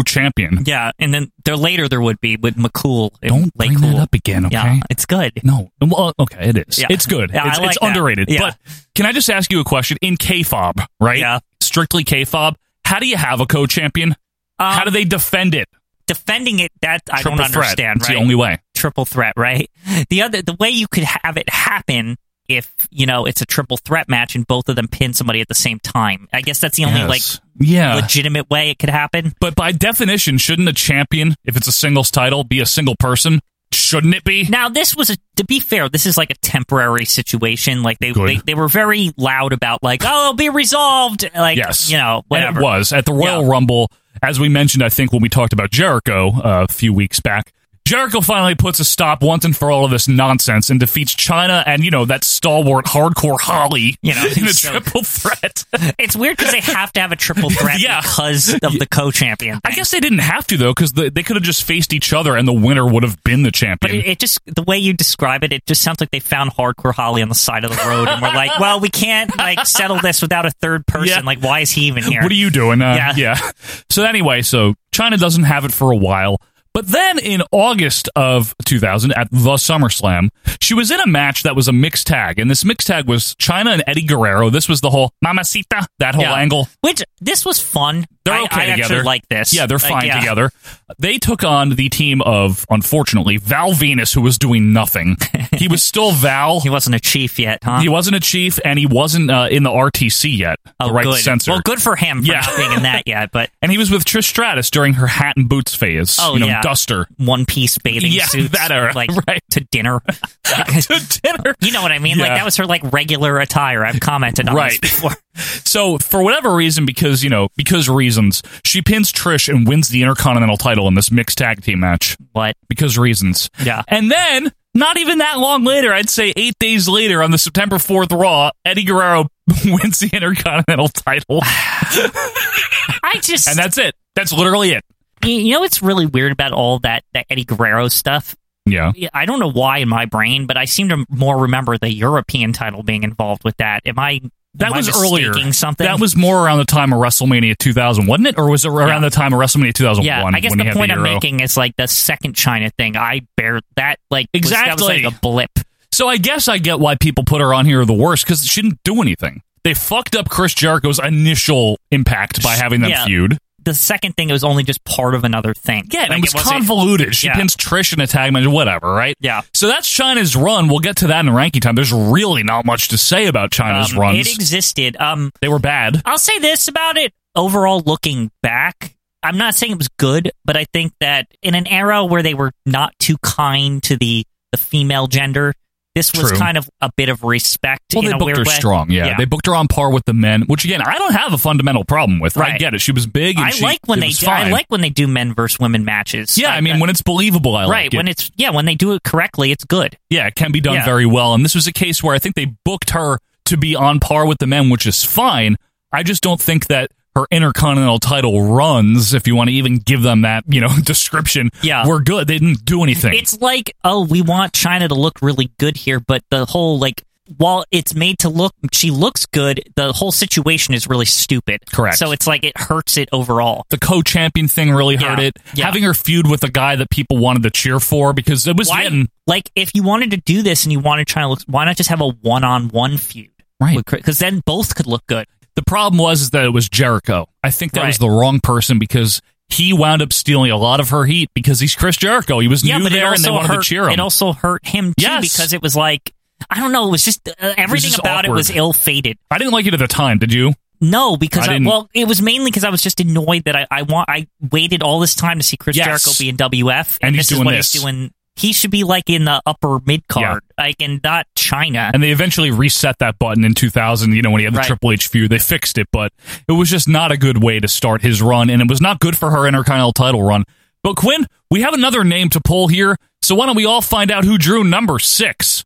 [SPEAKER 1] co-champion.
[SPEAKER 2] Yeah, and then there later there would be with McCool. and
[SPEAKER 1] Don't bring
[SPEAKER 2] Lacool.
[SPEAKER 1] that up again, okay?
[SPEAKER 2] Yeah, it's good.
[SPEAKER 1] No. Well, okay, it is.
[SPEAKER 2] Yeah.
[SPEAKER 1] It's good.
[SPEAKER 2] Yeah, I
[SPEAKER 1] it's
[SPEAKER 2] like
[SPEAKER 1] it's
[SPEAKER 2] that.
[SPEAKER 1] underrated.
[SPEAKER 2] Yeah.
[SPEAKER 1] But can I just ask you a question? In KFOB, right?
[SPEAKER 2] Yeah.
[SPEAKER 1] Strictly KFOB, how do you have a co-champion? how do they defend it?
[SPEAKER 2] Defending it that Um, I
[SPEAKER 1] Triple
[SPEAKER 2] don't
[SPEAKER 1] threat.
[SPEAKER 2] understand.
[SPEAKER 1] It's
[SPEAKER 2] right?
[SPEAKER 1] the only way.
[SPEAKER 2] triple threat, right? The other the way you could have it happen if, you know, it's a triple threat match and both of them pin somebody at the same time. I guess that's the only
[SPEAKER 1] Yes. Uh.
[SPEAKER 2] like
[SPEAKER 1] Yeah.
[SPEAKER 2] legitimate way it could happen.
[SPEAKER 1] But by definition, shouldn't a champion, if it's a singles title, be a single person? Shouldn't it be?
[SPEAKER 2] Now this was a to be fair, this is like a temporary situation. Like they
[SPEAKER 1] Good.
[SPEAKER 2] they, they were very loud about like, oh it'll be resolved like
[SPEAKER 1] yes.
[SPEAKER 2] you know,
[SPEAKER 1] And
[SPEAKER 2] whatever.
[SPEAKER 1] it was at the Royal
[SPEAKER 2] Yeah.
[SPEAKER 1] Rumble, as we mentioned, I think when we talked about Jericho uh, a few weeks back. Jericho finally puts a stop once and for all of this nonsense and defeats China and you know that stalwart hardcore Holly
[SPEAKER 2] You know,
[SPEAKER 1] in a
[SPEAKER 2] so-
[SPEAKER 1] triple threat.
[SPEAKER 2] It's weird because they have to have a triple threat
[SPEAKER 1] Yeah.
[SPEAKER 2] because of the co champion.
[SPEAKER 1] I guess they didn't have to though because the, they could have just faced each other and the winner would have been the
[SPEAKER 2] But
[SPEAKER 1] champion.
[SPEAKER 2] it, it just the way you describe it, it just sounds like they found hardcore Holly on the side of the road, and we're like, well, we can't like settle this without a third person.
[SPEAKER 1] Yeah.
[SPEAKER 2] Like, why is he even here?
[SPEAKER 1] What are you doing? Uh,
[SPEAKER 2] Yeah.
[SPEAKER 1] yeah. So anyway, so China doesn't have it for a while. But then in August of 2000 at the SummerSlam, she was in a match that was a mixed tag. And this mixed tag was China and Eddie Guerrero. This was the whole Mamacita, that whole
[SPEAKER 2] Yeah.
[SPEAKER 1] angle.
[SPEAKER 2] Which this was fun.
[SPEAKER 1] They're
[SPEAKER 2] I-
[SPEAKER 1] okay
[SPEAKER 2] I,
[SPEAKER 1] together.
[SPEAKER 2] Actually like this.
[SPEAKER 1] Yeah, they're
[SPEAKER 2] Like,
[SPEAKER 1] fine
[SPEAKER 2] yeah.
[SPEAKER 1] together. They took on the team of, unfortunately, Val Venus, who was doing nothing. He was still Val.
[SPEAKER 2] He wasn't a chief yet, huh?
[SPEAKER 1] He wasn't a chief, and he wasn't uh, in the RTC yet,
[SPEAKER 2] oh,
[SPEAKER 1] the right
[SPEAKER 2] good.
[SPEAKER 1] censor.
[SPEAKER 2] Well, good for him for
[SPEAKER 1] Yeah.
[SPEAKER 2] not being in that yet. But
[SPEAKER 1] And he was with Trish Stratus during her hat and boots phase.
[SPEAKER 2] Oh,
[SPEAKER 1] you know,
[SPEAKER 2] yeah.
[SPEAKER 1] duster.
[SPEAKER 2] one piece bathing
[SPEAKER 1] Yeah,
[SPEAKER 2] suits,
[SPEAKER 1] that era,
[SPEAKER 2] like
[SPEAKER 1] right.
[SPEAKER 2] to dinner.
[SPEAKER 1] to dinner.
[SPEAKER 2] You know what I mean? Like
[SPEAKER 1] Yeah.
[SPEAKER 2] that was her like regular attire. I've commented on
[SPEAKER 1] Right.
[SPEAKER 2] this before.
[SPEAKER 1] So for whatever reason, because you know, because reasons, she pins Trish and wins the Intercontinental title in this mixed tag team match.
[SPEAKER 2] What?
[SPEAKER 1] Because reasons.
[SPEAKER 2] Yeah.
[SPEAKER 1] And then, not even that long later, I'd say eight days later on the September fourth Raw, Eddie Guerrero wins the Intercontinental title,
[SPEAKER 2] I just
[SPEAKER 1] and that's it. That's literally it.
[SPEAKER 2] You- You know what's really weird about all that that Eddie Guerrero stuff?
[SPEAKER 1] Yeah.
[SPEAKER 2] Yeah, I don't know why in my brain, but I seem to more remember the European title being involved with that. Am I
[SPEAKER 1] That
[SPEAKER 2] am I
[SPEAKER 1] was earlier.
[SPEAKER 2] mistaking Something
[SPEAKER 1] That was more around the time of WrestleMania 2000, wasn't it? Or was it around
[SPEAKER 2] Yeah.
[SPEAKER 1] the time of WrestleMania 2001?
[SPEAKER 2] yeah. I guess
[SPEAKER 1] when
[SPEAKER 2] the
[SPEAKER 1] he had
[SPEAKER 2] point I'm
[SPEAKER 1] Euro?
[SPEAKER 2] making is like the second China thing. I bear that like was- that was
[SPEAKER 1] Exactly.
[SPEAKER 2] like a blip.
[SPEAKER 1] So I guess I get why people put her on here the worst because she didn't do anything. They fucked up Chris Jericho's initial impact by having them
[SPEAKER 2] Yeah.
[SPEAKER 1] feud.
[SPEAKER 2] The second thing it was only just part of another thing. Yeah,
[SPEAKER 1] And it was convoluted. She
[SPEAKER 2] yeah.
[SPEAKER 1] pins Trish in a tag match, whatever, right?
[SPEAKER 2] Yeah.
[SPEAKER 1] So that's China's run. We'll get to that in ranking time. There's really not much to say about China's
[SPEAKER 2] um,
[SPEAKER 1] runs.
[SPEAKER 2] it existed. Um,
[SPEAKER 1] they were bad.
[SPEAKER 2] I'll say this about it. Overall, looking back, I'm not saying it was good, but I think that in an era where they were not too kind to the, the female gender, this was
[SPEAKER 1] True.
[SPEAKER 2] kind of a bit of respect.
[SPEAKER 1] Well,
[SPEAKER 2] in
[SPEAKER 1] they
[SPEAKER 2] a
[SPEAKER 1] booked
[SPEAKER 2] weird
[SPEAKER 1] her
[SPEAKER 2] way.
[SPEAKER 1] strong. Yeah. they booked her on par with the men, which again I don't have a fundamental problem with. I
[SPEAKER 2] Right.
[SPEAKER 1] get it. She was big. And
[SPEAKER 2] I
[SPEAKER 1] she-
[SPEAKER 2] like when
[SPEAKER 1] it
[SPEAKER 2] they
[SPEAKER 1] was
[SPEAKER 2] do, I
[SPEAKER 1] fine.
[SPEAKER 2] like when they do men versus women matches.
[SPEAKER 1] Yeah, I mean when it's believable, I
[SPEAKER 2] right
[SPEAKER 1] like it.
[SPEAKER 2] when it's yeah when they do it correctly, it's good.
[SPEAKER 1] Yeah, it can be done
[SPEAKER 2] Yeah.
[SPEAKER 1] very well. And this was a case where I think they booked her to be on par with the men, which is fine. I just don't think that her Intercontinental title runs, if you want to even give them that, you know, description,
[SPEAKER 2] Yeah.
[SPEAKER 1] we're good. They didn't do anything.
[SPEAKER 2] It's like, oh, we want China to look really good here, but the whole like while it's made to look she looks good, the whole situation is really stupid.
[SPEAKER 1] Correct.
[SPEAKER 2] So it's like it hurts it overall.
[SPEAKER 1] the co-champion thing really hurt
[SPEAKER 2] Yeah.
[SPEAKER 1] it.
[SPEAKER 2] Yeah.
[SPEAKER 1] Having her feud with a guy that people wanted to cheer for because it was
[SPEAKER 2] Why-
[SPEAKER 1] written.
[SPEAKER 2] Like if you wanted to do this and you wanted China to look why not just have a one on one feud?
[SPEAKER 1] Right.
[SPEAKER 2] Because then both could look good.
[SPEAKER 1] The problem was is that it was Jericho. I think that was
[SPEAKER 2] Right.
[SPEAKER 1] the wrong person because he wound up stealing a lot of her heat because he's Chris Jericho. He was
[SPEAKER 2] Yeah,
[SPEAKER 1] new
[SPEAKER 2] but it
[SPEAKER 1] there and they
[SPEAKER 2] also
[SPEAKER 1] wanted to
[SPEAKER 2] hurt.
[SPEAKER 1] cheer him.
[SPEAKER 2] It also hurt him too
[SPEAKER 1] Yes.
[SPEAKER 2] because it was like I don't know. It was just uh, everything
[SPEAKER 1] just
[SPEAKER 2] about it was
[SPEAKER 1] awkward.
[SPEAKER 2] ill fated.
[SPEAKER 1] I didn't like it at the time. Did you?
[SPEAKER 2] No, because
[SPEAKER 1] I
[SPEAKER 2] I
[SPEAKER 1] didn't-
[SPEAKER 2] well, it was mainly because I was just annoyed that I, I want I waited all this time to see Chris
[SPEAKER 1] Yes.
[SPEAKER 2] Jericho be in WF,
[SPEAKER 1] And he's
[SPEAKER 2] this
[SPEAKER 1] doing
[SPEAKER 2] is what
[SPEAKER 1] this.
[SPEAKER 2] he's doing. He should be like in the upper mid card, like and not China.
[SPEAKER 1] And they eventually reset that button in 2000. You know when he had the
[SPEAKER 2] Right.
[SPEAKER 1] Triple H feud, they fixed it, but it was just not a good way to start his run, and it was not good for her Intercontinental title run. But Quinn, we have another name to pull here, so why don't we all find out who drew number six?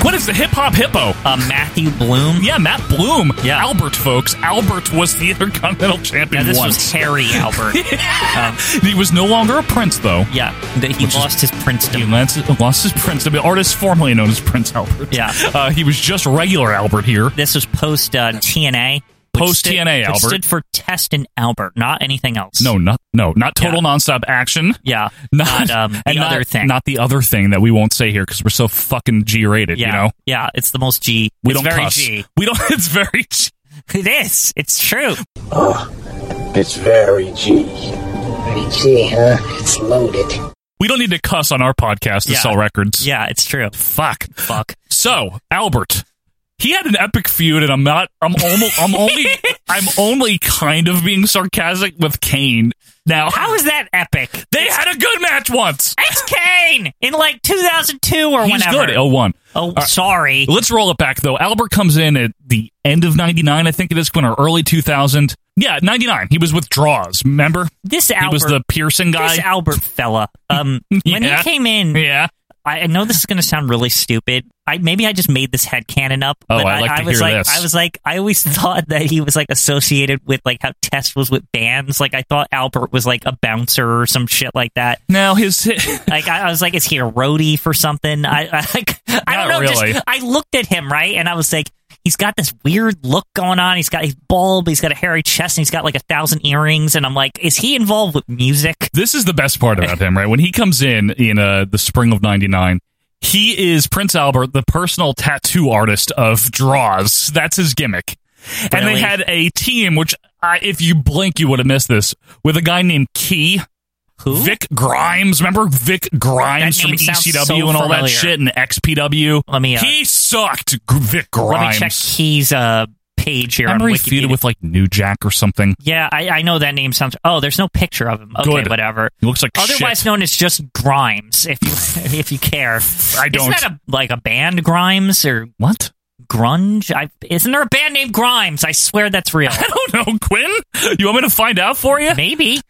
[SPEAKER 1] Quinn is the hip hop hippo.
[SPEAKER 2] uh, Matthew Bloom.
[SPEAKER 1] Yeah, Matt Bloom.
[SPEAKER 2] Yeah.
[SPEAKER 1] Albert, folks. Albert was the Intercontinental Champion
[SPEAKER 2] Now, this
[SPEAKER 1] once.
[SPEAKER 2] was Harry Albert. um,
[SPEAKER 1] he was no longer a prince, though.
[SPEAKER 2] yeah, that he
[SPEAKER 1] Which is-
[SPEAKER 2] lost his
[SPEAKER 1] He
[SPEAKER 2] princedom.
[SPEAKER 1] lost, lost his prince, the artist formerly known as Prince Albert.
[SPEAKER 2] Yeah.
[SPEAKER 1] Uh, he was just regular Albert here.
[SPEAKER 2] This was post uh, TNA. which
[SPEAKER 1] Post
[SPEAKER 2] stood-
[SPEAKER 1] TNA
[SPEAKER 2] which
[SPEAKER 1] Albert.
[SPEAKER 2] stood for Test and Albert, not anything else.
[SPEAKER 1] No, not no, not total
[SPEAKER 2] Yeah.
[SPEAKER 1] nonstop action.
[SPEAKER 2] Yeah,
[SPEAKER 1] Not,
[SPEAKER 2] not, um, the
[SPEAKER 1] and
[SPEAKER 2] other
[SPEAKER 1] not,
[SPEAKER 2] thing.
[SPEAKER 1] Not the other thing that we won't say here because we're so fucking G rated.
[SPEAKER 2] yeah,
[SPEAKER 1] You know,
[SPEAKER 2] yeah. It's the most G.
[SPEAKER 1] we
[SPEAKER 2] it's
[SPEAKER 1] don't
[SPEAKER 2] very
[SPEAKER 1] cuss.
[SPEAKER 2] G.
[SPEAKER 1] We don't. It's very. G.
[SPEAKER 2] It is. It's true.
[SPEAKER 11] It's very G. Very G, huh? It's loaded.
[SPEAKER 1] We don't need to cuss on our podcast to
[SPEAKER 2] Yeah.
[SPEAKER 1] sell records.
[SPEAKER 2] Yeah, it's true.
[SPEAKER 1] Fuck.
[SPEAKER 2] Fuck.
[SPEAKER 1] So Albert, he had an epic feud, and I'm not. I'm almost. I'm only. I'm only kind of being sarcastic with Kane now.
[SPEAKER 2] How is that epic?
[SPEAKER 1] they had a good match once?
[SPEAKER 2] It's Kane in like 2002 or
[SPEAKER 1] He's
[SPEAKER 2] whenever.
[SPEAKER 1] good. Oh one.
[SPEAKER 2] Oh,
[SPEAKER 1] right.
[SPEAKER 2] sorry.
[SPEAKER 1] Let's roll it back though. Albert comes in at the end of '99, I think it is, when or early 2000. Yeah, '99. He was with Draws. Remember,
[SPEAKER 2] This
[SPEAKER 1] he
[SPEAKER 2] Albert,
[SPEAKER 1] was the Pearson guy.
[SPEAKER 2] this Albert fella. Um, when
[SPEAKER 1] Yeah.
[SPEAKER 2] he came in,
[SPEAKER 1] yeah.
[SPEAKER 2] I I know this is going to sound really stupid. I maybe I just made this headcanon up.
[SPEAKER 1] Oh,
[SPEAKER 2] but
[SPEAKER 1] I'd like
[SPEAKER 2] I,
[SPEAKER 1] to
[SPEAKER 2] was
[SPEAKER 1] hear
[SPEAKER 2] like,
[SPEAKER 1] this.
[SPEAKER 2] I was like, I always thought that he was like associated with like how Test was with bands. Like I thought Albert was like a bouncer or some shit like that.
[SPEAKER 1] Now his.
[SPEAKER 2] Like I, I was like, is he a roadie for something? I I, like, I
[SPEAKER 1] Not
[SPEAKER 2] don't know.
[SPEAKER 1] really.
[SPEAKER 2] Just, I looked at him right, and I was like, he's got this weird look going on. He's got he's bald, he's got a hairy chest, and he's got like a thousand earrings. And I'm like, is he involved with music?
[SPEAKER 1] this is the best part about him, right? When he comes in in uh, the spring of '99, he is Prince Albert, the personal tattoo artist of Draws. That's his gimmick. And they
[SPEAKER 2] Really?
[SPEAKER 1] had a team, which I, if you blink, you would have missed this, with a guy named Key.
[SPEAKER 2] Who?
[SPEAKER 1] Vic Grimes. Remember Vic Grimes
[SPEAKER 2] That
[SPEAKER 1] from
[SPEAKER 2] name sounds
[SPEAKER 1] ECW
[SPEAKER 2] so
[SPEAKER 1] and all that
[SPEAKER 2] familiar.
[SPEAKER 1] shit and XPW?
[SPEAKER 2] Let me, uh,
[SPEAKER 1] he sucked, G- Vic Grimes.
[SPEAKER 2] Let me check Key's uh, page here
[SPEAKER 1] Remember
[SPEAKER 2] on
[SPEAKER 1] he
[SPEAKER 2] Wikipedia.
[SPEAKER 1] feuded with like New Jack or something?
[SPEAKER 2] yeah, I, I know that name sounds. Oh, there's no picture of him. Okay,
[SPEAKER 1] Good.
[SPEAKER 2] whatever.
[SPEAKER 1] He looks like
[SPEAKER 2] Otherwise
[SPEAKER 1] shit.
[SPEAKER 2] known as just Grimes, if you, if you care.
[SPEAKER 1] I don't.
[SPEAKER 2] Isn't that a, like a band, Grimes or
[SPEAKER 1] What?
[SPEAKER 2] grunge? I, isn't there a band named Grimes? I swear that's real.
[SPEAKER 1] I don't know, Quinn. You want me to find out for you?
[SPEAKER 2] Maybe.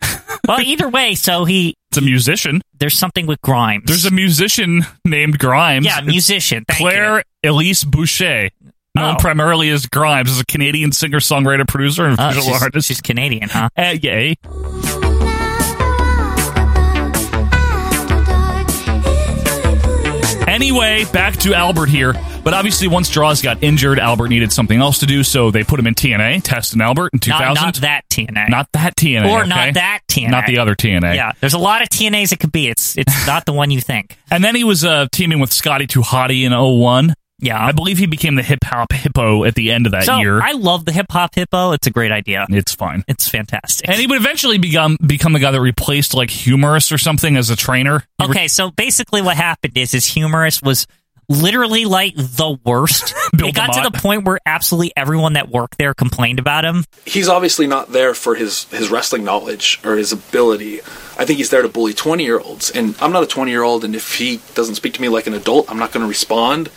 [SPEAKER 2] Well, either way, so he
[SPEAKER 1] It's a musician.
[SPEAKER 2] there's something with Grimes.
[SPEAKER 1] There's a musician named Grimes.
[SPEAKER 2] yeah musician. Thank
[SPEAKER 1] Claire
[SPEAKER 2] you.
[SPEAKER 1] Elise Boucher, known
[SPEAKER 2] Oh.
[SPEAKER 1] primarily as Grimes, is a Canadian singer, songwriter, producer, and
[SPEAKER 2] Oh,
[SPEAKER 1] visual
[SPEAKER 2] she's,
[SPEAKER 1] artist.
[SPEAKER 2] she's Canadian, huh?
[SPEAKER 1] Uh, yay. Anyway, back to Albert here. But obviously, once Draws got injured, Albert needed something else to do, so they put him in TNA, Test and Albert in 2000.
[SPEAKER 2] Not, not that TNA.
[SPEAKER 1] Not that TNA.
[SPEAKER 2] or
[SPEAKER 1] okay?
[SPEAKER 2] not that TNA.
[SPEAKER 1] Not the other TNA.
[SPEAKER 2] Yeah, there's a lot of TNAs it could be. It's it's not the one you think.
[SPEAKER 1] And then he was uh, teaming with Scotty Tuhati in 01.
[SPEAKER 2] Yeah.
[SPEAKER 1] I believe he became the hip hop hippo at the end of that
[SPEAKER 2] so
[SPEAKER 1] year.
[SPEAKER 2] I love the hip hop hippo. It's a great idea.
[SPEAKER 1] it's fine.
[SPEAKER 2] It's fantastic.
[SPEAKER 1] And he would eventually become become the guy that replaced like humorous or something as a trainer. He re-
[SPEAKER 2] okay, so basically what happened is his humorous was literally like the worst.
[SPEAKER 1] Bill
[SPEAKER 2] it got to
[SPEAKER 1] DeMott.
[SPEAKER 2] the point where absolutely everyone that worked there complained about him.
[SPEAKER 12] he's obviously not there for his, his wrestling knowledge or his ability. I think he's there to bully 20 year olds. And I'm not a 20 year old, and if he doesn't speak to me like an adult, I'm not going to respond.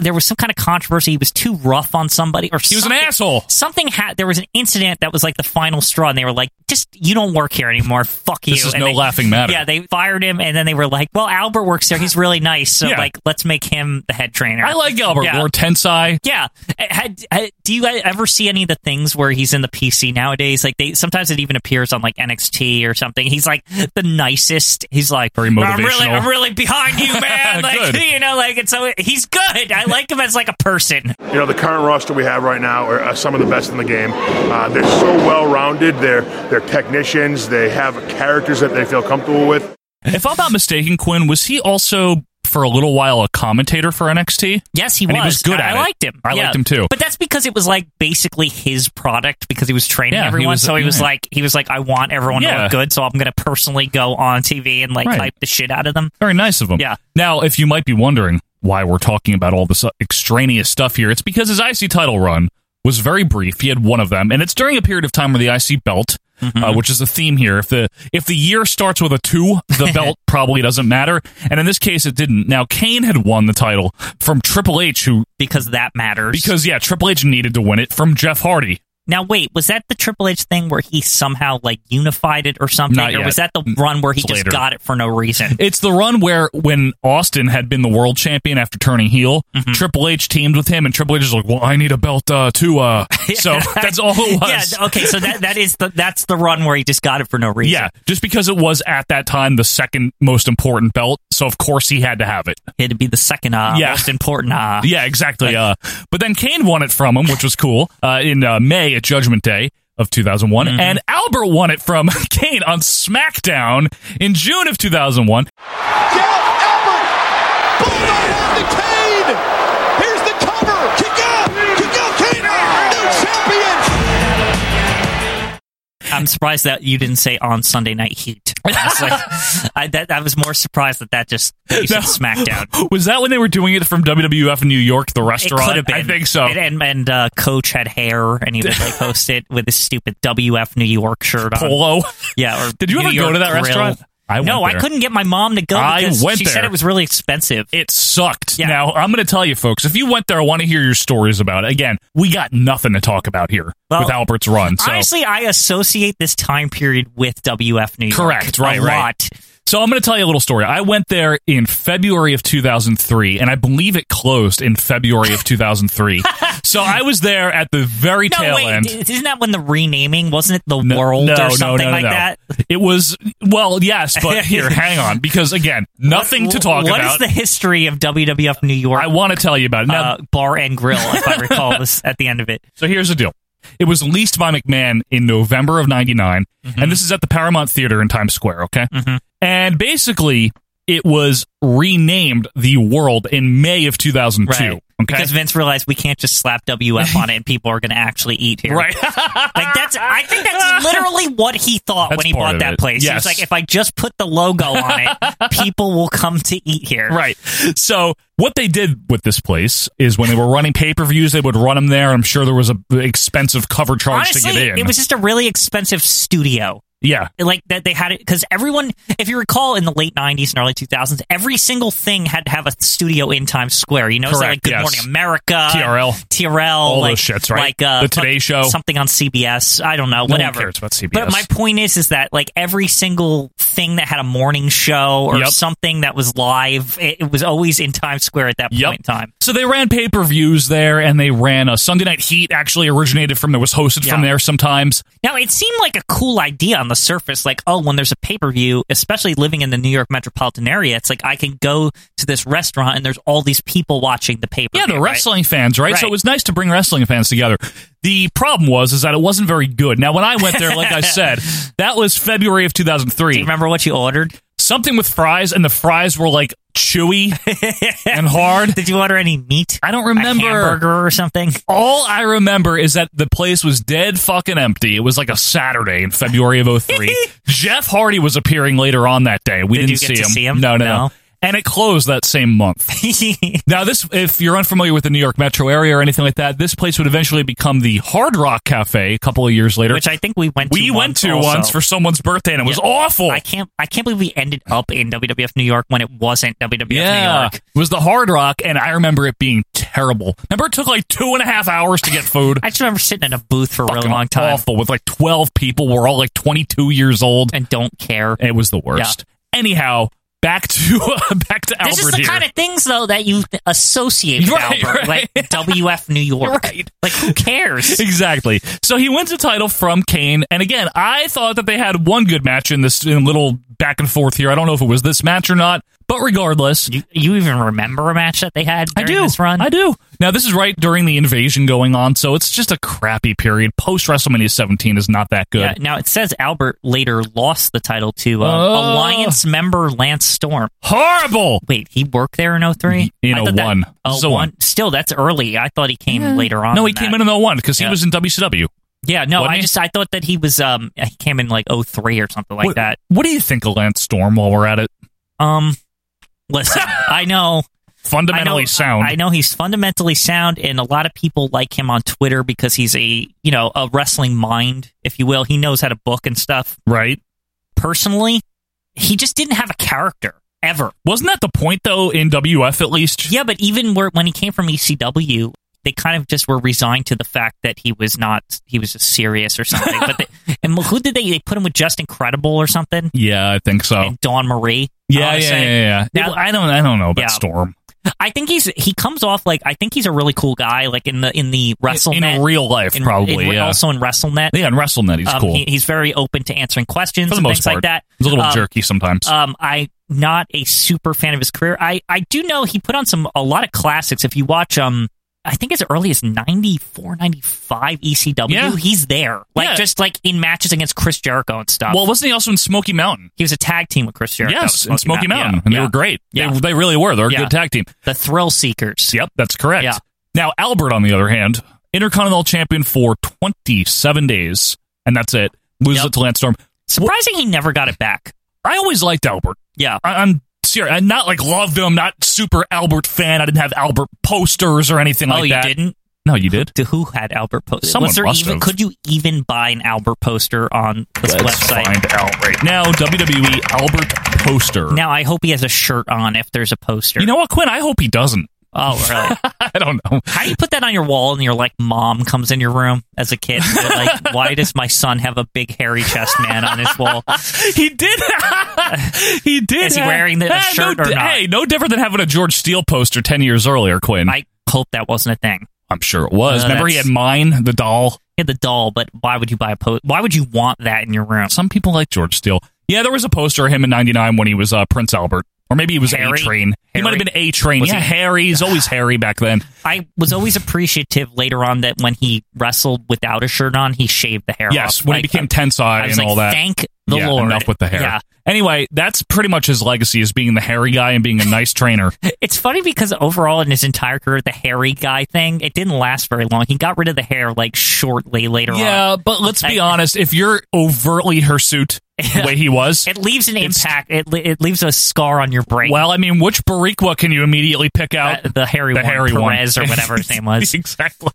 [SPEAKER 2] There was some kind of controversy. He was too rough on somebody, or
[SPEAKER 1] he was an asshole.
[SPEAKER 2] Something had. There was an incident that was like the final straw, and they were like, just you don't work here anymore. Fuck you.
[SPEAKER 1] This is
[SPEAKER 2] And
[SPEAKER 1] no
[SPEAKER 2] they-
[SPEAKER 1] laughing matter.
[SPEAKER 2] Yeah, they fired him, and then they were like, "Well, Albert works there. He's really nice. So
[SPEAKER 1] Yeah.
[SPEAKER 2] like, let's make him the head trainer."
[SPEAKER 1] I like Albert
[SPEAKER 2] Yeah.
[SPEAKER 1] or Tensai.
[SPEAKER 2] Yeah. Eh, Had, had- do you ever see any of the things where he's in the PC nowadays? Like they sometimes it even appears on like NXT or something. He's like the nicest. He's like very I'm really,
[SPEAKER 1] motivational.
[SPEAKER 2] I'm really behind you, man. like
[SPEAKER 1] Good.
[SPEAKER 2] you know, like it's so he's good. I like him as like a person.
[SPEAKER 13] You know, the current roster we have right now are, are some of the best in the game. Uh, they're so well rounded. They're they're technicians. They have characters that they feel comfortable with.
[SPEAKER 1] If I'm not mistaken, Quinn was he also for a little while a commentator for NXT?
[SPEAKER 2] Yes, he
[SPEAKER 1] And
[SPEAKER 2] was.
[SPEAKER 1] He was good
[SPEAKER 2] I,
[SPEAKER 1] at
[SPEAKER 2] I
[SPEAKER 1] it.
[SPEAKER 2] liked him.
[SPEAKER 1] I
[SPEAKER 2] Yeah.
[SPEAKER 1] liked him too.
[SPEAKER 2] But that's because it was like basically his product because he was training
[SPEAKER 1] Yeah, he
[SPEAKER 2] everyone.
[SPEAKER 1] was-
[SPEAKER 2] so he was
[SPEAKER 1] yeah.
[SPEAKER 2] like, he was like, I want everyone to
[SPEAKER 1] Yeah.
[SPEAKER 2] look good, so I'm going to personally go on TV and like
[SPEAKER 1] Right.
[SPEAKER 2] hype the shit out of them.
[SPEAKER 1] Very nice of him.
[SPEAKER 2] Yeah.
[SPEAKER 1] Now, if you might be wondering why we're talking about all this uh, extraneous stuff here, it's because his IC title run was very brief. He had one of them, and it's during a period of time where the IC belt, uh, which is the theme here, if the if the year starts with a two, the belt probably doesn't matter. And in this case, it didn't. Now, Kane had won the title from Triple H, who
[SPEAKER 2] because that matters.
[SPEAKER 1] Because yeah, Triple H needed to win it from Jeff Hardy.
[SPEAKER 2] Now wait, was that the Triple H thing where he somehow like unified it or something,
[SPEAKER 1] Not
[SPEAKER 2] or
[SPEAKER 1] yet. Mm,
[SPEAKER 2] was that the run where he
[SPEAKER 1] It's
[SPEAKER 2] just
[SPEAKER 1] later.
[SPEAKER 2] got it for no reason?
[SPEAKER 1] It's the run where when Austin had been the world champion after turning heel,
[SPEAKER 2] Mm-hmm.
[SPEAKER 1] Triple H teamed with him, and Triple H is like, "Well, I need a belt uh, too." Uh. So that's all it was.
[SPEAKER 2] Yeah. Okay. So that that is the that's the run where he just got it for no reason.
[SPEAKER 1] Yeah, just because it was at that time the second most important belt, so of course he had to have it.
[SPEAKER 2] He had to be the second uh,
[SPEAKER 1] Yeah.
[SPEAKER 2] most important. Uh,
[SPEAKER 1] yeah, exactly. Uh, but then Kane won it from him, which was cool, uh, in uh, May at Judgment Day of 2001,
[SPEAKER 2] Mm-hmm.
[SPEAKER 1] and Albert won it from Kane on SmackDown in June of 2001.
[SPEAKER 4] Kane! Here's the cover! Kick out! Kick out, Kane! New champion!
[SPEAKER 2] I'm surprised that you didn't say on Sunday Night Heat. Honestly, I that I was more surprised that that just that you said SmackDown.
[SPEAKER 1] Was that when they were doing it from WWF in New York, the
[SPEAKER 2] It
[SPEAKER 1] restaurant?
[SPEAKER 2] could have been.
[SPEAKER 1] I think so.
[SPEAKER 2] And and, and, uh, Coach had hair, and he was like hosted with his stupid WF New York shirt on.
[SPEAKER 1] Polo.
[SPEAKER 2] Yeah. Or
[SPEAKER 1] Did you
[SPEAKER 2] New
[SPEAKER 1] ever
[SPEAKER 2] York
[SPEAKER 1] go to that
[SPEAKER 2] Grill.
[SPEAKER 1] restaurant? I
[SPEAKER 2] no,
[SPEAKER 1] went
[SPEAKER 2] I
[SPEAKER 1] there.
[SPEAKER 2] couldn't get my mom to go.
[SPEAKER 1] I
[SPEAKER 2] because
[SPEAKER 1] went
[SPEAKER 2] She
[SPEAKER 1] there.
[SPEAKER 2] said it was really expensive.
[SPEAKER 1] It sucked. Now, I'm going to tell you, folks, if you went there, I want to hear your stories about it. Again, we got nothing to talk about here
[SPEAKER 2] Well,
[SPEAKER 1] with Albert's run. So.
[SPEAKER 2] Honestly, I associate this time period with WF New York.
[SPEAKER 1] Correct. Right.
[SPEAKER 2] a
[SPEAKER 1] right.
[SPEAKER 2] Lot.
[SPEAKER 1] So I'm going to tell you a little story. I went there in February of 2003, and I believe it closed in February of 2003. so I was there at the very
[SPEAKER 2] No,
[SPEAKER 1] tail
[SPEAKER 2] wait.
[SPEAKER 1] end.
[SPEAKER 2] Isn't that when the renaming? Wasn't it the world
[SPEAKER 1] no,
[SPEAKER 2] or
[SPEAKER 1] no,
[SPEAKER 2] something
[SPEAKER 1] no,
[SPEAKER 2] like
[SPEAKER 1] no.
[SPEAKER 2] that?
[SPEAKER 1] It was well, yes, but here, hang on, because again, nothing to talk
[SPEAKER 2] What is
[SPEAKER 1] about.
[SPEAKER 2] the history of WWF New York?
[SPEAKER 1] I want to tell you about it now.
[SPEAKER 2] uh, bar and grill, if I recall this at the end of it.
[SPEAKER 1] So here's the deal. It was leased by McMahon in November of 99,
[SPEAKER 2] Mm-hmm.
[SPEAKER 1] and this is at the Paramount Theater in Times Square, okay? And basically, it was renamed The World in May of 2002,
[SPEAKER 2] Right.
[SPEAKER 1] okay?
[SPEAKER 2] Because Vince realized we can't just slap WF on it and people are going to actually eat here.
[SPEAKER 1] Right.
[SPEAKER 2] like that's I think that's literally what he thought
[SPEAKER 1] That's
[SPEAKER 2] when he
[SPEAKER 1] part
[SPEAKER 2] bought
[SPEAKER 1] of
[SPEAKER 2] that
[SPEAKER 1] it.
[SPEAKER 2] place. He
[SPEAKER 1] Yes.
[SPEAKER 2] was like, if I just put the logo on it, people will come to eat here.
[SPEAKER 1] Right. So what they did with this place is when they were running pay-per-views, they would run them there. I'm sure there was a expensive cover charge
[SPEAKER 2] Honestly,
[SPEAKER 1] to get in.
[SPEAKER 2] it was just a really expensive studio.
[SPEAKER 1] yeah.
[SPEAKER 2] Like that they had it because everyone, if you recall, in the late '90s and early 2000s, every single thing had to have a studio in Times Square. You know, so
[SPEAKER 1] Correct,
[SPEAKER 2] like Good
[SPEAKER 1] yes.
[SPEAKER 2] Morning America,
[SPEAKER 1] TRL.
[SPEAKER 2] TRL,
[SPEAKER 1] All
[SPEAKER 2] like,
[SPEAKER 1] those shits, right?
[SPEAKER 2] Like uh,
[SPEAKER 1] The Today Show.
[SPEAKER 2] something on CBS. I don't know,
[SPEAKER 1] No one
[SPEAKER 2] whatever.
[SPEAKER 1] cares about CBS.
[SPEAKER 2] But my point is, is that like every single thing that had a morning show or
[SPEAKER 1] Yep.
[SPEAKER 2] something that was live, it, it was always in Times Square at that
[SPEAKER 1] Yep.
[SPEAKER 2] point in time.
[SPEAKER 1] So they ran pay per views there, and they ran a Sunday Night Heat. Actually, originated from there was hosted from
[SPEAKER 2] Yeah.
[SPEAKER 1] there sometimes.
[SPEAKER 2] Now, it seemed like a cool idea on the surface. Like, oh, when there's a pay per view, especially living in the New York metropolitan area, it's like I can go to this restaurant and there's all these people watching the pay per view.
[SPEAKER 1] Yeah, the wrestling fans, right? So
[SPEAKER 2] Right.
[SPEAKER 1] it was nice to bring wrestling fans together. The problem was is that it wasn't very good. Now, when I went there, like I said, that was February of 2003.
[SPEAKER 2] Do you remember what you ordered?
[SPEAKER 1] Something with fries, and the fries were like chewy and hard.
[SPEAKER 2] Did you order any meat?
[SPEAKER 1] I don't
[SPEAKER 2] A
[SPEAKER 1] remember.
[SPEAKER 2] hamburger or something?
[SPEAKER 1] All I remember is that the place was dead fucking empty. It was like a Saturday in February of 03. Jeff Hardy was appearing later on that day. We
[SPEAKER 2] Did
[SPEAKER 1] didn't
[SPEAKER 2] you get
[SPEAKER 1] see
[SPEAKER 2] to
[SPEAKER 1] him.
[SPEAKER 2] see him?
[SPEAKER 1] No, no,
[SPEAKER 2] No.
[SPEAKER 1] and it closed that same month. now, this, if you're unfamiliar with the New York metro area or anything like that, this place would eventually become the Hard Rock Cafe a couple of years later,
[SPEAKER 2] which I think we went.
[SPEAKER 1] We
[SPEAKER 2] to
[SPEAKER 1] went
[SPEAKER 2] once
[SPEAKER 1] to
[SPEAKER 2] also.
[SPEAKER 1] once for someone's birthday, and it was
[SPEAKER 2] Yeah.
[SPEAKER 1] awful.
[SPEAKER 2] I can't. I can't believe we ended up in WWF New York when it wasn't WWF New
[SPEAKER 1] yeah,
[SPEAKER 2] York.
[SPEAKER 1] it was the Hard Rock, and I remember it being terrible. Remember, it took like two and a half hours to get food.
[SPEAKER 2] I just remember sitting in a booth for a really
[SPEAKER 1] Fucking
[SPEAKER 2] long time.
[SPEAKER 1] Awful with like twelve people. We're all like twenty two years old
[SPEAKER 2] and don't care.
[SPEAKER 1] It was the worst. Anyhow, back to back to Albert
[SPEAKER 2] This is the
[SPEAKER 1] here.
[SPEAKER 2] kind of things though that you associate with
[SPEAKER 1] Right,
[SPEAKER 2] Albert,
[SPEAKER 1] right.
[SPEAKER 2] like WF New York.
[SPEAKER 1] Right.
[SPEAKER 2] Like who cares?
[SPEAKER 1] exactly. So he wins the title from Kane, and again, I thought that they had one good match in this in little back and forth here. I don't know if it was this match or not, but regardless,
[SPEAKER 2] you, you even remember a match that they had?
[SPEAKER 1] I
[SPEAKER 2] during
[SPEAKER 1] do.
[SPEAKER 2] This run?
[SPEAKER 1] I do. Now this is right during the invasion going on, so it's just a crappy period. Post WrestleMania 17 is not that good.
[SPEAKER 2] Yeah, now it says Albert later lost the title to uh,
[SPEAKER 1] Oh.
[SPEAKER 2] Alliance member Lance Storm.
[SPEAKER 1] Horrible.
[SPEAKER 2] Wait, he worked there in 03?
[SPEAKER 1] In
[SPEAKER 2] I thought that-
[SPEAKER 1] 01.
[SPEAKER 2] Oh,
[SPEAKER 1] So
[SPEAKER 2] one. Still, that's early. I thought he came later on.
[SPEAKER 1] no, he
[SPEAKER 2] than
[SPEAKER 1] came
[SPEAKER 2] that.
[SPEAKER 1] in in 01 because
[SPEAKER 2] Yeah.
[SPEAKER 1] he was in WCW.
[SPEAKER 2] Yeah, no,
[SPEAKER 1] Wasn't
[SPEAKER 2] I
[SPEAKER 1] he?
[SPEAKER 2] just I thought that he was um he came in like 03 or something like
[SPEAKER 1] what,
[SPEAKER 2] that.
[SPEAKER 1] What do you think of Lance Storm while we're at it?
[SPEAKER 2] Um listen, I know I
[SPEAKER 1] Fundamentally
[SPEAKER 2] know,
[SPEAKER 1] sound.
[SPEAKER 2] I know he's fundamentally sound, and a lot of people like him on Twitter because he's a you know a wrestling mind, if you will. He knows how to book and stuff.
[SPEAKER 1] Right.
[SPEAKER 2] Personally, he just didn't have a character ever.
[SPEAKER 1] Wasn't that the point though in WF at least?
[SPEAKER 2] Yeah, but even where, when he came from ECW, they kind of just were resigned to the fact that he was not he was just serious or something. but they, and who did they they put him with just incredible or something?
[SPEAKER 1] Yeah, I think so.
[SPEAKER 2] And Dawn Marie. I
[SPEAKER 1] Yeah,
[SPEAKER 2] wanna
[SPEAKER 1] yeah,
[SPEAKER 2] say.
[SPEAKER 1] yeah, yeah.
[SPEAKER 2] Now-
[SPEAKER 1] Well, I don't, I don't know about
[SPEAKER 2] Yeah.
[SPEAKER 1] Storm
[SPEAKER 2] I think he's he comes off like I think he's a really cool guy. Like in the in the WrestleNet
[SPEAKER 1] in real life,
[SPEAKER 2] in-
[SPEAKER 1] probably.
[SPEAKER 2] in-
[SPEAKER 1] yeah,
[SPEAKER 2] also in WrestleNet.
[SPEAKER 1] yeah, in WrestleNet, he's
[SPEAKER 2] Um,
[SPEAKER 1] cool
[SPEAKER 2] he- he's very open to answering questions
[SPEAKER 1] for the
[SPEAKER 2] and
[SPEAKER 1] most
[SPEAKER 2] things
[SPEAKER 1] part.
[SPEAKER 2] like that.
[SPEAKER 1] He's a little
[SPEAKER 2] Um,
[SPEAKER 1] jerky sometimes.
[SPEAKER 2] Um, I not a super fan of his career. I I do know he put on some a lot of classics. If you watch um. I think as early as 94, 95 ECW,
[SPEAKER 1] Yeah.
[SPEAKER 2] he's there. Like,
[SPEAKER 1] Yeah.
[SPEAKER 2] just like in matches against Chris Jericho and stuff.
[SPEAKER 1] well, wasn't he also in Smoky Mountain?
[SPEAKER 2] he was a tag team with Chris Jericho.
[SPEAKER 1] yes,
[SPEAKER 2] in
[SPEAKER 1] in Smoky Mountain,
[SPEAKER 2] Yeah,
[SPEAKER 1] and
[SPEAKER 2] yeah.
[SPEAKER 1] they were great.
[SPEAKER 2] Yeah.
[SPEAKER 1] They, they really were. They're a
[SPEAKER 2] Yeah.
[SPEAKER 1] good tag team.
[SPEAKER 2] The Thrill Seekers.
[SPEAKER 1] Yep, that's correct.
[SPEAKER 2] Yeah.
[SPEAKER 1] Now Albert, on the other hand, Intercontinental Champion for 27 days, and that's it. Loses
[SPEAKER 2] Yep.
[SPEAKER 1] it to Lance Storm.
[SPEAKER 2] Surprising he never got it back.
[SPEAKER 1] I always liked Albert.
[SPEAKER 2] Yeah.
[SPEAKER 1] I, I'm serious. I'm not like loved him. Not super Albert fan. I didn't have Albert posters or anything
[SPEAKER 2] oh,
[SPEAKER 1] like
[SPEAKER 2] you
[SPEAKER 1] that.
[SPEAKER 2] didn't?
[SPEAKER 1] No, you did.
[SPEAKER 2] to who had Albert posters?
[SPEAKER 1] Someone
[SPEAKER 2] Was there
[SPEAKER 1] must
[SPEAKER 2] even
[SPEAKER 1] have.
[SPEAKER 2] could you even buy an Albert poster on this website?
[SPEAKER 1] find out right now.
[SPEAKER 2] E
[SPEAKER 1] WWE Albert poster.
[SPEAKER 2] Now I hope he has a shirt on if there's a poster.
[SPEAKER 1] you know what, Quinn? I hope he doesn't.
[SPEAKER 2] oh really?
[SPEAKER 1] I don't know.
[SPEAKER 2] How do you put that on your wall and your like mom comes in your room as a kid? and you're like, why does my son have a big hairy chest man on his wall?
[SPEAKER 1] He did. he did.
[SPEAKER 2] Is he
[SPEAKER 1] have-
[SPEAKER 2] wearing the- a
[SPEAKER 1] Eh,
[SPEAKER 2] shirt
[SPEAKER 1] no,
[SPEAKER 2] or
[SPEAKER 1] di-
[SPEAKER 2] not?
[SPEAKER 1] Hey, no different than having a George Steele poster ten years earlier, Quinn.
[SPEAKER 2] I hope that wasn't a thing.
[SPEAKER 1] am sure it was.
[SPEAKER 2] Uh,
[SPEAKER 1] Remember, he
[SPEAKER 2] that's-
[SPEAKER 1] had mine, the doll.
[SPEAKER 2] He had the doll, but why would you buy a post? Why would you want that in your room?
[SPEAKER 1] Some people like George Steele. Yeah, there was a poster of him in '99 when he was uh, Prince Albert, or maybe he was A
[SPEAKER 2] Harry?
[SPEAKER 1] Train. He might have been A Train.
[SPEAKER 2] Was
[SPEAKER 1] Yeah,
[SPEAKER 2] he-
[SPEAKER 1] Harry. He's always Harry back then.
[SPEAKER 2] I was always appreciative later on that when he wrestled without a shirt on, he shaved the hair.
[SPEAKER 1] Yes,
[SPEAKER 2] off.
[SPEAKER 1] when he
[SPEAKER 2] Like,
[SPEAKER 1] became Tensai
[SPEAKER 2] I was
[SPEAKER 1] and
[SPEAKER 2] like,
[SPEAKER 1] all that.
[SPEAKER 2] Thank the
[SPEAKER 1] yeah,
[SPEAKER 2] Lord.
[SPEAKER 1] Enough with the hair.
[SPEAKER 2] Yeah.
[SPEAKER 1] Anyway, that's pretty much his legacy is being the hairy guy and being a nice trainer.
[SPEAKER 2] It's funny because overall in his entire career, the hairy guy thing, it didn't last very long. He got rid of the hair like shortly later on.
[SPEAKER 1] yeah, but let's be
[SPEAKER 2] I-
[SPEAKER 1] honest. If you're overtly hirsute the way he was,
[SPEAKER 2] It leaves an
[SPEAKER 1] It's-
[SPEAKER 2] impact. It, le- it leaves a scar on your brain. Uh,
[SPEAKER 1] well, I mean, which Barriqua can you immediately pick out?
[SPEAKER 2] the, the hairy
[SPEAKER 1] the
[SPEAKER 2] one,
[SPEAKER 1] hairy
[SPEAKER 2] Perez
[SPEAKER 1] one.
[SPEAKER 2] or whatever his name was.
[SPEAKER 1] exactly.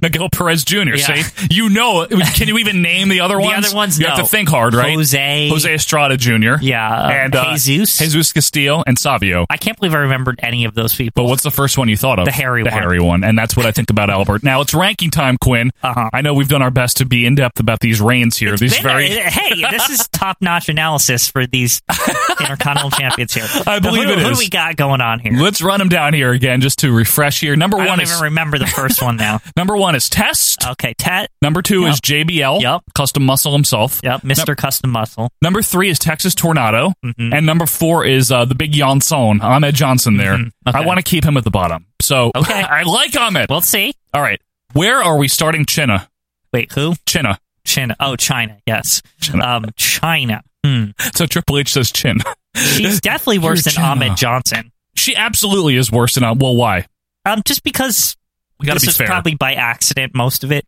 [SPEAKER 1] Miguel Perez Jr.
[SPEAKER 2] Yeah.
[SPEAKER 1] See, you know, it. can you even name the other
[SPEAKER 2] The
[SPEAKER 1] ones?
[SPEAKER 2] other ones,
[SPEAKER 1] you have
[SPEAKER 2] no.
[SPEAKER 1] to think hard, right?
[SPEAKER 2] Jose.
[SPEAKER 1] Jose Estrada Jr.
[SPEAKER 2] Yeah,
[SPEAKER 1] and uh,
[SPEAKER 2] Jesus.
[SPEAKER 1] Jesus Castillo, and Savio.
[SPEAKER 2] I can't believe I remembered any of those people.
[SPEAKER 1] But what's the first one you thought of?
[SPEAKER 2] The hairy
[SPEAKER 1] the
[SPEAKER 2] one.
[SPEAKER 1] hairy one, and that's what I think about Albert. Now it's ranking time, Quinn.
[SPEAKER 2] Uh-huh.
[SPEAKER 1] I know we've done our best to be in depth about these reigns here. these
[SPEAKER 2] Been-
[SPEAKER 1] very,
[SPEAKER 2] uh, hey, this is top notch analysis for these intercontinental champions here.
[SPEAKER 1] I
[SPEAKER 2] Now,
[SPEAKER 1] believe
[SPEAKER 2] who,
[SPEAKER 1] it
[SPEAKER 2] who
[SPEAKER 1] is.
[SPEAKER 2] do we got going on here?
[SPEAKER 1] Let's run them down here again just to refresh here. Number
[SPEAKER 2] I
[SPEAKER 1] one
[SPEAKER 2] don't
[SPEAKER 1] is
[SPEAKER 2] even remember the first one now.
[SPEAKER 1] number one is Test.
[SPEAKER 2] Okay, Tet.
[SPEAKER 1] number two is
[SPEAKER 2] Yep.
[SPEAKER 1] JBL,
[SPEAKER 2] Yep.
[SPEAKER 1] Custom Muscle himself.
[SPEAKER 2] Yep, Mr.
[SPEAKER 1] Num-
[SPEAKER 2] Custom Muscle.
[SPEAKER 1] number three is Texas Tornado,
[SPEAKER 2] Mhm.
[SPEAKER 1] and number four is uh, the big Johnson, Ahmed Johnson. There,
[SPEAKER 2] Mhm. Okay.
[SPEAKER 1] I want to keep him at the bottom. So
[SPEAKER 2] Okay.
[SPEAKER 1] I like Ahmed.
[SPEAKER 2] We'll see.
[SPEAKER 1] All right, where are we starting? Chinna,
[SPEAKER 2] Wait, who?
[SPEAKER 1] Chinna.
[SPEAKER 2] China. Oh, China. Yes.
[SPEAKER 1] China.
[SPEAKER 2] Um, China. Hmm.
[SPEAKER 1] So Triple H says Chin.
[SPEAKER 2] She's definitely
[SPEAKER 1] You're
[SPEAKER 2] worse than
[SPEAKER 1] China.
[SPEAKER 2] Ahmed Johnson.
[SPEAKER 1] She absolutely is worse than I. Well, why?
[SPEAKER 2] Um, just because
[SPEAKER 1] We gotta
[SPEAKER 2] this
[SPEAKER 1] be
[SPEAKER 2] is
[SPEAKER 1] fair.
[SPEAKER 2] probably by accident, most of it.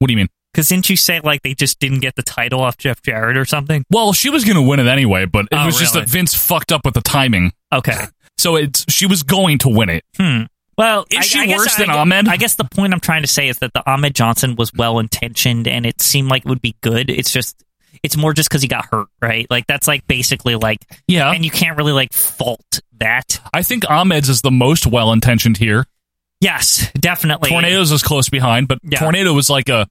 [SPEAKER 1] What do you mean?
[SPEAKER 2] Because didn't you say like they just didn't get the title off Jeff Jarrett or something?
[SPEAKER 1] Well, she was going to win it anyway, but it
[SPEAKER 2] Oh,
[SPEAKER 1] was just
[SPEAKER 2] really?
[SPEAKER 1] that Vince fucked up with the timing.
[SPEAKER 2] Okay.
[SPEAKER 1] So it's she was going to win it.
[SPEAKER 2] Hmm. Well,
[SPEAKER 1] Is
[SPEAKER 2] I,
[SPEAKER 1] she
[SPEAKER 2] I guess-
[SPEAKER 1] worse than
[SPEAKER 2] I,
[SPEAKER 1] Ahmed?
[SPEAKER 2] I guess the point I'm trying to say is that the Ahmed Johnson was well intentioned, and it seemed like it would be good. It's just, it's more just because he got hurt, right? Like that's like basically like
[SPEAKER 1] yeah,
[SPEAKER 2] and you can't really like fault that.
[SPEAKER 1] I think Ahmed's is the most well intentioned here.
[SPEAKER 2] Yes, definitely.
[SPEAKER 1] Tornadoes is close behind, but tornado was like a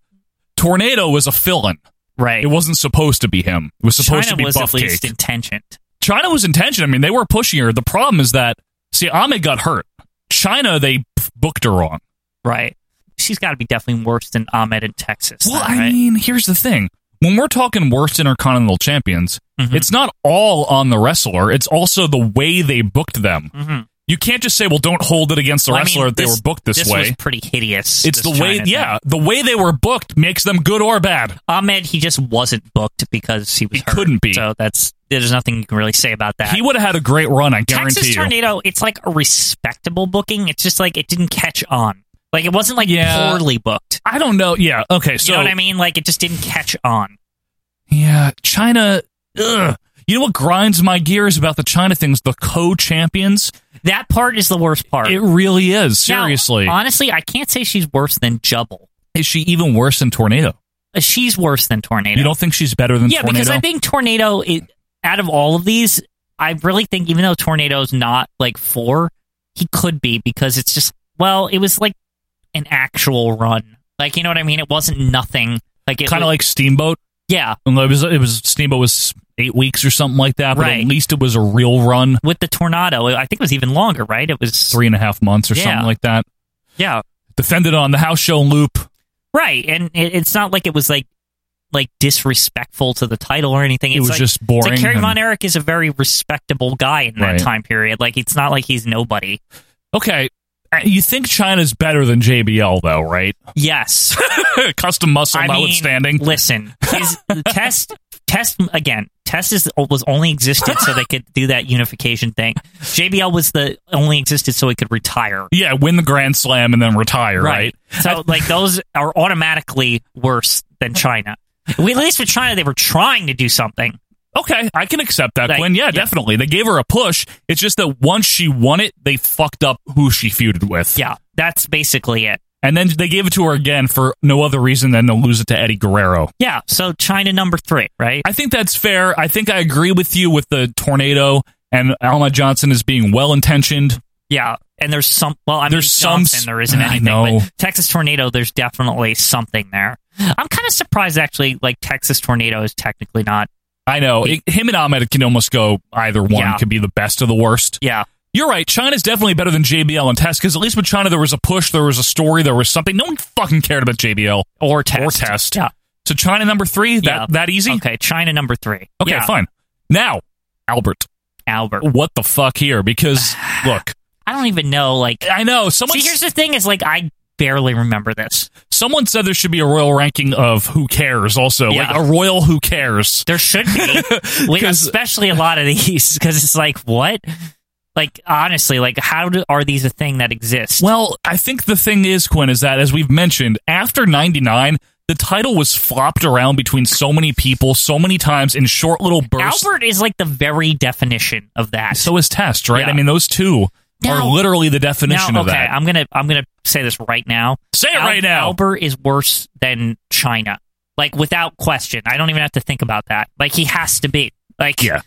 [SPEAKER 1] tornado was a fill-in.
[SPEAKER 2] Right.
[SPEAKER 1] It wasn't supposed to be him. It was supposed
[SPEAKER 2] China
[SPEAKER 1] to be
[SPEAKER 2] was
[SPEAKER 1] Buff
[SPEAKER 2] at least
[SPEAKER 1] Cake.
[SPEAKER 2] intentioned.
[SPEAKER 1] China was intentional. I mean, they were pushing her. The problem is that see, Ahmed got hurt. China, they p- booked her wrong.
[SPEAKER 2] Right. She's got to be definitely worse than Ahmed in Texas.
[SPEAKER 1] Well,
[SPEAKER 2] then,
[SPEAKER 1] I
[SPEAKER 2] right?
[SPEAKER 1] mean, here's the thing. When we're talking worst intercontinental champions,
[SPEAKER 2] Mm-hmm.
[SPEAKER 1] it's not all on the wrestler. It's also the way they booked them.
[SPEAKER 2] Mhm.
[SPEAKER 1] You can't just say, "Well, don't hold it against the
[SPEAKER 2] Well, I mean,
[SPEAKER 1] wrestler if they were booked this, way."
[SPEAKER 2] was pretty hideous.
[SPEAKER 1] it's the
[SPEAKER 2] this
[SPEAKER 1] way,
[SPEAKER 2] China thing.
[SPEAKER 1] yeah, the way they were booked makes them good or bad.
[SPEAKER 2] Ahmed, he just wasn't booked because he was hurt.
[SPEAKER 1] couldn't be.
[SPEAKER 2] So that's there's nothing you can really say about that.
[SPEAKER 1] He would have had a great run, I guarantee
[SPEAKER 2] Texas
[SPEAKER 1] you.
[SPEAKER 2] Tornado, it's like a respectable booking. It's just like it didn't catch on. Like it wasn't like
[SPEAKER 1] Yeah.
[SPEAKER 2] poorly booked.
[SPEAKER 1] I don't know. Yeah, okay. So
[SPEAKER 2] you know what I mean? Like it just didn't catch on.
[SPEAKER 1] Yeah, China. Ugh. You know what grinds my gears about the China things? The co-champions.
[SPEAKER 2] That part is the worst part.
[SPEAKER 1] It really is.
[SPEAKER 2] Now,
[SPEAKER 1] Seriously,
[SPEAKER 2] honestly, I can't say she's worse than Jubble.
[SPEAKER 1] is she even worse than Tornado?
[SPEAKER 2] Uh, She's worse than Tornado.
[SPEAKER 1] You don't think she's better than
[SPEAKER 2] yeah,
[SPEAKER 1] Tornado?
[SPEAKER 2] because I think Tornado, is, out of all of these, I really think even though Tornado's not like four, he could be because it's just, well, it was like an actual run. Like, you know what I mean? It wasn't nothing. Like, it
[SPEAKER 1] kind of
[SPEAKER 2] was-
[SPEAKER 1] like Steamboat.
[SPEAKER 2] yeah.
[SPEAKER 1] It was it was Steamboat was eight weeks or something like that. But
[SPEAKER 2] Right.
[SPEAKER 1] at least it was a real run,
[SPEAKER 2] With the Tornado, I think it was even longer, right? It was,
[SPEAKER 1] three and a half months or
[SPEAKER 2] Yeah.
[SPEAKER 1] something like that.
[SPEAKER 2] yeah.
[SPEAKER 1] Defended on the house show loop.
[SPEAKER 2] Right. And it, it's not like it was like, like disrespectful to the title or anything.
[SPEAKER 1] It
[SPEAKER 2] It's
[SPEAKER 1] was
[SPEAKER 2] like-
[SPEAKER 1] just
[SPEAKER 2] It's
[SPEAKER 1] boring
[SPEAKER 2] like Kerry
[SPEAKER 1] and-
[SPEAKER 2] Von Erich is a very respectable guy in that
[SPEAKER 1] Right.
[SPEAKER 2] time period. Like it's not like he's nobody.
[SPEAKER 1] Okay, uh, you think China's better than JBL though, right?
[SPEAKER 2] Yes.
[SPEAKER 1] Custom muscle
[SPEAKER 2] I mean,
[SPEAKER 1] notwithstanding.
[SPEAKER 2] Listen, is test test again. Test is was only existed so they could do that unification thing. JBL was the only existed so he could retire.
[SPEAKER 1] yeah, win the Grand Slam and then retire, right?
[SPEAKER 2] So like those are automatically worse than China. We, at least with China, they were trying to do something.
[SPEAKER 1] Okay, I can accept that,
[SPEAKER 2] Like,
[SPEAKER 1] Quinn. Yeah,
[SPEAKER 2] yeah.
[SPEAKER 1] definitely. They gave her a push. It's just that once she won it, they fucked up who she feuded with.
[SPEAKER 2] Yeah, that's basically it.
[SPEAKER 1] And then they gave it to her again for no other reason than to lose it to Eddie Guerrero.
[SPEAKER 2] Yeah. So China number three, right?
[SPEAKER 1] I think that's fair. I think I agree with you with the tornado and Alma Johnson is being well intentioned.
[SPEAKER 2] Yeah, and there's some. Well, I
[SPEAKER 1] There's
[SPEAKER 2] mean,
[SPEAKER 1] some
[SPEAKER 2] Johnson,
[SPEAKER 1] s-
[SPEAKER 2] there isn't
[SPEAKER 1] I
[SPEAKER 2] anything.
[SPEAKER 1] know.
[SPEAKER 2] But Texas tornado, there's definitely something there. I'm kind of surprised actually. Like Texas tornado is technically not.
[SPEAKER 1] I know. It, him and Ahmed can almost go either one,
[SPEAKER 2] Yeah.
[SPEAKER 1] could be the best of the worst.
[SPEAKER 2] Yeah,
[SPEAKER 1] You're right. China's definitely better than JBL and Test because at least with China, there was a push, there was a story, there was something. No one fucking cared about JBL
[SPEAKER 2] or test.
[SPEAKER 1] or Test.
[SPEAKER 2] Yeah.
[SPEAKER 1] So China number three, that,
[SPEAKER 2] Yeah.
[SPEAKER 1] that easy?
[SPEAKER 2] Okay, China number three.
[SPEAKER 1] Okay,
[SPEAKER 2] Yeah.
[SPEAKER 1] fine. Now, Albert,
[SPEAKER 2] Albert.
[SPEAKER 1] what the fuck here? Because look,
[SPEAKER 2] I don't even know. Like,
[SPEAKER 1] I know someone.
[SPEAKER 2] see, here's the thing: is like I barely remember this.
[SPEAKER 1] someone said there should be a royal ranking of who cares. Also, like
[SPEAKER 2] Yeah.
[SPEAKER 1] a royal who cares.
[SPEAKER 2] There should be, We-
[SPEAKER 1] 'Cause-
[SPEAKER 2] especially a lot of these, because it's like what. Like honestly, like how do, are these a thing that exists?
[SPEAKER 1] Well, I think the thing is, Quinn, is that as we've mentioned, after '99, the title was flopped around between so many people, so many times in short little bursts.
[SPEAKER 2] Albert is like the very definition of that.
[SPEAKER 1] So is Test, right?
[SPEAKER 2] Yeah.
[SPEAKER 1] I mean, those two are
[SPEAKER 2] Now-
[SPEAKER 1] literally the definition
[SPEAKER 2] now,
[SPEAKER 1] of
[SPEAKER 2] okay,
[SPEAKER 1] that.
[SPEAKER 2] I'm gonna I'm gonna say this right now.
[SPEAKER 1] Say it
[SPEAKER 2] Al-
[SPEAKER 1] right now.
[SPEAKER 2] Albert is worse than China, like without question. I don't even have to think about that. Like he has to be. Like
[SPEAKER 1] Yeah.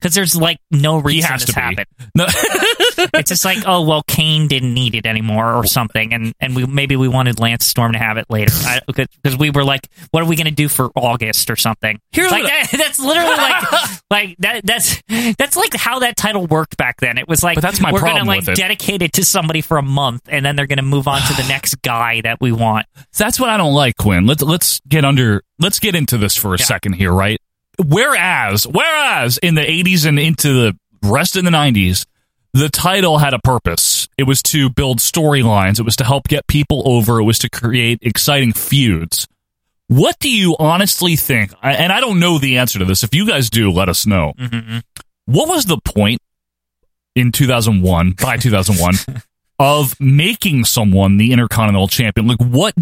[SPEAKER 2] because there's like no
[SPEAKER 1] he
[SPEAKER 2] reason
[SPEAKER 1] has
[SPEAKER 2] this
[SPEAKER 1] to be.
[SPEAKER 2] happened.
[SPEAKER 1] No,
[SPEAKER 2] it's just like oh well, Kane didn't need it anymore or something, and and we maybe we wanted Lance Storm to have it later because we were like, what are we gonna do for August or something?
[SPEAKER 1] Here's
[SPEAKER 2] like
[SPEAKER 1] what I-
[SPEAKER 2] that, that's literally like like that that's that's like how that title worked back then. It was like
[SPEAKER 1] But that's my
[SPEAKER 2] we're
[SPEAKER 1] problem
[SPEAKER 2] gonna like
[SPEAKER 1] with it.
[SPEAKER 2] dedicate it to somebody for a month and then they're gonna move on to the next guy that we want.
[SPEAKER 1] That's what I don't like, Quinn. Let's let's get under let's get into this for a
[SPEAKER 2] Yeah.
[SPEAKER 1] second here, right? Whereas whereas in the eighties and into the rest of the nineties, the title had a purpose. It was to build storylines, it was to help get people over, it was to create exciting feuds. What do you honestly think? I- And I don't know the answer to this. If you guys do, let us know.
[SPEAKER 2] Mhm.
[SPEAKER 1] What was the point in 2001, by 2001, of making someone the Intercontinental Champion? Like, what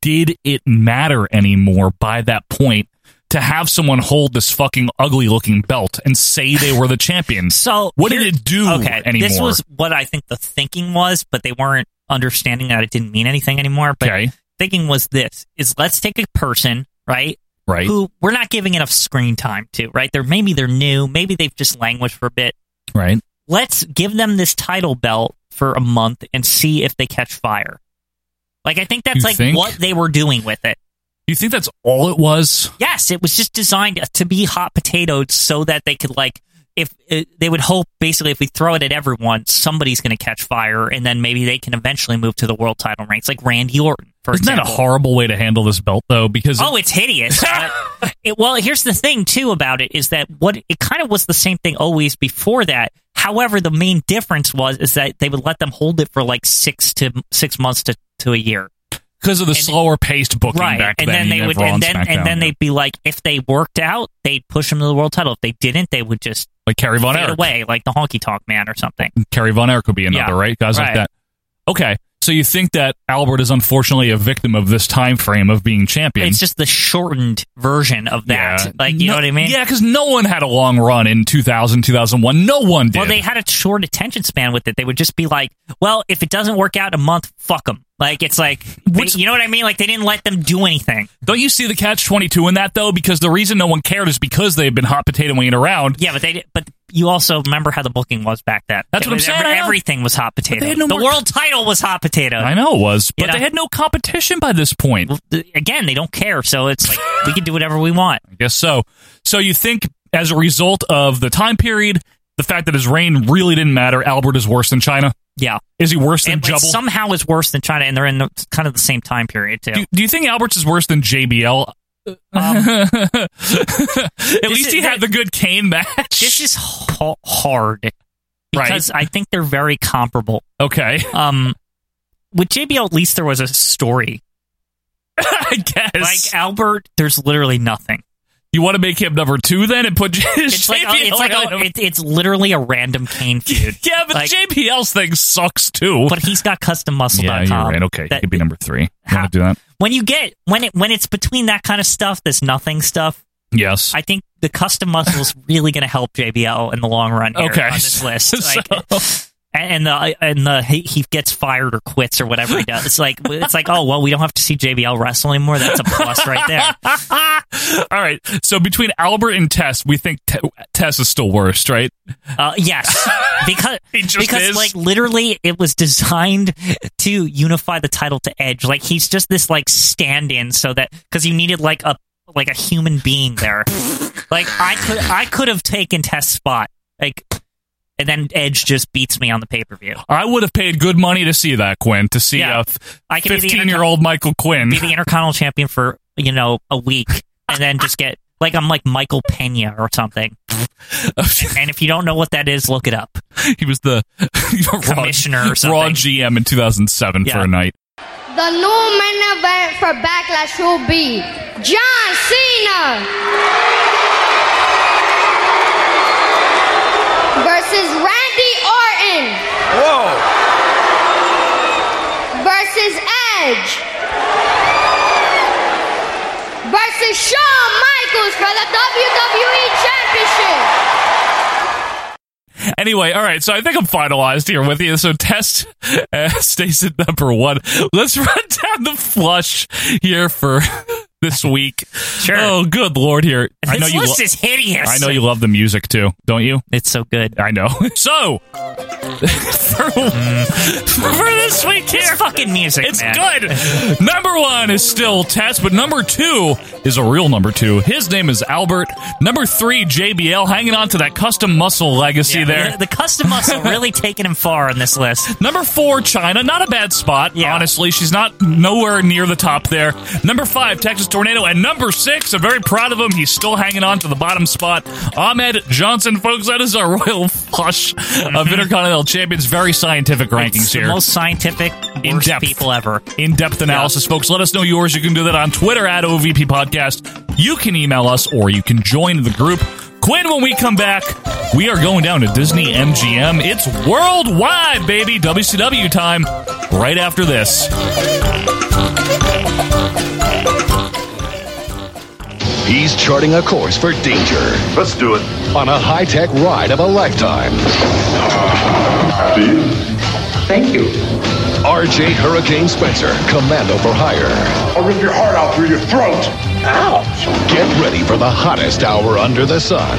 [SPEAKER 1] did it matter anymore by that point to to have someone hold this fucking ugly looking belt and say they were the champion.
[SPEAKER 2] So
[SPEAKER 1] what
[SPEAKER 2] here-
[SPEAKER 1] did it do
[SPEAKER 2] Okay,
[SPEAKER 1] anymore?
[SPEAKER 2] this was what I think the thinking was, but they weren't understanding that it didn't mean anything anymore. But thinking was this: is let's take a person, right,
[SPEAKER 1] Right.
[SPEAKER 2] who we're not giving enough screen time to, right? They're maybe they're new, maybe they've just languished for a bit.
[SPEAKER 1] right.
[SPEAKER 2] Let's give them this title belt for a month and see if they catch fire. Like I think that's
[SPEAKER 1] You
[SPEAKER 2] like
[SPEAKER 1] think?
[SPEAKER 2] what they were doing with it.
[SPEAKER 1] You think that's all it was?
[SPEAKER 2] Yes, it was just designed to be hot potatoes so that they could like if it, they would hope basically if we throw it at everyone, somebody's going to catch fire, and then maybe they can eventually move to the world title ranks, like Randy Orton, for
[SPEAKER 1] Isn't
[SPEAKER 2] example.
[SPEAKER 1] that a horrible way to handle this belt though? Because
[SPEAKER 2] Oh, it's hideous. But it, well, here's the thing too about it is that what it kind of was the same thing always before that. However, the main difference was is that they would let them hold it for like six to six months to, to a year.
[SPEAKER 1] because of the slower paced booking back
[SPEAKER 2] and then
[SPEAKER 1] you
[SPEAKER 2] they
[SPEAKER 1] have
[SPEAKER 2] would,
[SPEAKER 1] Raw
[SPEAKER 2] and then
[SPEAKER 1] SmackDown.
[SPEAKER 2] and then they'd be like, if they worked out, they'd push them to the world title. If they didn't, they would just
[SPEAKER 1] like Kerry Von
[SPEAKER 2] fade
[SPEAKER 1] Erich.
[SPEAKER 2] away, like the Honky Tonk Man or something.
[SPEAKER 1] Kerry Von Erich would be another,
[SPEAKER 2] Yeah,
[SPEAKER 1] right? Guys like
[SPEAKER 2] right.
[SPEAKER 1] that. Okay. So you think that Albert is unfortunately a victim of this time frame of being champion?
[SPEAKER 2] It's just the shortened version of that.
[SPEAKER 1] Yeah.
[SPEAKER 2] Like you know
[SPEAKER 1] No-
[SPEAKER 2] what I mean?
[SPEAKER 1] Yeah, because no one had a long run in 2000, 2001. No one did.
[SPEAKER 2] Well, they had a short attention span with it. They would just be like, "Well, if it doesn't work out in a month, fuck them." Like it's like, they- you know what I mean? Like they didn't let them do anything.
[SPEAKER 1] Don't you see the catch 22 in that, though? Because the reason no one cared is because they've been hot potatoing around.
[SPEAKER 2] Yeah, but they did- but you also remember how the booking was back then.
[SPEAKER 1] That's
[SPEAKER 2] It
[SPEAKER 1] what I'm
[SPEAKER 2] was
[SPEAKER 1] saying,
[SPEAKER 2] every-
[SPEAKER 1] I know.
[SPEAKER 2] everything was hot potato.
[SPEAKER 1] they had no
[SPEAKER 2] the
[SPEAKER 1] more-
[SPEAKER 2] world title was hot potato.
[SPEAKER 1] I know it was,
[SPEAKER 2] You
[SPEAKER 1] but they
[SPEAKER 2] know?
[SPEAKER 1] had no competition by this point.
[SPEAKER 2] th- again, they don't care. So it's like we can do whatever we want.
[SPEAKER 1] I guess so. So you think as a result of the time period, the fact that his reign really didn't matter, Albert is worse than China?
[SPEAKER 2] Yeah.
[SPEAKER 1] Is he worse than
[SPEAKER 2] And
[SPEAKER 1] Jubble?
[SPEAKER 2] but somehow it's worse than China, and they're in the, kind of the same time period too. Um,
[SPEAKER 1] do, do you think Albert's is worse than JBL? At least
[SPEAKER 2] is-
[SPEAKER 1] he had the good Kane match.
[SPEAKER 2] this is ha- hard because I think they're very comparable.
[SPEAKER 1] Okay.
[SPEAKER 2] Um, with JBL, at least there was a story.
[SPEAKER 1] I guess.
[SPEAKER 2] Like Albert, there's literally nothing.
[SPEAKER 1] you want to make him number two then and put
[SPEAKER 2] It's like oh, it's like a, it, it's literally a random Kane feud.
[SPEAKER 1] yeah, but
[SPEAKER 2] like-
[SPEAKER 1] JBL's thing sucks too.
[SPEAKER 2] But he's got custommuscle.com.
[SPEAKER 1] yeah, you're right. Okay, he
[SPEAKER 2] That-
[SPEAKER 1] could be number three. You
[SPEAKER 2] Ha-
[SPEAKER 1] want to do that?
[SPEAKER 2] when you get when it when it's between that kind of stuff, this nothing stuff,
[SPEAKER 1] Yes.
[SPEAKER 2] I think the custom muscle is really going to help JBL in the long run. Here
[SPEAKER 1] Okay.
[SPEAKER 2] on this list, like, and and the and the he, he gets fired or quits or whatever he does. It's like it's like oh well, we don't have to see JBL wrestle anymore. That's a plus right there.
[SPEAKER 1] All right. So between Albert and Tess, we think Te- Tess is still worst, right?
[SPEAKER 2] Uh, yes, because
[SPEAKER 1] He just
[SPEAKER 2] because
[SPEAKER 1] is.
[SPEAKER 2] like literally, it was designed to unify the title to Edge. Like he's just this like stand-in, so that because you needed like a like a human being there. like I could I could have taken Tess spot, like, and then Edge just beats me on the pay per view.
[SPEAKER 1] I would have paid good money to see that Quinn to see
[SPEAKER 2] Yeah.
[SPEAKER 1] a
[SPEAKER 2] I could be the
[SPEAKER 1] fifteen year old Michael Quinn.
[SPEAKER 2] Be the Intercontinental Champion for you know a week, and then just get like I'm like Michael Pena or something. and if you don't know what that is, look it up.
[SPEAKER 1] he was the
[SPEAKER 2] Commissioner or
[SPEAKER 1] raw, raw
[SPEAKER 2] something.
[SPEAKER 1] GM in 2007 for
[SPEAKER 2] Yeah.
[SPEAKER 1] a night.
[SPEAKER 14] The new main event for Backlash will be John Cena versus Randy Orton
[SPEAKER 4] Whoa!
[SPEAKER 14] versus Edge versus Shawn Michaels for the
[SPEAKER 4] E
[SPEAKER 14] WWE Championship.
[SPEAKER 1] Anyway, all right. So I think I'm finalized here with you. So test uh, stays at number one. Let's run down the flush here for this week. Sure. Oh, good lord! Here, I
[SPEAKER 2] This
[SPEAKER 1] know you.
[SPEAKER 2] list is hideous.
[SPEAKER 1] I know you love the music too, don't you?
[SPEAKER 2] It's so good.
[SPEAKER 1] I know. So for, for this week here,
[SPEAKER 2] fucking music.
[SPEAKER 1] It's
[SPEAKER 2] man.
[SPEAKER 1] good. number one is still Tess, but number two is a real number two. His name is Albert. Number three, JBL, hanging on to that custom muscle legacy
[SPEAKER 2] Yeah,
[SPEAKER 1] there.
[SPEAKER 2] The, the custom muscle really taking him far on this list.
[SPEAKER 1] Number four, China. Not a bad spot,
[SPEAKER 2] Yeah.
[SPEAKER 1] honestly. She's not nowhere near the top there. Number five, Texas Tornado. And number six, I'm very proud of him. He's still hanging on to the bottom spot. Ahmed Johnson, folks, that is our royal flush of Intercontinental Champions. Very scientific rankings
[SPEAKER 2] Mm-hmm. It's
[SPEAKER 1] here.
[SPEAKER 2] the most scientific,
[SPEAKER 1] In
[SPEAKER 2] worst
[SPEAKER 1] depth.
[SPEAKER 2] people ever.
[SPEAKER 1] in depth analysis, folks. Let us know yours. You can do that on Twitter at OVP Podcast. You can email us or you can join the group. Quinn, when we come back, we are going down to Disney MGM. It's worldwide, baby. WCW time right after this.
[SPEAKER 15] He's charting a course for danger. Let's do it. On a high tech ride of a lifetime. Thank you. RJ Hurricane Spencer, Commando for Hire. I'll rip your heart out through your throat. Ouch. Get ready for the hottest hour under the sun.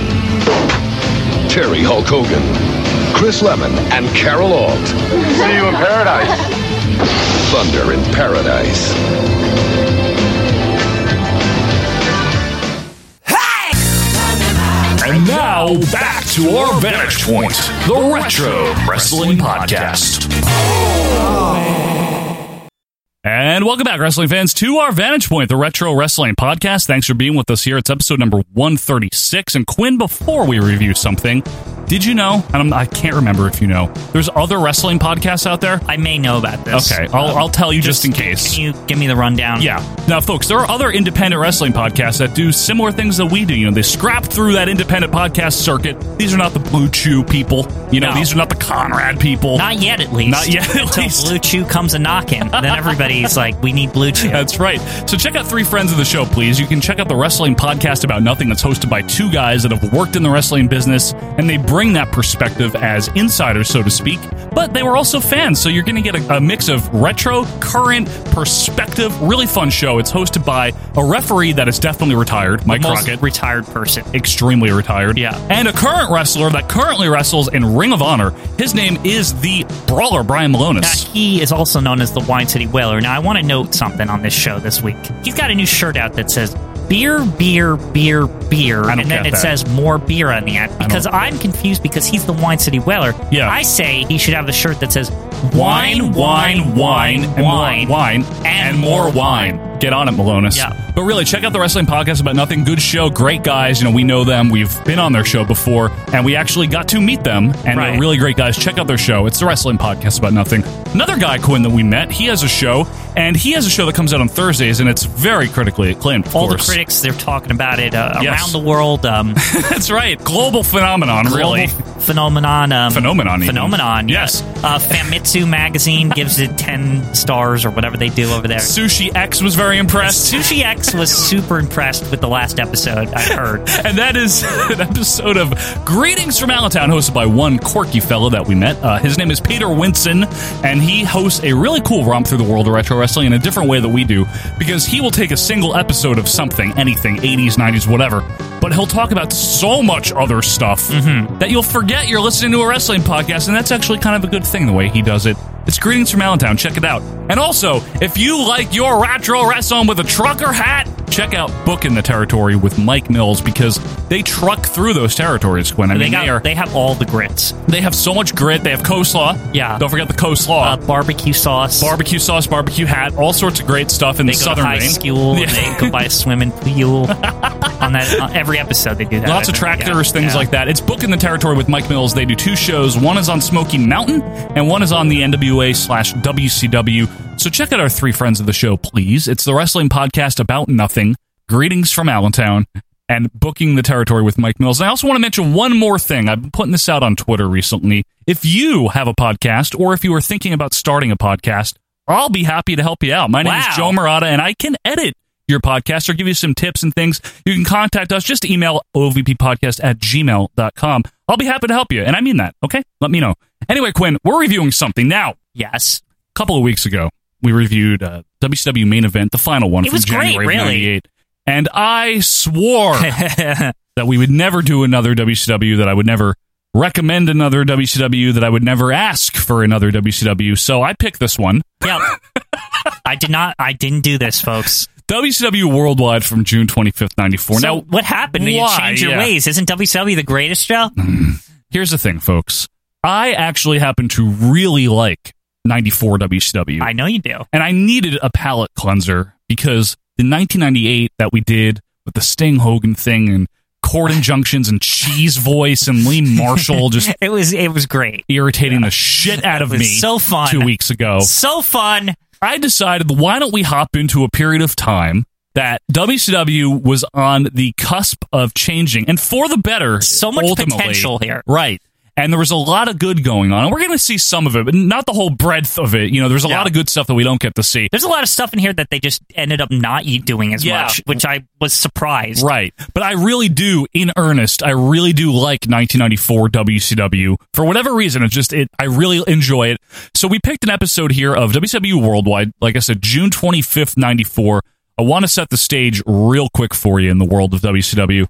[SPEAKER 15] Terry Hulk Hogan, Chris Lemon, and Carol Alt. See you in paradise. Thunder in Paradise.
[SPEAKER 1] And now back to our vantage point, the Retro Wrestling Podcast. And welcome back, wrestling fans, to our Vantage Point, the Retro Wrestling Podcast. Thanks for being with us here. It's episode number 136. And Quinn, before we review something, did you know? And I'm, I can't remember if you know. There's other wrestling podcasts out there. I may know about
[SPEAKER 2] this.
[SPEAKER 1] Okay, I'll,
[SPEAKER 2] Um,
[SPEAKER 1] I'll tell you just, in case. Can you give me the rundown? Yeah. Now, folks, there are other independent wrestling podcasts that do similar things that we do. You know, they scrap through that independent podcast circuit. These are not the Blue Chew people. You know,
[SPEAKER 2] No.
[SPEAKER 1] these are not the Conrad people.
[SPEAKER 2] Not yet, at least.
[SPEAKER 1] Not yet, at
[SPEAKER 2] Until
[SPEAKER 1] least.
[SPEAKER 2] Blue Chew comes a knocking, then everybody's like, "We need Blue Chew."
[SPEAKER 1] That's right. So check out Three Friends of the Show, please. You can check out the Wrestling Podcast About Nothing that's hosted by two guys that have worked in the wrestling business, and they bring that perspective as insiders, so to speak, but they were also fans. So you're going to get a, a mix of retro, current, perspective. Really fun show. It's hosted by a referee that is definitely retired, Mike
[SPEAKER 2] most
[SPEAKER 1] Crockett. Retired person. Extremely retired. Yeah. And a current wrestler that currently wrestles in Ring of Honor. His name is the Brawler, Brian Malonis.
[SPEAKER 2] Now, he is also known as the Wine City Whaler. Now, I want to note something on this show this week. He's got a new shirt out that says beer, beer, beer, beer, and
[SPEAKER 1] get
[SPEAKER 2] then it
[SPEAKER 1] that.
[SPEAKER 2] says more beer on the end because I'm confused because he's the Wine City Whaler. Yeah, I say he should have the shirt that says wine, wine, wine,
[SPEAKER 1] and
[SPEAKER 2] wine,
[SPEAKER 1] more wine, and more wine. Get on it, Malonis.
[SPEAKER 2] Yeah.
[SPEAKER 1] But really, check out the Wrestling Podcast About Nothing. Good show. Great guys. You know, we know them. We've been on their show before, and we actually got to meet them. And they're really great guys. Check out their show. It's the Wrestling Podcast About Nothing. Another guy, Quinn, that we met, he has a show, and he has a show that comes out on Thursdays, and it's very critically acclaimed, of
[SPEAKER 2] All
[SPEAKER 1] course.
[SPEAKER 2] the critics they're talking about it uh,
[SPEAKER 1] Yes.
[SPEAKER 2] around the world. Um,
[SPEAKER 1] That's right. Global phenomenon,
[SPEAKER 2] Global
[SPEAKER 1] really.
[SPEAKER 2] phenomenon. Um,
[SPEAKER 1] phenomenon. even.
[SPEAKER 2] phenomenon. Yes. Uh, Famitsu magazine gives it 10 stars or whatever they do over there.
[SPEAKER 1] Sushi X was very impressed.
[SPEAKER 2] Sushi X was super impressed with the last episode I heard.
[SPEAKER 1] and that is an episode of Greetings from Allentown, hosted by one quirky fellow that we met. Uh, his name is Peter Winson, and he hosts a really cool romp through the world of retro wrestling in a different way that we do, because he will take a single episode of something, anything, 80s, 90s, whatever, but he'll talk about so much other stuff that you'll forget you're listening to a wrestling podcast, and that's actually kind of a good thing the way he does it. It's Greetings from Allentown. Check it out. And also, if you like your retro wrestling with a trucker hat, check out Book in the Territory with Mike Mills because they truck through those territories, Quinn. I
[SPEAKER 2] They
[SPEAKER 1] mean,
[SPEAKER 2] got-
[SPEAKER 1] they, are,
[SPEAKER 2] they have all the grits. Uh,
[SPEAKER 1] They have so much grit. They have coleslaw. Yeah. Don't forget the coleslaw.
[SPEAKER 2] barbecue sauce.
[SPEAKER 1] Barbecue sauce, barbecue hat, all sorts of great stuff in
[SPEAKER 2] they
[SPEAKER 1] the
[SPEAKER 2] go
[SPEAKER 1] southern
[SPEAKER 2] to high
[SPEAKER 1] vein.
[SPEAKER 2] school.
[SPEAKER 1] Yeah.
[SPEAKER 2] They go by a swimming pool. on that, on every episode they do that.
[SPEAKER 1] Lots of tractors, things like that. It's Book in the Territory with Mike Mills. They do two shows. One is on Smoky Mountain, and one is on the NWA slash WCW. So check out our three friends of the show, please. It's the wrestling podcast about nothing. Greetings from Allentown. And booking the territory with Mike Mills. And I also want to mention one more thing. I've been putting this out on Twitter recently. If you have a podcast, or if you are thinking about starting a podcast, I'll be happy to help you out. My name
[SPEAKER 2] Wow.
[SPEAKER 1] is Joe Murata, and I can edit your podcast or give you some tips and things. You can contact us. Just email ovppodcast at gmail.com. I'll be happy to help you. And I mean that. Okay? Let me know. Anyway, Quinn, we're reviewing something now.
[SPEAKER 2] Yes.
[SPEAKER 1] A couple of weeks ago, we reviewed uh, WCW main event, the final one
[SPEAKER 2] It
[SPEAKER 1] from
[SPEAKER 2] was great,
[SPEAKER 1] January of
[SPEAKER 2] really.
[SPEAKER 1] 98. And I swore that we would never do another WCW, that I would never recommend another WCW, that I would never ask for another WCW. So I picked this one.
[SPEAKER 2] Yeah. I did not. I didn't do this, folks.
[SPEAKER 1] WCW Worldwide from June 25th, 94.
[SPEAKER 2] So
[SPEAKER 1] now,
[SPEAKER 2] what happened? You
[SPEAKER 1] why?
[SPEAKER 2] change your
[SPEAKER 1] Yeah. Mm-hmm.
[SPEAKER 2] ways. Isn't WCW the greatest show?
[SPEAKER 1] here's the thing, folks. I actually happen to really like 94 WCW. I
[SPEAKER 2] know you do.
[SPEAKER 1] And I needed a palate cleanser because the 1998 that we did with the Sting Hogan thing and chord injunctions and cheese voice and Lee Marshall just
[SPEAKER 2] it was it was great.
[SPEAKER 1] irritating the shit out of
[SPEAKER 2] It was
[SPEAKER 1] me
[SPEAKER 2] so fun.
[SPEAKER 1] two weeks ago.
[SPEAKER 2] So fun.
[SPEAKER 1] I decided why don't we hop into a period of time that WCW was on the cusp of changing and for the better. So
[SPEAKER 2] much potential here.
[SPEAKER 1] Right. and there was a lot of good going on. And we're going to see some of it, but not the whole breadth of it. You know, there's a lot of good stuff that we don't get to see.
[SPEAKER 2] There's a lot of stuff in here that they just ended up not y- doing as
[SPEAKER 1] Yeah.
[SPEAKER 2] much, which I was surprised.
[SPEAKER 1] Right. But I really do, in earnest, I really do like 1994 WCW. For whatever reason, it's just, it. I really enjoy it. So we picked an episode here of WCW Worldwide. Like I said, June 25th, 94. I want to set the stage real quick for you in the world of WCW.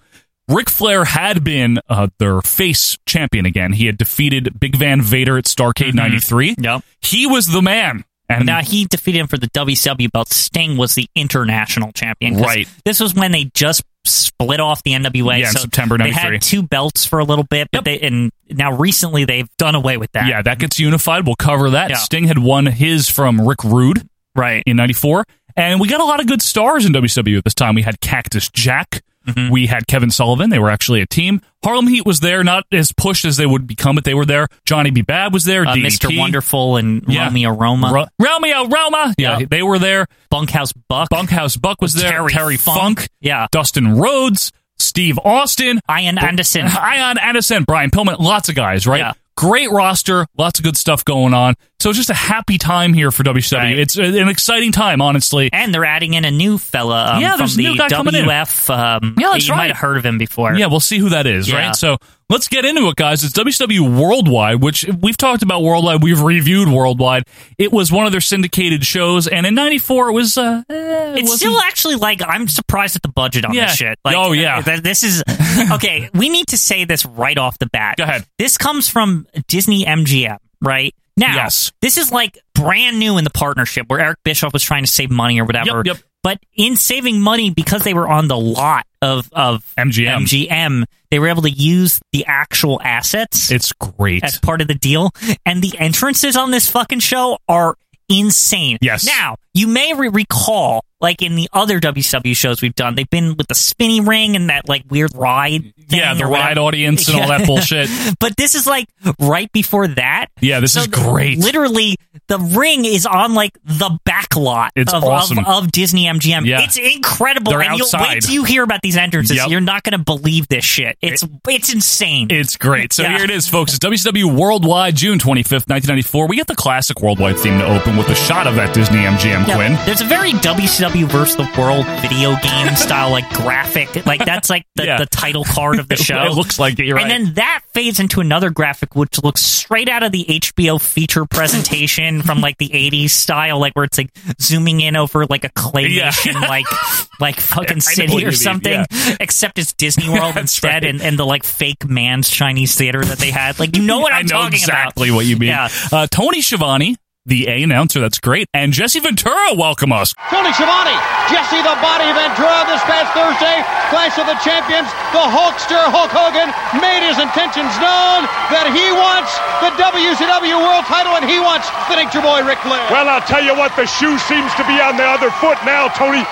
[SPEAKER 1] Ric Flair had been uh, their face champion again. He had defeated Big Van Vader at Starcade 93.
[SPEAKER 2] Mm-hmm. Yep.
[SPEAKER 1] He was the man. And
[SPEAKER 2] now he defeated him for the WCW belt. Sting was the international champion. 'cause
[SPEAKER 1] Right.
[SPEAKER 2] This was when they just split off the NWA.
[SPEAKER 1] Yeah, in
[SPEAKER 2] so
[SPEAKER 1] September
[SPEAKER 2] They
[SPEAKER 1] 93.
[SPEAKER 2] had two belts for a little bit, but they and now recently they've done away with that.
[SPEAKER 1] Yeah, that gets unified. We'll cover that.
[SPEAKER 2] Yeah.
[SPEAKER 1] Sting had won his from Rick Rude
[SPEAKER 2] right
[SPEAKER 1] in 94. And we got a lot of good stars in WCW at this time. We had Cactus Jack.
[SPEAKER 2] Mm-hmm.
[SPEAKER 1] We had Kevin Sullivan. They were actually a team. Harlem Heat was there, not as pushed as they would become, but they were there. Johnny B. Bad was there. E
[SPEAKER 2] Uh,
[SPEAKER 1] DDP.
[SPEAKER 2] Mr. Wonderful and
[SPEAKER 1] Yeah.
[SPEAKER 2] Romeo Roma.
[SPEAKER 1] Ro- Romeo Roma. Yeah,
[SPEAKER 2] Yep.
[SPEAKER 1] they were there.
[SPEAKER 2] Bunkhouse Buck.
[SPEAKER 1] Bunkhouse Buck was there.
[SPEAKER 2] Terry
[SPEAKER 1] Funk.
[SPEAKER 2] Funk. Yeah.
[SPEAKER 1] Dustin Rhodes. Steve Austin.
[SPEAKER 2] Ian Anderson.
[SPEAKER 1] Ion Anderson. Brian Pillman. Lots of guys, right?
[SPEAKER 2] Yeah.
[SPEAKER 1] Great roster. Lots of good stuff going on. So it's just a happy time here for WCW. It's an exciting time, honestly.
[SPEAKER 2] And they're adding in a new fella um,
[SPEAKER 1] Yeah,
[SPEAKER 2] from
[SPEAKER 1] there's a
[SPEAKER 2] the
[SPEAKER 1] new guy coming in.
[SPEAKER 2] WF. Um,
[SPEAKER 1] Yeah, that's
[SPEAKER 2] you
[SPEAKER 1] right.
[SPEAKER 2] might have heard of him before.
[SPEAKER 1] Yeah, we'll see who that is,
[SPEAKER 2] Yeah.
[SPEAKER 1] right? So let's get into it, guys. It's WCW Worldwide, which we've talked about Worldwide. We've reviewed Worldwide. It was one of their syndicated shows, and in '94 it was. Uh, it
[SPEAKER 2] It's still actually like I'm surprised at the budget on
[SPEAKER 1] Yeah.
[SPEAKER 2] this shit. Like,
[SPEAKER 1] Oh, yeah.
[SPEAKER 2] th- this is okay. we need to say this right off the bat.
[SPEAKER 1] Go ahead.
[SPEAKER 2] This comes from Disney MGM, right? Now,
[SPEAKER 1] Yes.
[SPEAKER 2] this is like brand new in the partnership where Eric Bischoff was trying to save money or whatever.
[SPEAKER 1] Yep, yep.
[SPEAKER 2] But in saving money because they were on the lot of of
[SPEAKER 1] MGM.
[SPEAKER 2] MGM, they were able to use the actual assets
[SPEAKER 1] It's great.
[SPEAKER 2] as part of the deal. And the entrances on this fucking show are insane.
[SPEAKER 1] Yes.
[SPEAKER 2] Now, you may re- recall, like in the other WCW shows we've done, they've been with the spinny ring and that like weird ride. Thing
[SPEAKER 1] yeah, the
[SPEAKER 2] or whatever.
[SPEAKER 1] ride audience and all
[SPEAKER 2] Yeah.
[SPEAKER 1] that bullshit.
[SPEAKER 2] but this is like right before that.
[SPEAKER 1] Yeah, this
[SPEAKER 2] So
[SPEAKER 1] is
[SPEAKER 2] th-
[SPEAKER 1] great.
[SPEAKER 2] Literally, the ring is on like the back lot
[SPEAKER 1] It's
[SPEAKER 2] of,
[SPEAKER 1] awesome.
[SPEAKER 2] of, of Disney MGM.
[SPEAKER 1] Yeah.
[SPEAKER 2] It's incredible.
[SPEAKER 1] They're
[SPEAKER 2] and
[SPEAKER 1] outside.
[SPEAKER 2] you'll wait till you hear about these entrances.
[SPEAKER 1] Yep.
[SPEAKER 2] You're not going to believe this shit. It's it's insane.
[SPEAKER 1] It's great. So
[SPEAKER 2] Yeah.
[SPEAKER 1] here it is, folks. It's WCW Worldwide, June 25th, 1994. We get the classic Worldwide theme to open with a shot of that Disney MGM
[SPEAKER 2] Yeah,
[SPEAKER 1] Quinn.
[SPEAKER 2] There's a very WCW versus the world video game style like graphic. Like that's like the,
[SPEAKER 1] Yeah.
[SPEAKER 2] the title card of the show.
[SPEAKER 1] It looks like it. You're right.
[SPEAKER 2] And then that fades into another graphic which looks straight out of the HBO feature presentation from like the 80s style like where it's like zooming in over like a claymation like like fucking
[SPEAKER 1] I know what
[SPEAKER 2] city
[SPEAKER 1] you mean,
[SPEAKER 2] or something
[SPEAKER 1] yeah.
[SPEAKER 2] except it's Disney World
[SPEAKER 1] That's
[SPEAKER 2] instead
[SPEAKER 1] right.
[SPEAKER 2] and, and the like fake man's Chinese theater that they had. Like you know what I'm
[SPEAKER 1] I know
[SPEAKER 2] talking
[SPEAKER 1] exactly
[SPEAKER 2] about.
[SPEAKER 1] what you mean.
[SPEAKER 2] Yeah.
[SPEAKER 1] Uh, Tony Schiavone, the A announcer, that's great, and Jesse Ventura welcome us.
[SPEAKER 4] Tony Schiavone, Jesse the Body Ventura this past Thursday, Clash of the Champions, the Hulkster Hulk Hogan made his intentions known that he wants the WCW World title and he wants the Nature Boy Ric Flair.
[SPEAKER 16] Well, I'll tell you what, the shoe seems to be on the other foot now, Tony.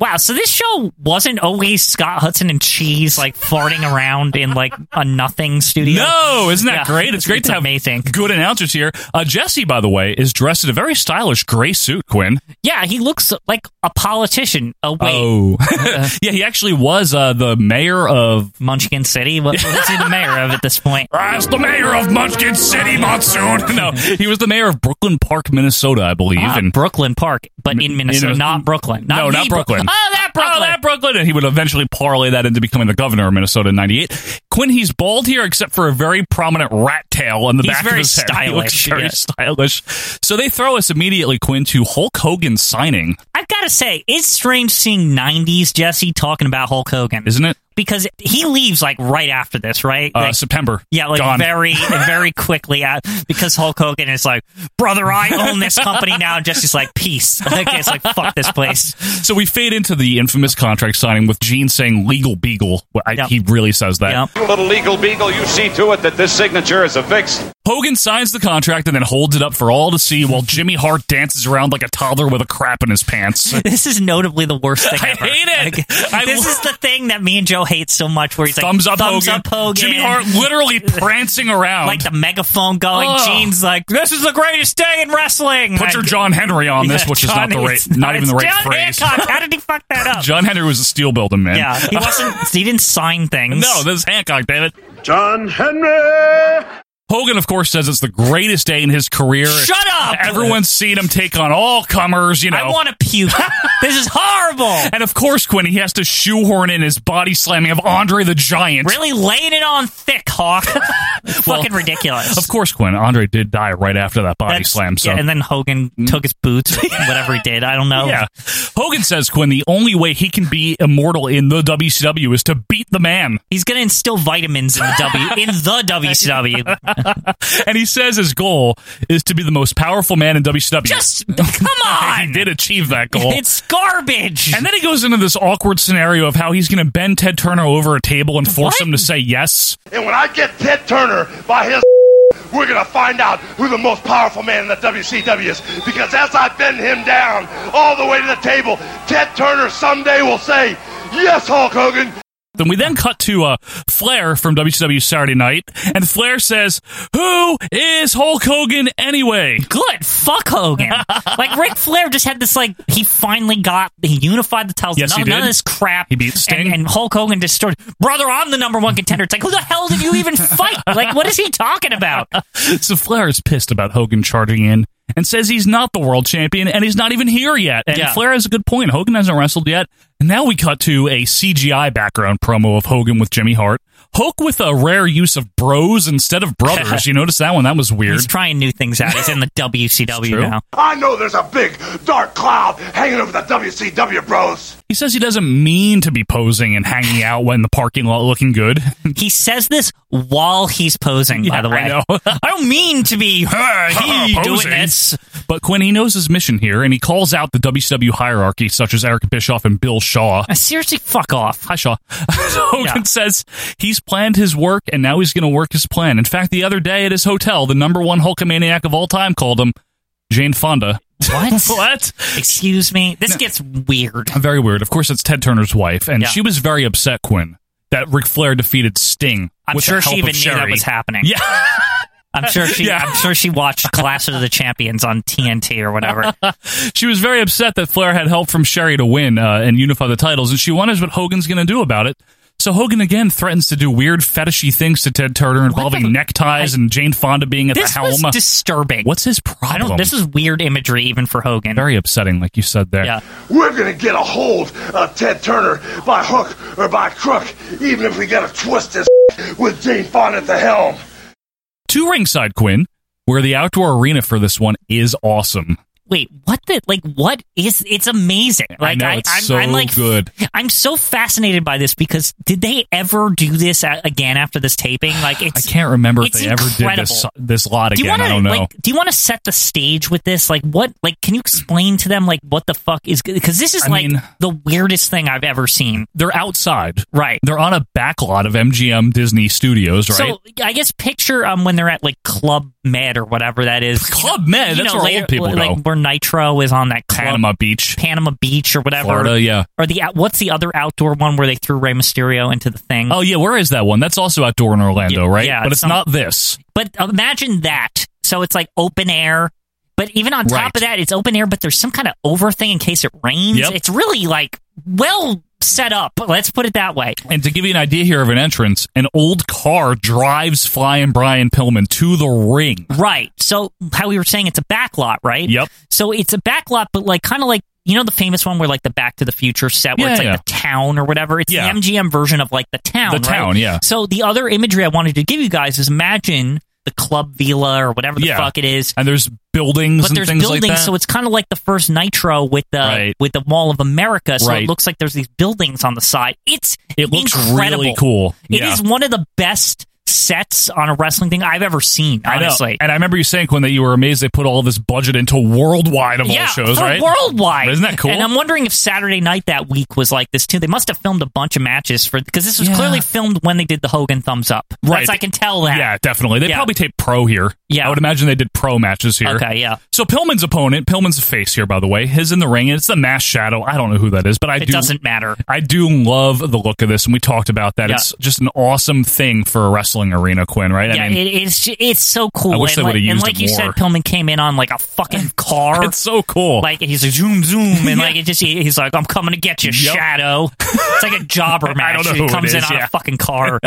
[SPEAKER 2] Wow, so this show wasn't always Scott Hudson and Cheese like farting around in like a nothing studio.
[SPEAKER 1] No, isn't that
[SPEAKER 2] uh, Yeah,
[SPEAKER 1] great? It's great to have
[SPEAKER 2] amazing.
[SPEAKER 1] good announcers here. Uh, Jesse, by the way, is dressed in a very stylish gray suit, Quinn.
[SPEAKER 2] Yeah, he looks like a politician. Oh wait, Uh.
[SPEAKER 1] Oh. yeah, he actually was uh, the mayor of.
[SPEAKER 2] Munchkin City. What what is he the mayor of at this point?
[SPEAKER 1] As the mayor of Munchkin City, Monsoon. No, he was the mayor of Brooklyn Park, Minnesota, I believe.
[SPEAKER 2] Ah,
[SPEAKER 1] and
[SPEAKER 2] Brooklyn Park, but in Minnesota,
[SPEAKER 1] in a-
[SPEAKER 2] not Brooklyn. Not
[SPEAKER 1] no,
[SPEAKER 2] the
[SPEAKER 1] not
[SPEAKER 2] Bro-
[SPEAKER 1] Brooklyn.
[SPEAKER 2] oh, that Brooklyn.
[SPEAKER 1] Oh, that Brooklyn. And he would eventually parlay that into becoming the governor of Minnesota in 98. Quinn, he's bald here, except for a very prominent rat tail on the
[SPEAKER 2] He's
[SPEAKER 1] back
[SPEAKER 2] very
[SPEAKER 1] of his head. He looks
[SPEAKER 2] stylish,
[SPEAKER 1] very
[SPEAKER 2] yeah.
[SPEAKER 1] stylish. So they throw us immediately, Quinn, to Hulk Hogan's signing,
[SPEAKER 2] I've got to say, it's strange seeing '90s Jesse talking about Hulk Hogan,
[SPEAKER 1] isn't it?
[SPEAKER 2] Because he leaves like right after this, right?
[SPEAKER 1] Uh,
[SPEAKER 2] Like,
[SPEAKER 1] September.
[SPEAKER 2] Yeah, like
[SPEAKER 1] Gone.
[SPEAKER 2] very, very quickly, uh, because Hulk Hogan is like, brother, I own this company now. And Jesse's like, peace. Like, it's like, fuck this place.
[SPEAKER 1] So we fade into the infamous contract signing with Gene saying legal beagle. Well, I,
[SPEAKER 2] Yep.
[SPEAKER 1] He really says that.
[SPEAKER 2] Yep.
[SPEAKER 16] Little legal beagle, you see to it that this signature is affixed.
[SPEAKER 1] Hogan signs the contract and then holds it up for all to see while Jimmy Hart dances around like a toddler with a crap in his pants.
[SPEAKER 2] This is notably the worst thing
[SPEAKER 1] I
[SPEAKER 2] ever.
[SPEAKER 1] hate it.
[SPEAKER 2] Like,
[SPEAKER 1] I
[SPEAKER 2] this
[SPEAKER 1] lo-
[SPEAKER 2] is the thing that me and Joe hate so much where he's like,
[SPEAKER 1] thumbs up,
[SPEAKER 2] thumbs
[SPEAKER 1] Hogan.
[SPEAKER 2] up Hogan.
[SPEAKER 1] Jimmy Hart literally prancing around.
[SPEAKER 2] Like the megaphone going,
[SPEAKER 1] Oh.
[SPEAKER 2] Gene's like, this is the greatest day in wrestling.
[SPEAKER 1] Put
[SPEAKER 2] Like,
[SPEAKER 1] your John Henry on this,
[SPEAKER 2] yeah,
[SPEAKER 1] which
[SPEAKER 2] John-
[SPEAKER 1] is not the right,
[SPEAKER 2] it's
[SPEAKER 1] not, even the
[SPEAKER 2] it's
[SPEAKER 1] right
[SPEAKER 2] John
[SPEAKER 1] phrase.
[SPEAKER 2] Hancock. How did he fuck that up?
[SPEAKER 1] John Henry was a steel building man.
[SPEAKER 2] yeah, he wasn't. he didn't sign things.
[SPEAKER 1] no, this is Hancock, damn it.
[SPEAKER 16] John Henry!
[SPEAKER 1] Hogan, of course, says it's the greatest day in his career.
[SPEAKER 2] Shut up!
[SPEAKER 1] Everyone's seen him take on all comers, you know.
[SPEAKER 2] I want to puke. this is horrible.
[SPEAKER 1] And of course, Quinn, he has to shoehorn in his body slamming of Andre the Giant.
[SPEAKER 2] Really laying it on thick, Hawk. Fucking ridiculous.
[SPEAKER 1] Of course, Quinn. Andre did die right after that body
[SPEAKER 2] That's-
[SPEAKER 1] slam. So Mm.
[SPEAKER 2] yeah, and then Hogan took his boots, or whatever he did. I don't know.
[SPEAKER 1] Yeah. Hogan says, Quinn, the only way he can be immortal in the WCW is to beat the man.
[SPEAKER 2] He's gonna instill vitamins in the W in the WCW.
[SPEAKER 1] And he says his goal is to be the most powerful man in WCW.
[SPEAKER 2] Just come on.
[SPEAKER 1] he did achieve that goal.
[SPEAKER 2] It's garbage.
[SPEAKER 1] and then he goes into this awkward scenario of how he's going to bend Ted Turner over a table and force
[SPEAKER 16] What?
[SPEAKER 1] him to say yes.
[SPEAKER 16] And when I get Ted Turner by his, we're gonna find out who the most powerful man in the WCW is. Because as I bend him down all the way to the table, Ted Turner someday will say, "Yes, Hulk Hogan,
[SPEAKER 1] Then we then cut to uh, Flair from WCW Saturday Night, and Flair says, "Who is Hulk Hogan anyway?"
[SPEAKER 2] Good. Fuck Hogan. like Ric Flair just had this like he finally got he unified the titles.
[SPEAKER 1] Yes,
[SPEAKER 2] none,
[SPEAKER 1] he
[SPEAKER 2] none of
[SPEAKER 1] did.
[SPEAKER 2] this crap.
[SPEAKER 1] He beat Sting.
[SPEAKER 2] And, and Hulk Hogan just started, brother, I'm the number one contender. It's like, who the hell did you even fight? Like, what is he talking about?
[SPEAKER 1] so Flair is pissed about Hogan charging in and says he's not the world champion and he's not even here yet. And
[SPEAKER 2] Yeah.
[SPEAKER 1] Flair has a good point. Hogan hasn't wrestled yet. And now we cut to a CGI background promo of Hogan with Jimmy Hart. Hulk with a rare use of bros instead of brothers. you notice that one? That was weird.
[SPEAKER 2] He's trying new things out. He's in the WCW
[SPEAKER 1] true.
[SPEAKER 2] now.
[SPEAKER 16] I know there's a big dark cloud hanging over the WCW bros."
[SPEAKER 1] He says he doesn't mean to be posing and hanging out when the parking lot looking good.
[SPEAKER 2] He says this while he's posing, by
[SPEAKER 1] Yeah,
[SPEAKER 2] the way.
[SPEAKER 1] I know.
[SPEAKER 2] don't mean to be her, he doing
[SPEAKER 1] Posing.
[SPEAKER 2] this.
[SPEAKER 1] But Quinn, he knows his mission here, and he calls out the WCW hierarchy, such as Eric Bischoff and Bill Shaw.
[SPEAKER 2] Uh, Seriously, fuck off.
[SPEAKER 1] Hi, Shaw. So Hogan
[SPEAKER 2] Yeah.
[SPEAKER 1] says he's planned his work, and now he's going to work his plan. In fact, the other day at his hotel, the number one Hulkamaniac of all time called him Jane Fonda.
[SPEAKER 2] What?
[SPEAKER 1] what?
[SPEAKER 2] Excuse me. This gets weird.
[SPEAKER 1] Very weird. Of course, it's Ted Turner's wife, and
[SPEAKER 2] Yeah.
[SPEAKER 1] she was very upset, Quinn, that Ric Flair defeated Sting.
[SPEAKER 2] I'm
[SPEAKER 1] with the
[SPEAKER 2] sure she
[SPEAKER 1] help
[SPEAKER 2] even
[SPEAKER 1] of
[SPEAKER 2] knew that
[SPEAKER 1] Sherry.
[SPEAKER 2] was happening.
[SPEAKER 1] Yeah.
[SPEAKER 2] I'm sure she.
[SPEAKER 1] Yeah.
[SPEAKER 2] I'm sure she watched Clash of the Champions on TNT or whatever.
[SPEAKER 1] She was very upset that Flair had help from Sherry to win uh, and unify the titles, and she wonders what Hogan's going to do about it. So Hogan again threatens to do weird fetishy things to Ted Turner involving neckties and Jane Fonda being at
[SPEAKER 2] this
[SPEAKER 1] the helm.
[SPEAKER 2] was disturbing.
[SPEAKER 1] What's his problem?
[SPEAKER 2] I don't. This is weird imagery, even for Hogan.
[SPEAKER 1] very upsetting, like you said there.
[SPEAKER 2] Yeah.
[SPEAKER 16] We're gonna get a hold of Ted Turner by hook or by crook, even if we gotta twist his with Jane Fonda at the helm.
[SPEAKER 1] To ringside, Quinn, where the outdoor arena for this one is awesome.
[SPEAKER 2] Wait, what the? Like, what is? It's amazing. Like,
[SPEAKER 1] know, it's
[SPEAKER 2] am
[SPEAKER 1] so
[SPEAKER 2] I'm like,
[SPEAKER 1] good.
[SPEAKER 2] I'm so fascinated by this because did they ever do this a- again after this taping? Like,
[SPEAKER 1] I
[SPEAKER 2] it's
[SPEAKER 1] can't remember if
[SPEAKER 2] it's
[SPEAKER 1] they ever did this
[SPEAKER 2] incredible.
[SPEAKER 1] this lot
[SPEAKER 2] Do
[SPEAKER 1] again.
[SPEAKER 2] you want
[SPEAKER 1] I
[SPEAKER 2] to
[SPEAKER 1] don't know.
[SPEAKER 2] like? Do you want to set the stage with this? Like, what? Like, can you explain to them like what the fuck is? Because this is
[SPEAKER 1] I
[SPEAKER 2] like
[SPEAKER 1] mean-
[SPEAKER 2] the weirdest thing I've ever seen.
[SPEAKER 1] They're outside.
[SPEAKER 2] Right.
[SPEAKER 1] They're on a back lot of MGM Disney Studios, right?
[SPEAKER 2] So I guess picture um when they're at like Club Med or whatever that is.
[SPEAKER 1] Club Med, that's where old people
[SPEAKER 2] like
[SPEAKER 1] go.
[SPEAKER 2] where Nitro is on that club,
[SPEAKER 1] Panama Beach,
[SPEAKER 2] Panama Beach or whatever.
[SPEAKER 1] Florida, yeah.
[SPEAKER 2] Or the out- what's the other outdoor one where they threw Rey Mysterio into the thing?
[SPEAKER 1] Oh yeah, where is that one? That's also outdoor in Orlando,
[SPEAKER 2] Yeah,
[SPEAKER 1] right?
[SPEAKER 2] yeah,
[SPEAKER 1] but it's
[SPEAKER 2] some-
[SPEAKER 1] not this.
[SPEAKER 2] But imagine that. So it's like open air. But even on top
[SPEAKER 1] Right.
[SPEAKER 2] of that, it's open air, but there's some kind of over thing in case it rains.
[SPEAKER 1] Yep.
[SPEAKER 2] It's really like well set up. Let's put it that way.
[SPEAKER 1] And to give you an idea here of an entrance, an old car drives Flying Brian Pillman to the ring.
[SPEAKER 2] Right. So how we were saying it's a backlot, right?
[SPEAKER 1] Yep.
[SPEAKER 2] So it's a backlot, but like kind of like you know the famous one where like the Back to the Future set where
[SPEAKER 1] Yeah,
[SPEAKER 2] it's like
[SPEAKER 1] yeah.
[SPEAKER 2] the town or whatever. It's
[SPEAKER 1] Yeah.
[SPEAKER 2] the MGM version of like the town.
[SPEAKER 1] The
[SPEAKER 2] right?
[SPEAKER 1] town, yeah.
[SPEAKER 2] So the other imagery I wanted to give you guys is imagine the Club Villa or whatever the
[SPEAKER 1] Yeah.
[SPEAKER 2] fuck it is.
[SPEAKER 1] And there's buildings
[SPEAKER 2] But
[SPEAKER 1] and
[SPEAKER 2] there's
[SPEAKER 1] things
[SPEAKER 2] buildings,
[SPEAKER 1] like that.
[SPEAKER 2] so it's kind of like the first Nitro with the
[SPEAKER 1] Right.
[SPEAKER 2] with the Mall of America. So
[SPEAKER 1] Right.
[SPEAKER 2] it looks like there's these buildings on the side. It's
[SPEAKER 1] it looks
[SPEAKER 2] incredible.
[SPEAKER 1] really cool.
[SPEAKER 2] It
[SPEAKER 1] yeah.
[SPEAKER 2] is one of the best sets on a wrestling thing I've ever seen.
[SPEAKER 1] I know.
[SPEAKER 2] Honestly,
[SPEAKER 1] And I remember you saying Quinn that you were amazed they put all this budget into worldwide of all
[SPEAKER 2] yeah,
[SPEAKER 1] shows,
[SPEAKER 2] for
[SPEAKER 1] right?
[SPEAKER 2] Worldwide,
[SPEAKER 1] Isn't that cool?
[SPEAKER 2] And I'm wondering if Saturday night that week was like this too. They must have filmed a bunch of matches for because this was
[SPEAKER 1] Yeah.
[SPEAKER 2] clearly filmed when they did the Hogan thumbs up.
[SPEAKER 1] Right.
[SPEAKER 2] That's- I can tell that.
[SPEAKER 1] yeah, definitely. They
[SPEAKER 2] Yeah.
[SPEAKER 1] probably taped pro here.
[SPEAKER 2] Yeah.
[SPEAKER 1] I would imagine they did pro matches here.
[SPEAKER 2] Okay, yeah.
[SPEAKER 1] So Pillman's opponent, Pillman's a face here, by the way, his in the ring, and it's the mass shadow. I don't know who that is, but I
[SPEAKER 2] It
[SPEAKER 1] do
[SPEAKER 2] doesn't matter.
[SPEAKER 1] I do love the look of this, and we talked about that.
[SPEAKER 2] Yeah.
[SPEAKER 1] It's just an awesome thing for a wrestling wrestling arena, Quinn. Right?
[SPEAKER 2] yeah,
[SPEAKER 1] I mean,
[SPEAKER 2] it, it's ju- it's so cool.
[SPEAKER 1] I wish they
[SPEAKER 2] and like,
[SPEAKER 1] would've
[SPEAKER 2] and
[SPEAKER 1] used
[SPEAKER 2] like
[SPEAKER 1] it
[SPEAKER 2] you said,
[SPEAKER 1] more.
[SPEAKER 2] Pillman came in on like a fucking car.
[SPEAKER 1] It's so cool.
[SPEAKER 2] Like and he's like zoom zoom, and like it just he- he's like I'm coming to get you, Shadow. it's like a jobber match.
[SPEAKER 1] don't know
[SPEAKER 2] and
[SPEAKER 1] who it
[SPEAKER 2] he comes in
[SPEAKER 1] is,
[SPEAKER 2] on
[SPEAKER 1] yeah.
[SPEAKER 2] a fucking car.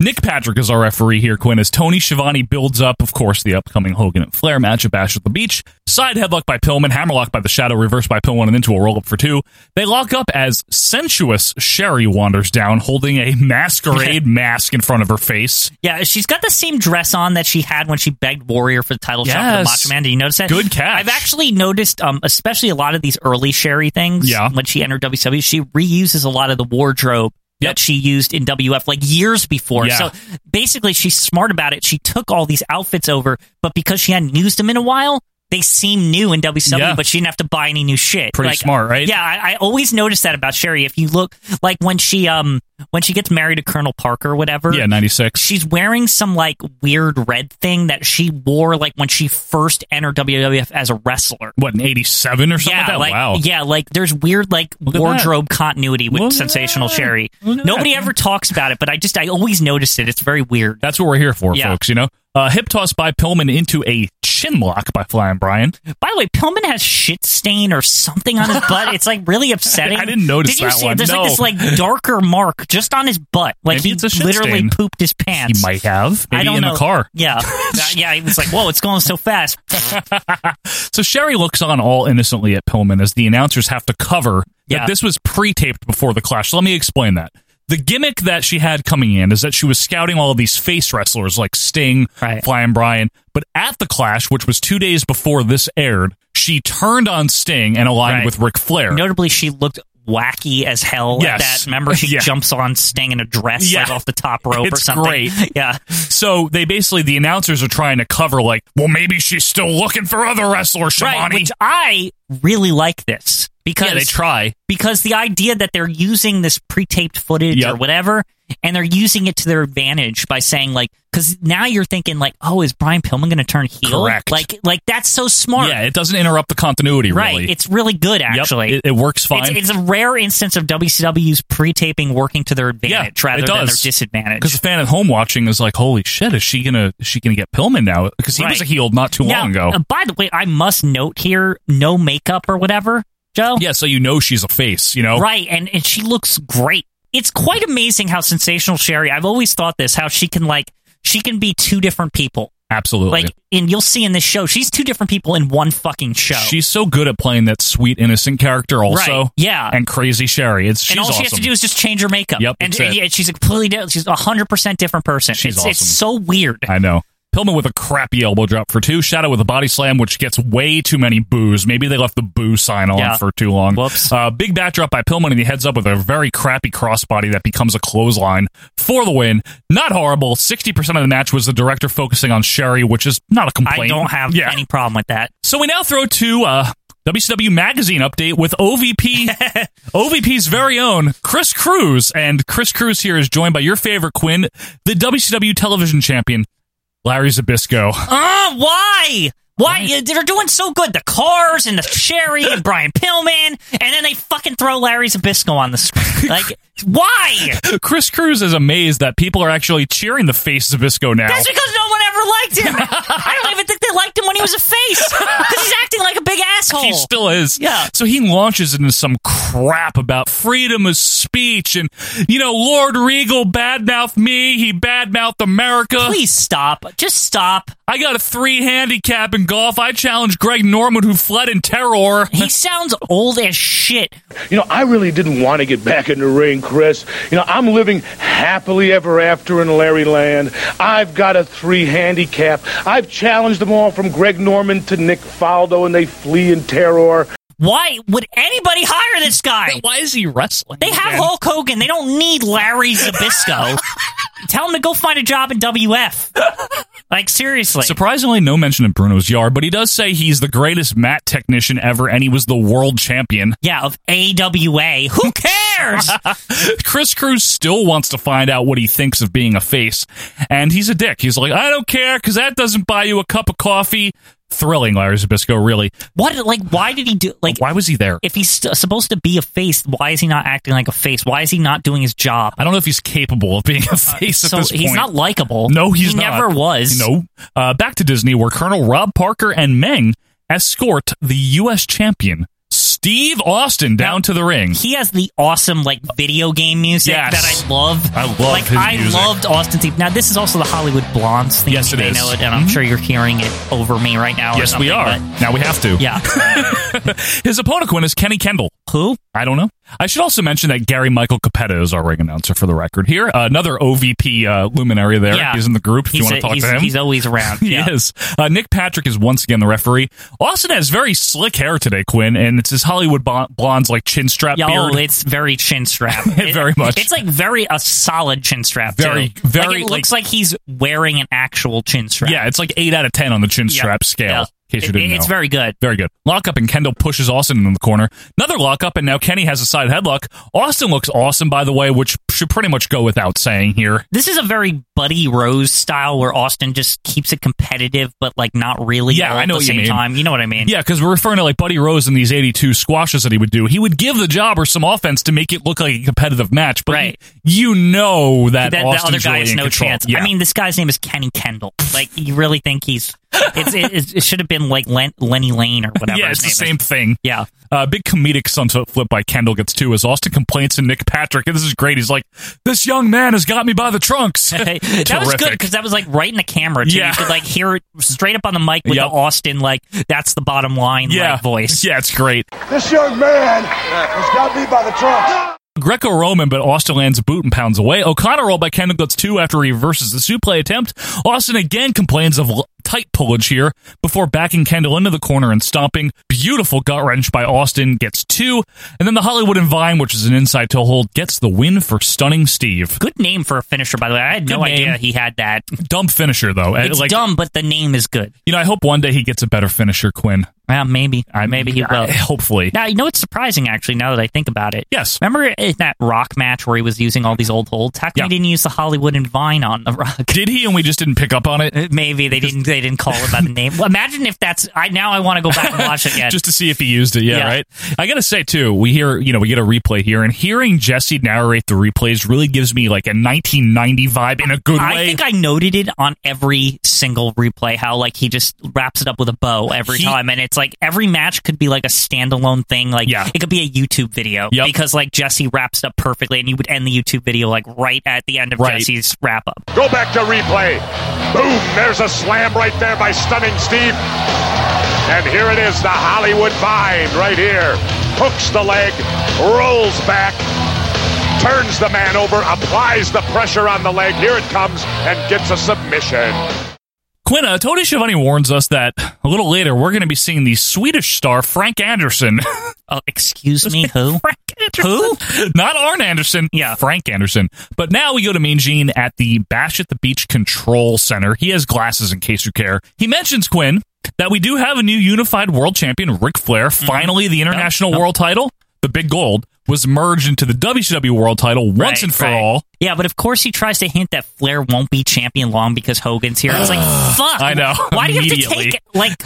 [SPEAKER 1] Nick Patrick is our referee here, Quinn, as Tony Schiavone builds up, of course, the upcoming Hogan and Flair match at Bash at the Beach. Side headlock by Pillman, hammerlock by the Shadow, reverse by Pillman, and into a roll up for two. They lock up as sensuous Sherry wanders down, holding a masquerade mask in front of her face.
[SPEAKER 2] Yeah, she's got the same dress on that she had when she begged Warrior for the title shot for the
[SPEAKER 1] Yes.
[SPEAKER 2] Macho Man. Did you notice that?
[SPEAKER 1] Good catch.
[SPEAKER 2] I've actually noticed, um, especially a lot of these early Sherry things.
[SPEAKER 1] Yeah.
[SPEAKER 2] When she entered WCW, she reuses a lot of the wardrobe that she used in WF like years before.
[SPEAKER 1] Yeah.
[SPEAKER 2] So basically, she's smart about it. She took all these outfits over, but because she hadn't used them in a while. They seem new in WCW,
[SPEAKER 1] Yeah.
[SPEAKER 2] but she didn't have to buy any new shit.
[SPEAKER 1] Pretty smart, right?
[SPEAKER 2] Yeah, I, I always noticed that about Sherry. If you look, like when she um when she gets married to Colonel Parker or whatever,
[SPEAKER 1] Yeah, 96.
[SPEAKER 2] she's wearing some like weird red thing that she wore like when she first entered WWF as a wrestler.
[SPEAKER 1] What, in 87 or something
[SPEAKER 2] Yeah,
[SPEAKER 1] like that?
[SPEAKER 2] like
[SPEAKER 1] wow.
[SPEAKER 2] yeah, like there's weird like
[SPEAKER 1] at that.
[SPEAKER 2] wardrobe continuity with Sensational Sherry. Nobody ever talks about it, but I just I always noticed it. It's very weird.
[SPEAKER 1] That's what we're here for,
[SPEAKER 2] Yeah.
[SPEAKER 1] folks, you know? Uh, hip toss by Pillman into a chin lock by Flying Brian.
[SPEAKER 2] By the way, Pillman has shit stain or something on his butt. It's like really upsetting.
[SPEAKER 1] I didn't notice
[SPEAKER 2] Did you
[SPEAKER 1] that
[SPEAKER 2] see it?
[SPEAKER 1] one.
[SPEAKER 2] There's
[SPEAKER 1] No.
[SPEAKER 2] like this like darker mark just on his butt. Like
[SPEAKER 1] Maybe
[SPEAKER 2] he
[SPEAKER 1] it's a shit
[SPEAKER 2] literally
[SPEAKER 1] stain.
[SPEAKER 2] pooped his pants.
[SPEAKER 1] He might have. Maybe
[SPEAKER 2] I don't
[SPEAKER 1] in
[SPEAKER 2] know.
[SPEAKER 1] the car.
[SPEAKER 2] Yeah, Uh, yeah. He was like, "Whoa, it's going so fast."
[SPEAKER 1] So Sherry looks on all innocently at Pillman as the announcers have to cover
[SPEAKER 2] Yeah.
[SPEAKER 1] that this was pre-taped before the clash. Let me explain that. The gimmick that she had coming in is that she was scouting all of these face wrestlers like Sting, Flying Brian, but at the clash, which was two days before this aired, she turned on Sting and aligned
[SPEAKER 2] Right.
[SPEAKER 1] with Ric Flair.
[SPEAKER 2] Notably, she looked wacky as hell
[SPEAKER 1] Yes.
[SPEAKER 2] at that. Remember, she
[SPEAKER 1] Yeah.
[SPEAKER 2] jumps on Sting in a dress like
[SPEAKER 1] Yeah.
[SPEAKER 2] off the top rope
[SPEAKER 1] It's
[SPEAKER 2] or something.
[SPEAKER 1] great.
[SPEAKER 2] Yeah,
[SPEAKER 1] So they basically the announcers are trying to cover like, well, maybe she's still looking for other wrestlers, Shivani.
[SPEAKER 2] right. Which I really like this because
[SPEAKER 1] Yeah, they try.
[SPEAKER 2] because the idea that they're using this pre-taped footage or whatever and they're using it to their advantage by saying like because now you're thinking like oh is brian pillman going to turn heel
[SPEAKER 1] Correct.
[SPEAKER 2] like like that's so smart
[SPEAKER 1] yeah, it doesn't interrupt the continuity.
[SPEAKER 2] right
[SPEAKER 1] really.
[SPEAKER 2] it's really good actually
[SPEAKER 1] Yep, it, it works fine.
[SPEAKER 2] It's, it's a rare instance of WCW's pre-taping working to their advantage rather
[SPEAKER 1] it
[SPEAKER 2] than their
[SPEAKER 1] does.
[SPEAKER 2] disadvantage.
[SPEAKER 1] Because the fan at home watching is like, "Holy shit! Is she gonna? Is she gonna get Pillman now? Because he was
[SPEAKER 2] Right.
[SPEAKER 1] a heel not too
[SPEAKER 2] Now,
[SPEAKER 1] long ago.
[SPEAKER 2] uh, by the way, I must note here: no makeup or whatever, Joe.
[SPEAKER 1] yeah, Oh. so you know she's a face. You know,
[SPEAKER 2] Right, and and she looks great. It's quite amazing how sensational Sherry. I've always thought this: how she can like she can be two different people.
[SPEAKER 1] Absolutely.
[SPEAKER 2] Like, and you'll see in this show, she's two different people in one fucking show.
[SPEAKER 1] she's so good at playing that sweet innocent character. Also,
[SPEAKER 2] Right, yeah.
[SPEAKER 1] and crazy Sherry. It's she's
[SPEAKER 2] and all
[SPEAKER 1] awesome.
[SPEAKER 2] she has to do is just change her makeup.
[SPEAKER 1] Yep,
[SPEAKER 2] and,
[SPEAKER 1] that's it.
[SPEAKER 2] yeah, she's a completely different. She's a hundred percent different person.
[SPEAKER 1] She's
[SPEAKER 2] it's, it's
[SPEAKER 1] awesome.
[SPEAKER 2] so weird.
[SPEAKER 1] I know. Pillman with a crappy elbow drop for two. Shadow with a body slam, which gets way too many boos. Maybe they left the boo sign on
[SPEAKER 2] Yeah.
[SPEAKER 1] for too long. Whoops. Uh, big backdrop by Pillman, and he heads up with a very crappy crossbody that becomes a clothesline for the win. Not horrible. 60% of the match was the director focusing on Sherry, which is not a complaint.
[SPEAKER 2] I don't have
[SPEAKER 1] Yeah.
[SPEAKER 2] any problem with that.
[SPEAKER 1] So we now throw to uh, WCW magazine update with OVP, OVP's very own Chris Cruz, and Chris Cruz here is joined by your favorite Quinn, the WCW television champion, Larry Zabisco.
[SPEAKER 2] Uh, why? Why you- they're doing so good? The cars and the Sherry and Brian Pillman, and then they fucking throw Larry Zabisco on the screen. Like, why?
[SPEAKER 1] Chris Cruz is amazed that people are actually cheering the face Zabisco now.
[SPEAKER 2] That's because no one ever liked him. I don't even think they liked him when he was a face because he's acting like a big asshole.
[SPEAKER 1] He still is.
[SPEAKER 2] Yeah.
[SPEAKER 1] So he launches into some crap about freedom of speech and, you know, Lord Regal badmouthed me. He badmouthed America.
[SPEAKER 2] Please stop. Just stop.
[SPEAKER 1] I got a three handicap in golf. I challenged Greg Norman, who fled in terror.
[SPEAKER 2] He sounds old as shit.
[SPEAKER 17] You know, I really didn't want to get back in the ring, Chris. You know, I'm living happily ever after in Larry Land. I've got a three handicap. I've challenged them all from Greg Norman to Nick Faldo, and they flee in terror.
[SPEAKER 2] Why would anybody hire this guy?
[SPEAKER 1] Why is he wrestling?
[SPEAKER 2] They have Hulk Hogan. They don't need Larry Zabisco. Tell him to go find a job in WF. Like seriously.
[SPEAKER 1] Surprisingly, no mention of Bruno's yard, but he does say he's the greatest mat technician ever, and he was the world champion.
[SPEAKER 2] Yeah, of AWA. Who cares?
[SPEAKER 1] Chris Cruz still wants to find out what he thinks of being a face, and he's a dick. He's like, I don't care because that doesn't buy you a cup of coffee. thrilling, Larry Zabisco. Really,
[SPEAKER 2] What? Like, why did he do? Like,
[SPEAKER 1] why was he there?
[SPEAKER 2] if he's st- supposed to be a face, why is he not acting like a face? Why is he not doing his job?
[SPEAKER 1] I don't know if he's capable of being a face
[SPEAKER 2] so
[SPEAKER 1] at this
[SPEAKER 2] he's
[SPEAKER 1] point.
[SPEAKER 2] not likable.
[SPEAKER 1] No, he's
[SPEAKER 2] he
[SPEAKER 1] not.
[SPEAKER 2] never was.
[SPEAKER 1] No. Uh, back to Disney, where Colonel Rob Parker and Meng escort the U.S. champion Steve Austin down to the ring.
[SPEAKER 2] He has the awesome like video game music
[SPEAKER 1] Yes.
[SPEAKER 2] that I love.
[SPEAKER 1] I love
[SPEAKER 2] like
[SPEAKER 1] his
[SPEAKER 2] I
[SPEAKER 1] music.
[SPEAKER 2] loved Austin Steve. Now this is also the Hollywood Blondes thing.
[SPEAKER 1] Yes,
[SPEAKER 2] you
[SPEAKER 1] it
[SPEAKER 2] may
[SPEAKER 1] is.
[SPEAKER 2] know it, and I'm
[SPEAKER 1] Mhm.
[SPEAKER 2] sure you're hearing it over me right now. or
[SPEAKER 1] yes, we
[SPEAKER 2] something,
[SPEAKER 1] are.
[SPEAKER 2] but-
[SPEAKER 1] Now we have to.
[SPEAKER 2] yeah.
[SPEAKER 1] His opponent Quinn, is Kenny Kendall.
[SPEAKER 2] Who?
[SPEAKER 1] I don't know. I should also mention that Gary Michael Capetta is our ring announcer for the record here. Uh, another OVP uh, luminary there.
[SPEAKER 2] Yeah.
[SPEAKER 1] He's in the group if you
[SPEAKER 2] He's
[SPEAKER 1] want
[SPEAKER 2] a-
[SPEAKER 1] to talk
[SPEAKER 2] he's-
[SPEAKER 1] to him.
[SPEAKER 2] he's always around.
[SPEAKER 1] he
[SPEAKER 2] Yeah.
[SPEAKER 1] is. Uh, Nick Patrick is once again the referee. Austin has very slick hair today, Quinn, and it's his Hollywood bo- blonde's like chin strap
[SPEAKER 2] Yo,
[SPEAKER 1] beard.
[SPEAKER 2] it's very chin strap.
[SPEAKER 1] Very much.
[SPEAKER 2] It's like very a solid chin strap. too.
[SPEAKER 1] Very-
[SPEAKER 2] Like,
[SPEAKER 1] very,
[SPEAKER 2] it looks like, he's wearing an actual chin strap.
[SPEAKER 1] Yeah, it's like eight out of ten on the chin
[SPEAKER 2] Yeah.
[SPEAKER 1] strap scale.
[SPEAKER 2] Yeah.
[SPEAKER 1] In case you
[SPEAKER 2] It-
[SPEAKER 1] didn't
[SPEAKER 2] It's
[SPEAKER 1] know.
[SPEAKER 2] very good.
[SPEAKER 1] Very good. Lockup and Kendall pushes Austin into the corner. Another lockup, and now Kenny has a side headlock. Austin looks awesome, by the way, which should pretty much go without saying here.
[SPEAKER 2] This is a very Buddy Rose style where Austin just keeps it competitive, but like not really.
[SPEAKER 1] Yeah,
[SPEAKER 2] all
[SPEAKER 1] I know
[SPEAKER 2] at
[SPEAKER 1] what you
[SPEAKER 2] the same
[SPEAKER 1] mean.
[SPEAKER 2] time. You know what I mean?
[SPEAKER 1] Yeah, because we're referring to like Buddy Rose and these 82 squashes that he would do. He would give the jobber some offense to make it look like a competitive match, but
[SPEAKER 2] Right.
[SPEAKER 1] you, you know that,
[SPEAKER 2] That, that
[SPEAKER 1] Austin's
[SPEAKER 2] other guy
[SPEAKER 1] really
[SPEAKER 2] has
[SPEAKER 1] in
[SPEAKER 2] no
[SPEAKER 1] control.
[SPEAKER 2] chance.
[SPEAKER 1] Yeah.
[SPEAKER 2] I mean, this guy's name is Kenny Kendall. Like, you really think he's? It's, it, it, should have been like Len, Lenny Lane or whatever.
[SPEAKER 1] yeah,
[SPEAKER 2] his
[SPEAKER 1] it's the
[SPEAKER 2] name
[SPEAKER 1] same
[SPEAKER 2] is.
[SPEAKER 1] thing.
[SPEAKER 2] Yeah.
[SPEAKER 1] Uh, big comedic sunset flip by Kendall gets two as Austin complains to Nick Patrick, and this is great. He's like, "This young man has got me by the trunks."
[SPEAKER 2] that was good
[SPEAKER 1] Terrific.
[SPEAKER 2] because that was like right in the camera too.
[SPEAKER 1] Yeah.
[SPEAKER 2] You could like hear it straight up on the mic with
[SPEAKER 1] Yep.
[SPEAKER 2] the Austin like that's the bottom line
[SPEAKER 1] Yeah,
[SPEAKER 2] like, voice.
[SPEAKER 1] Yeah, it's great.
[SPEAKER 10] This young man has got me by the trunk.
[SPEAKER 1] Greco Roman, but Austin lands a boot and pounds away. O'Connor roll by Kendall gets two after he reverses the suplex attempt. Austin again complains of l- tight pullage here before backing Kendall into the corner and stomping. Beautiful gut wrench by Austin gets two. And then the Hollywood and Vine, which is an inside toe hold, gets the win for stunning Steve.
[SPEAKER 2] Good name for a finisher, by the way. I had no
[SPEAKER 1] Good name. Uh,
[SPEAKER 2] idea he had that.
[SPEAKER 1] Dumb finisher, though. And,
[SPEAKER 2] It's dumb, but the name is good.
[SPEAKER 1] You know, I hope one day he gets a better finisher, Quinn.
[SPEAKER 2] Yeah, maybe. uh, maybe he will.
[SPEAKER 1] I- hopefully.
[SPEAKER 2] Now you know it's surprising actually. Now that I think about it,
[SPEAKER 1] Yes.
[SPEAKER 2] remember in that rock match where he was using all these old holds? How come
[SPEAKER 1] Yeah.
[SPEAKER 2] he didn't use the Hollywood and Vine on the rock?
[SPEAKER 1] Did he and we just didn't pick up on it?
[SPEAKER 2] Maybe they didn't. They didn't call it by the name. Well, imagine if that's. I now I want to go back and watch it again.
[SPEAKER 1] just to see if he used it. Yeah,
[SPEAKER 2] Yeah.
[SPEAKER 1] right. I gotta say too, we hear you know we get a replay here, and hearing Jesse narrate the replays really gives me like a 1990 vibe in a good
[SPEAKER 2] I
[SPEAKER 1] way.
[SPEAKER 2] think I noted it on every single replay how like he just wraps it up with a bow every
[SPEAKER 1] He-
[SPEAKER 2] time, and it's like every match could be like a standalone thing. Like
[SPEAKER 1] Yeah.
[SPEAKER 2] it could be a YouTube video
[SPEAKER 1] Yep.
[SPEAKER 2] because like Jesse wraps it up perfectly, and you would end the YouTube video like right at the end of
[SPEAKER 1] Right.
[SPEAKER 2] Jesse's wrap up.
[SPEAKER 16] Go back to replay. Boom, there's a slam right there by Stunning Steve. And here it is, the Hollywood Vine right here. Hooks the leg, rolls back, turns the man over, applies the pressure on the leg. Here it comes and gets a submission.
[SPEAKER 1] Quinn, uh, Tony Schiavone warns us that a little later we're going to be seeing the Swedish star Frank Anderson.
[SPEAKER 2] Oh, excuse me, who?
[SPEAKER 1] Frank Anderson. Who? Not Arn Anderson. Yeah. Frank Anderson. But now we go to Mean Gene at the Bash at the Beach Control Center. He has glasses in case you care. He mentions, Quinn, that we do have a new unified world champion, Ric Flair.
[SPEAKER 2] Mm-hmm.
[SPEAKER 1] Finally, the international world title, the big gold, was merged into the WCW world title once
[SPEAKER 2] Right,
[SPEAKER 1] and for
[SPEAKER 2] right.
[SPEAKER 1] all.
[SPEAKER 2] Yeah, but of course he tries to hint that Flair won't be champion long because Hogan's here. It's like, fuck.
[SPEAKER 1] I know.
[SPEAKER 2] Why do you have to
[SPEAKER 1] Immediately.
[SPEAKER 2] take it? Like,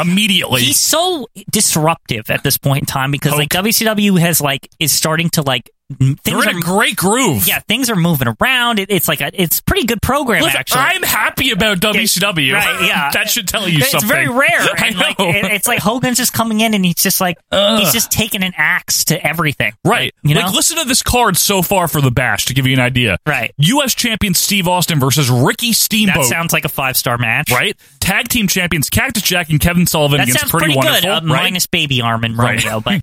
[SPEAKER 1] Immediately.
[SPEAKER 2] he's so disruptive at this point in
[SPEAKER 1] Oh.
[SPEAKER 2] time because like WCW has like is starting to like m- things
[SPEAKER 1] They're
[SPEAKER 2] are
[SPEAKER 1] in a great groove.
[SPEAKER 2] yeah things are moving around. It, it's like a, it's pretty good program
[SPEAKER 1] Listen,
[SPEAKER 2] actually.
[SPEAKER 1] I'm happy about WCW.
[SPEAKER 2] Right, yeah.
[SPEAKER 1] that should tell you
[SPEAKER 2] it's
[SPEAKER 1] something.
[SPEAKER 2] very rare.
[SPEAKER 1] I
[SPEAKER 2] And, like,
[SPEAKER 1] know.
[SPEAKER 2] it- it's like Hogan's just coming in and he's just like he's
[SPEAKER 1] Ugh.
[SPEAKER 2] just taking an axe to everything.
[SPEAKER 1] Right.
[SPEAKER 2] You know?
[SPEAKER 1] Like, listen to this card so far for the Bash to give you an idea.
[SPEAKER 2] Right.
[SPEAKER 1] U.S. champion Steve Austin versus Ricky
[SPEAKER 2] that
[SPEAKER 1] Steamboat.
[SPEAKER 2] sounds like a five star match.
[SPEAKER 1] right. Tag team champions Cactus Jack and Kevin Sullivan
[SPEAKER 2] That
[SPEAKER 1] against
[SPEAKER 2] sounds pretty, good.
[SPEAKER 1] Wonderful.
[SPEAKER 2] Uh,
[SPEAKER 1] right?
[SPEAKER 2] Minus Baby Arm and Romeo, but.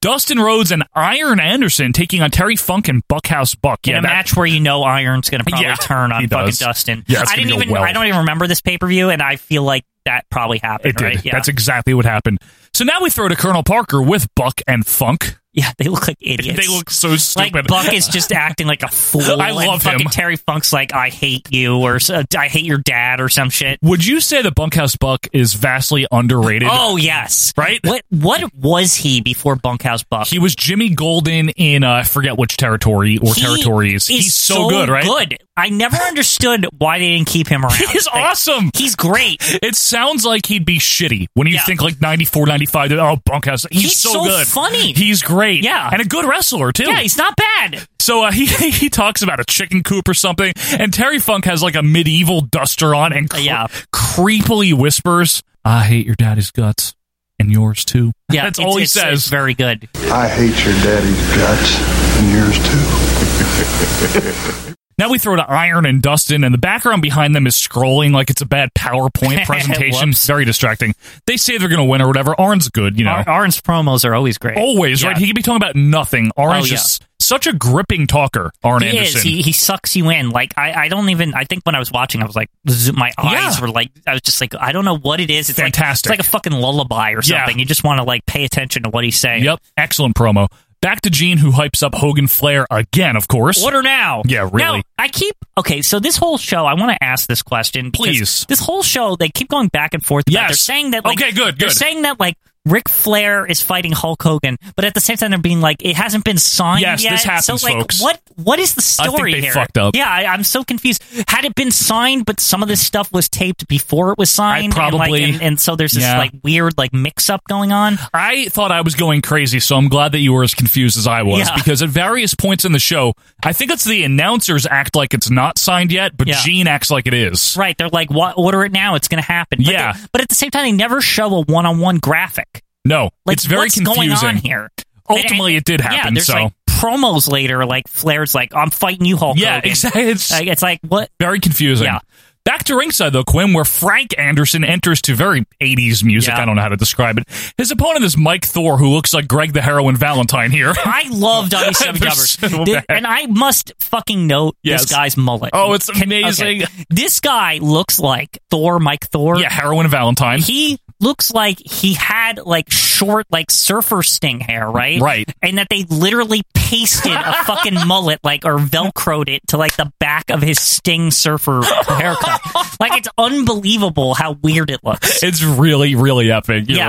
[SPEAKER 1] Dustin Rhodes and Iron Anderson taking on Terry Funk and Buckhouse Buck.
[SPEAKER 2] in
[SPEAKER 1] yeah,
[SPEAKER 2] a
[SPEAKER 1] that-
[SPEAKER 2] match where you know Iron's going to probably
[SPEAKER 1] Yeah,
[SPEAKER 2] turn
[SPEAKER 1] he
[SPEAKER 2] on fucking
[SPEAKER 1] does.
[SPEAKER 2] Dustin.
[SPEAKER 1] Yeah, it's
[SPEAKER 2] I
[SPEAKER 1] gonna
[SPEAKER 2] didn't
[SPEAKER 1] go
[SPEAKER 2] even.
[SPEAKER 1] well.
[SPEAKER 2] I don't even remember this pay per view, and I feel like that probably happened.
[SPEAKER 1] It did.
[SPEAKER 2] Right? Yeah.
[SPEAKER 1] That's exactly what happened. So now we throw to Colonel Parker with Buck and Funk.
[SPEAKER 2] Yeah, they look like idiots.
[SPEAKER 1] They look so stupid.
[SPEAKER 2] Like Buck is just acting like a fool.
[SPEAKER 1] I
[SPEAKER 2] and
[SPEAKER 1] love him.
[SPEAKER 2] fucking Terry Funk's like, I hate you, or so- I hate your dad, or some shit.
[SPEAKER 1] Would you say that Bunkhouse Buck is vastly underrated?
[SPEAKER 2] Oh yes,
[SPEAKER 1] Right?
[SPEAKER 2] What what was he before Bunkhouse Buck?
[SPEAKER 1] He was Jimmy Golden in uh, I forget which territory or
[SPEAKER 2] He
[SPEAKER 1] territories.
[SPEAKER 2] is
[SPEAKER 1] He's so, good, right?
[SPEAKER 2] Good. I never understood why they didn't keep him around.
[SPEAKER 1] He's
[SPEAKER 2] Like,
[SPEAKER 1] awesome.
[SPEAKER 2] He's great.
[SPEAKER 1] It sounds like he'd be shitty when you
[SPEAKER 2] Yeah.
[SPEAKER 1] think like 94, 95. that, Oh, Bunkhouse. He's,
[SPEAKER 2] He's so
[SPEAKER 1] good.
[SPEAKER 2] funny.
[SPEAKER 1] He's great.
[SPEAKER 2] Yeah.
[SPEAKER 1] And a good wrestler, too.
[SPEAKER 2] Yeah, he's not bad.
[SPEAKER 1] So uh, he he talks about a chicken coop or something, and Terry Funk has like a medieval duster on and cre-
[SPEAKER 2] Yeah.
[SPEAKER 1] creepily whispers, "I hate your daddy's guts and yours too."
[SPEAKER 2] Yeah,
[SPEAKER 1] that's
[SPEAKER 2] it's-
[SPEAKER 1] all he
[SPEAKER 2] it's-
[SPEAKER 1] says.
[SPEAKER 2] it's very good.
[SPEAKER 18] I hate your daddy's guts and yours too.
[SPEAKER 1] Now we throw to Iron and Dustin, and the background behind them is scrolling like it's a bad PowerPoint presentation. It's very distracting. They say they're going to win or whatever. Arn's good, you know.
[SPEAKER 2] Ar- Arn's promos are always great.
[SPEAKER 1] Always,
[SPEAKER 2] Yeah.
[SPEAKER 1] right? He could be talking about nothing. Arn's
[SPEAKER 2] Oh, yeah.
[SPEAKER 1] just such a gripping talker, Arn
[SPEAKER 2] he
[SPEAKER 1] Anderson.
[SPEAKER 2] is. He, he sucks you in. Like I, I don't even. I think when I was watching, I was like, zo- my eyes
[SPEAKER 1] Yeah.
[SPEAKER 2] were like, I was just like, I don't know what it is. It's
[SPEAKER 1] Fantastic.
[SPEAKER 2] Like, it's like a fucking lullaby or
[SPEAKER 1] Yeah.
[SPEAKER 2] something. You just want to like pay attention to what he's saying.
[SPEAKER 1] Yep. Excellent promo. Back to Gene, who hypes up Hogan Flair again, of course.
[SPEAKER 2] Order now.
[SPEAKER 1] Yeah, really.
[SPEAKER 2] Now, I keep okay. So this whole show, I want to ask this question. because
[SPEAKER 1] Please.
[SPEAKER 2] This whole show, they keep going back and forth. About,
[SPEAKER 1] Yes.
[SPEAKER 2] They're saying that. Like,
[SPEAKER 1] Okay, good,
[SPEAKER 2] They're
[SPEAKER 1] good.
[SPEAKER 2] saying that like. Ric Flair is fighting Hulk Hogan, but at the same time they're being like, it hasn't been signed
[SPEAKER 1] Yes,
[SPEAKER 2] yet.
[SPEAKER 1] this
[SPEAKER 2] so
[SPEAKER 1] happens,
[SPEAKER 2] like,
[SPEAKER 1] folks.
[SPEAKER 2] what what is the
[SPEAKER 1] I think
[SPEAKER 2] story
[SPEAKER 1] they
[SPEAKER 2] here?
[SPEAKER 1] fucked up.
[SPEAKER 2] Yeah, I, I'm so confused. Had it been signed, but some of this stuff was taped before it was signed. and,
[SPEAKER 1] probably-
[SPEAKER 2] like, and, and so there's this
[SPEAKER 1] Yeah.
[SPEAKER 2] like weird like mix up going on.
[SPEAKER 1] I thought I was going crazy, so I'm glad that you were as confused as I was
[SPEAKER 2] Yeah.
[SPEAKER 1] because at various points in the show, I think it's the announcers act like it's not signed yet, but
[SPEAKER 2] Yeah.
[SPEAKER 1] Gene acts like it is.
[SPEAKER 2] Right? They're like, what order it now? It's going to happen. But
[SPEAKER 1] Yeah.
[SPEAKER 2] they- but at the same time, they never show a one on one graphic.
[SPEAKER 1] No,
[SPEAKER 2] Like,
[SPEAKER 1] it's very
[SPEAKER 2] what's
[SPEAKER 1] confusing.
[SPEAKER 2] going on here?
[SPEAKER 1] Ultimately, it did
[SPEAKER 2] yeah,
[SPEAKER 1] happen.
[SPEAKER 2] there's
[SPEAKER 1] so
[SPEAKER 2] like promos later, like Flair's like, I'm fighting you, Hulk
[SPEAKER 1] yeah,
[SPEAKER 2] Hogan.
[SPEAKER 1] exactly. It's
[SPEAKER 2] Like, it's like what?
[SPEAKER 1] very confusing.
[SPEAKER 2] Yeah.
[SPEAKER 1] Back to ringside though, Quinn, where Frank Anderson enters to very 80s music.
[SPEAKER 2] Yeah.
[SPEAKER 1] I don't know how to describe it. His opponent is Mike Thor, who looks like Greg the Heroin Valentine here.
[SPEAKER 2] I love
[SPEAKER 1] They're
[SPEAKER 2] WCW.
[SPEAKER 1] so
[SPEAKER 2] Th-
[SPEAKER 1] bad.
[SPEAKER 2] and I must fucking note
[SPEAKER 1] Yes.
[SPEAKER 2] this guy's mullet.
[SPEAKER 1] Oh, it's
[SPEAKER 2] Can- okay.
[SPEAKER 1] amazing.
[SPEAKER 2] This guy looks like Thor, Mike Thor.
[SPEAKER 1] yeah, Heroin Valentine.
[SPEAKER 2] He looks like he had like short, like surfer sting hair, right?
[SPEAKER 1] Right.
[SPEAKER 2] And that they literally pasted a fucking mullet, like, or velcroed it to like the back of his sting surfer haircut. like, it's unbelievable how weird it looks.
[SPEAKER 1] It's really, really epic. You're
[SPEAKER 2] Yeah.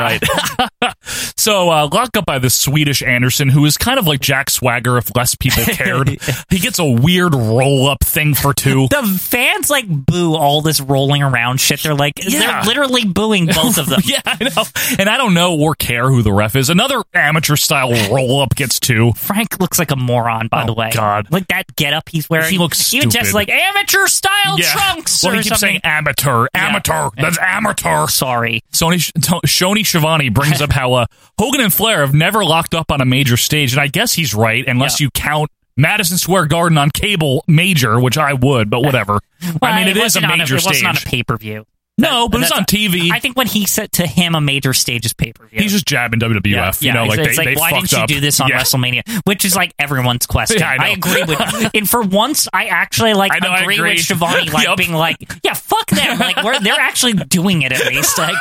[SPEAKER 1] right. so, uh, locked up by the Swedish Anderson, who is kind of like Jack Swagger if less people cared. he gets a weird roll up thing for two.
[SPEAKER 2] the fans like boo all this rolling around shit. They're like,
[SPEAKER 1] Yeah.
[SPEAKER 2] they're literally booing both of them.
[SPEAKER 1] yeah, I know. And I don't know or care who the ref is. Another amateur style roll up gets two.
[SPEAKER 2] Frank looks like a moron, by
[SPEAKER 1] Oh,
[SPEAKER 2] the way.
[SPEAKER 1] God.
[SPEAKER 2] like that getup he's wearing.
[SPEAKER 1] He looks
[SPEAKER 2] even
[SPEAKER 1] stupid.
[SPEAKER 2] just like amateur style
[SPEAKER 1] Yeah.
[SPEAKER 2] trunks
[SPEAKER 1] Well,
[SPEAKER 2] or
[SPEAKER 1] he keeps
[SPEAKER 2] something.
[SPEAKER 1] saying amateur, amateur. That's amateur.
[SPEAKER 2] Sorry,
[SPEAKER 1] Sony Sh- To- Shoni Shivani brings up how uh, Hogan and Flair have never locked up on a major stage, and I guess he's right, unless you count Madison Square Garden on cable major, which I would, but whatever. I mean,
[SPEAKER 2] Well,
[SPEAKER 1] it is a
[SPEAKER 2] wasn't on
[SPEAKER 1] major
[SPEAKER 2] it
[SPEAKER 1] stage.
[SPEAKER 2] wasn't on a pay per view.
[SPEAKER 1] no, but it's on TV.
[SPEAKER 2] I think when he said to him a major stage is pay per view.
[SPEAKER 1] he's just jabbing WWF. you know, like
[SPEAKER 2] it's,
[SPEAKER 1] they,
[SPEAKER 2] it's like
[SPEAKER 1] they
[SPEAKER 2] why
[SPEAKER 1] fucked
[SPEAKER 2] didn't you
[SPEAKER 1] up.
[SPEAKER 2] do this on
[SPEAKER 1] Yeah.
[SPEAKER 2] WrestleMania? Which is like everyone's question.
[SPEAKER 1] Yeah, I know.
[SPEAKER 2] I, agree with, and for once, I actually like
[SPEAKER 1] I know, I
[SPEAKER 2] agree,
[SPEAKER 1] agree.
[SPEAKER 2] with Shivani, like
[SPEAKER 1] Yup.
[SPEAKER 2] being like, yeah, fuck them. Like we're, they're actually doing it at least. Like,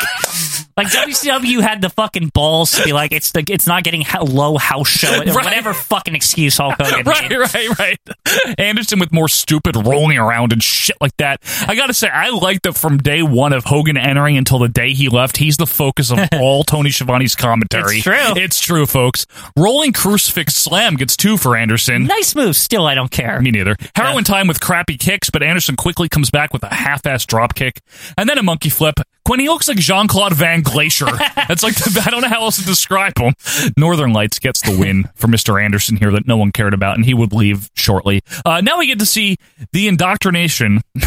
[SPEAKER 2] like WCW had the fucking balls to be like, it's the it's not getting ho- low house show or
[SPEAKER 1] Right.
[SPEAKER 2] whatever fucking excuse Hulk Hogan
[SPEAKER 1] right,
[SPEAKER 2] made.
[SPEAKER 1] right, right. Anderson with more stupid rolling around and shit like that. I gotta say, I like that from day one of Hogan entering until the day he left, he's the focus of all Tony Schiavone's commentary.
[SPEAKER 2] It's true.
[SPEAKER 1] It's true, folks. Rolling crucifix slam gets two for Anderson.
[SPEAKER 2] Nice move. Still, I don't care.
[SPEAKER 1] Me neither. Heroin time with crappy kicks, but Anderson quickly comes back with a half-ass drop kick and then a monkey flip. When he looks like Jean Claude Van Glacier, that's like the, I don't know how else to describe him. Northern Lights gets the win for Mister Anderson here that no one cared about, and he would leave shortly. Uh, now we get to see the indoctrination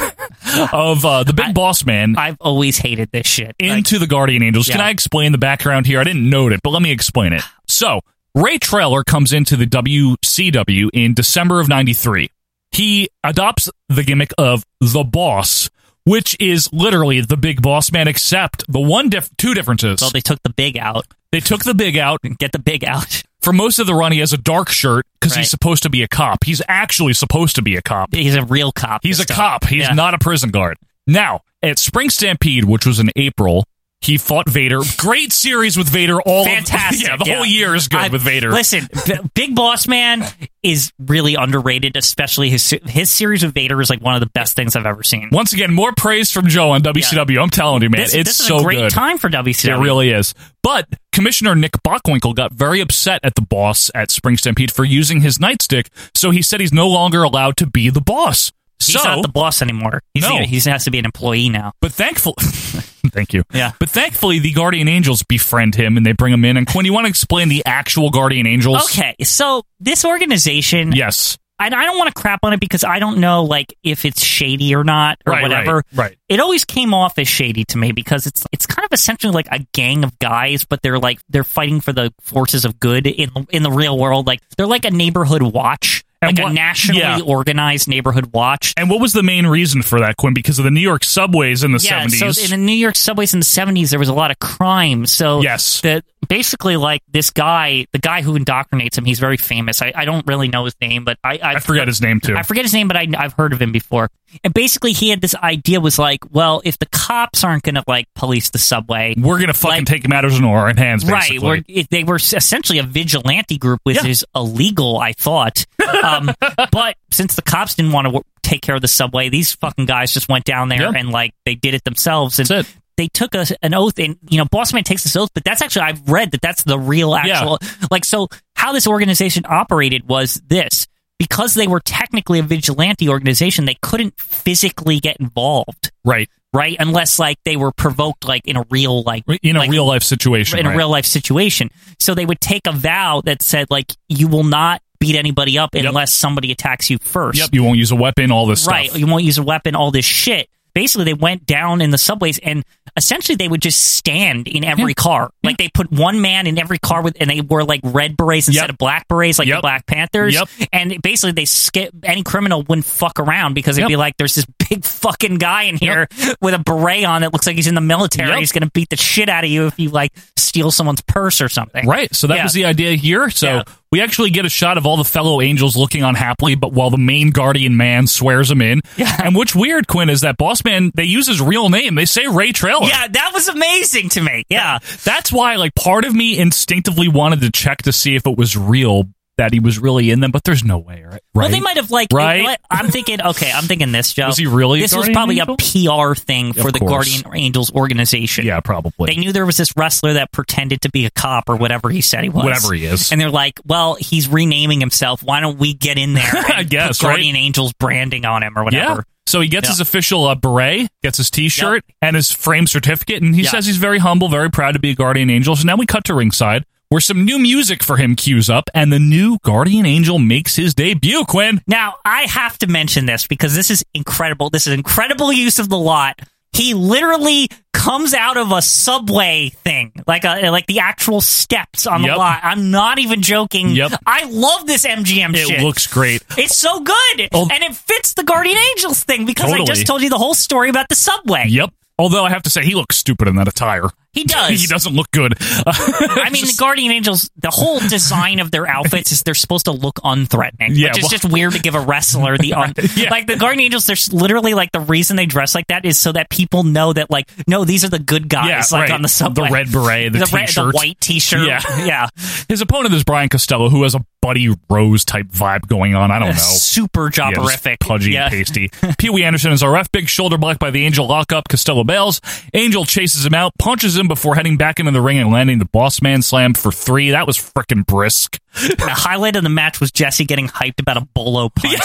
[SPEAKER 1] of uh, the big boss man.
[SPEAKER 2] I've always hated this shit. Like,
[SPEAKER 1] into the Guardian Angels. Can
[SPEAKER 2] Yeah.
[SPEAKER 1] I explain the background here? I didn't note it, but let me explain it. So, Ray Treller comes into the WCW in December of 93. He adopts the gimmick of the boss, which is literally the big boss man, except the one diff- two differences.
[SPEAKER 2] well, they took the big out.
[SPEAKER 1] they took the big out.
[SPEAKER 2] Get the big out.
[SPEAKER 1] For most of the run, he has a dark shirt because
[SPEAKER 2] Right.
[SPEAKER 1] he's supposed to be a cop. He's actually supposed to be a cop.
[SPEAKER 2] He's a real cop.
[SPEAKER 1] He's
[SPEAKER 2] this
[SPEAKER 1] a
[SPEAKER 2] time.
[SPEAKER 1] cop. He's
[SPEAKER 2] Yeah.
[SPEAKER 1] not a prison guard. Now, at Spring Stampede, which was in April, He fought Vader. Great series with Vader. All of-
[SPEAKER 2] Fantastic.
[SPEAKER 1] yeah, the whole year is good
[SPEAKER 2] I-
[SPEAKER 1] with Vader.
[SPEAKER 2] Listen, B- Big Boss Man is really underrated, especially his se- his series of Vader is like one of the best things I've ever seen.
[SPEAKER 1] Once again, more praise from Joe on WCW. I'm telling you, man,
[SPEAKER 2] This-
[SPEAKER 1] it's
[SPEAKER 2] this is a
[SPEAKER 1] so
[SPEAKER 2] great
[SPEAKER 1] good.
[SPEAKER 2] time for WCW.
[SPEAKER 1] It really is. But Commissioner Nick Bockwinkel got very upset at the boss at Spring Stampede for using his nightstick, so he said he's no longer allowed to be the boss.
[SPEAKER 2] He's
[SPEAKER 1] so,
[SPEAKER 2] not the boss anymore. He's
[SPEAKER 1] No.
[SPEAKER 2] he has to be an employee now.
[SPEAKER 1] but thankful. Thank you.
[SPEAKER 2] Yeah.
[SPEAKER 1] But thankfully, the Guardian Angels befriend him and they bring him in. And Quinn, you want to explain the actual Guardian Angels?
[SPEAKER 2] Okay, so this organization,
[SPEAKER 1] Yes.
[SPEAKER 2] and I don't want to crap on it because I don't know like if it's shady or not or
[SPEAKER 1] Right,
[SPEAKER 2] whatever.
[SPEAKER 1] right, right.
[SPEAKER 2] It always came off as shady to me because it's it's kind of essentially like a gang of guys, but they're like they're fighting for the forces of good in in the real world. Like they're like a neighborhood watch,
[SPEAKER 1] And
[SPEAKER 2] like
[SPEAKER 1] what-
[SPEAKER 2] a nationally
[SPEAKER 1] yeah.
[SPEAKER 2] organized neighborhood watch.
[SPEAKER 1] And what was the main reason for that, Quinn? Because of the New York subways in the
[SPEAKER 2] yeah,
[SPEAKER 1] 70s.
[SPEAKER 2] so in the New York subways in the seventies, there was a lot of crime. So
[SPEAKER 1] Yes.
[SPEAKER 2] that basically like this guy, the guy who indoctrinates him, he's very famous. I, I don't really know his name, but I I've
[SPEAKER 1] I forget his name, too.
[SPEAKER 2] I forget his name, but I, I've heard of him before. And basically, he had this idea was like, well, if the cops aren't going to like police the subway,
[SPEAKER 1] we're going to fucking take matters in our own hands, basically.
[SPEAKER 2] right? We're, it, they were essentially a vigilante group, which
[SPEAKER 1] Yeah.
[SPEAKER 2] is illegal, I thought. Um, but since the cops didn't want to w- take care of the subway, these fucking guys just went down there
[SPEAKER 1] Yeah.
[SPEAKER 2] and like they did it themselves. And
[SPEAKER 1] That's it.
[SPEAKER 2] They took a, an oath, and you know, Bossman takes this oath, but that's actually I've read that that's the real
[SPEAKER 1] Yeah.
[SPEAKER 2] actual like so how this organization operated was this because they were technically a vigilante organization they couldn't physically get involved
[SPEAKER 1] right.
[SPEAKER 2] right unless like they were provoked like in a real like
[SPEAKER 1] In a
[SPEAKER 2] like,
[SPEAKER 1] real life situation.
[SPEAKER 2] in
[SPEAKER 1] right.
[SPEAKER 2] a real life situation so they would take a vow that said like you will not beat anybody up unless somebody attacks you first
[SPEAKER 1] Yep. You won't use a weapon, all this
[SPEAKER 2] right
[SPEAKER 1] stuff.
[SPEAKER 2] you won't use a weapon all this shit basically they went down in the subways and essentially they would just stand in every car like they put one man in every car with and they wore like red berets instead
[SPEAKER 1] Yep.
[SPEAKER 2] of black berets like
[SPEAKER 1] Yep.
[SPEAKER 2] the black panthers
[SPEAKER 1] Yep.
[SPEAKER 2] and basically they skip any criminal wouldn't fuck around because they'd
[SPEAKER 1] Yep.
[SPEAKER 2] be like there's this big fucking guy in here with a beret on that looks like he's in the military
[SPEAKER 1] Yep.
[SPEAKER 2] he's gonna beat the shit out of you if you like steal someone's purse or something
[SPEAKER 1] Right. So that
[SPEAKER 2] Yeah.
[SPEAKER 1] was the idea here. So
[SPEAKER 2] Yeah.
[SPEAKER 1] we actually get a shot of all the fellow angels looking on happily, but while the main guardian man swears them in.
[SPEAKER 2] Yeah.
[SPEAKER 1] And what's weird, Quinn, is that boss man, they use his real name. They say Ray Trailer.
[SPEAKER 2] yeah that was amazing to me yeah
[SPEAKER 1] That's why, like, part of me instinctively wanted to check to see if it was real that he was really in them, but there's no way, right?
[SPEAKER 2] Well, they
[SPEAKER 1] Right?
[SPEAKER 2] might have like.
[SPEAKER 1] Right?
[SPEAKER 2] what- I'm thinking. Okay, I'm thinking this, Joe.
[SPEAKER 1] Was he really a
[SPEAKER 2] This was
[SPEAKER 1] Guardian
[SPEAKER 2] probably
[SPEAKER 1] Angel?
[SPEAKER 2] a PR thing for
[SPEAKER 1] Of
[SPEAKER 2] the
[SPEAKER 1] course.
[SPEAKER 2] Guardian Angels organization.
[SPEAKER 1] Yeah, probably.
[SPEAKER 2] They knew there was this wrestler that pretended to be a cop or whatever he said he was.
[SPEAKER 1] Whatever he is.
[SPEAKER 2] And they're like, well, he's renaming himself. Why don't we get in there? And
[SPEAKER 1] I guess,
[SPEAKER 2] put
[SPEAKER 1] right?
[SPEAKER 2] Guardian Angels branding on him or whatever.
[SPEAKER 1] Yeah. So he gets
[SPEAKER 2] Yeah.
[SPEAKER 1] his official uh, beret, gets his T-shirt and his frame certificate, and he
[SPEAKER 2] Yeah.
[SPEAKER 1] says he's very humble, very proud to be a Guardian Angel. So now we cut to ringside, where some new music for him cues up, and the new Guardian Angel makes his debut. Quinn,
[SPEAKER 2] Now, I have to mention this because this is incredible. This is incredible use of the lot. He literally comes out of a subway thing, like a like the actual steps on
[SPEAKER 1] Yep.
[SPEAKER 2] the lot. I'm not even joking.
[SPEAKER 1] Yep.
[SPEAKER 2] I love this MGM
[SPEAKER 1] it
[SPEAKER 2] shit.
[SPEAKER 1] looks great.
[SPEAKER 2] it's so good,
[SPEAKER 1] Oh.
[SPEAKER 2] and it fits the Guardian Angels thing because I
[SPEAKER 1] Totally.
[SPEAKER 2] just told you the whole story about the subway.
[SPEAKER 1] Yep. Although I have to say, he looks stupid in that attire.
[SPEAKER 2] He does.
[SPEAKER 1] he doesn't look good.
[SPEAKER 2] I mean, the Guardian Angels, the whole design of their outfits is they're supposed to look unthreatening,
[SPEAKER 1] Yeah,
[SPEAKER 2] which is
[SPEAKER 1] well-
[SPEAKER 2] just weird to give a wrestler the un-
[SPEAKER 1] yeah.
[SPEAKER 2] like the Guardian Angels. There's literally like the reason they dress like that is so that people know that like no, these are the good guys
[SPEAKER 1] Yeah,
[SPEAKER 2] like
[SPEAKER 1] right.
[SPEAKER 2] on the subway,
[SPEAKER 1] The red beret, the
[SPEAKER 2] red- the
[SPEAKER 1] t-shirt.
[SPEAKER 2] white T-shirt,
[SPEAKER 1] Yeah.
[SPEAKER 2] yeah.
[SPEAKER 1] his opponent is Brian Costello, who has a Buddy Rose type vibe going on. I don't know.
[SPEAKER 2] super
[SPEAKER 1] Yeah, just
[SPEAKER 2] jobberific,
[SPEAKER 1] pudgy,
[SPEAKER 2] Yeah.
[SPEAKER 1] and pasty. Pee Wee Anderson is RF, big shoulder block by the Angel lockup. Costello bails. Angel chases him out, punches him before heading back into the ring and landing the boss man slam for three. That was frickin' brisk.
[SPEAKER 2] The highlight of the match was Jesse getting hyped about a bolo punch.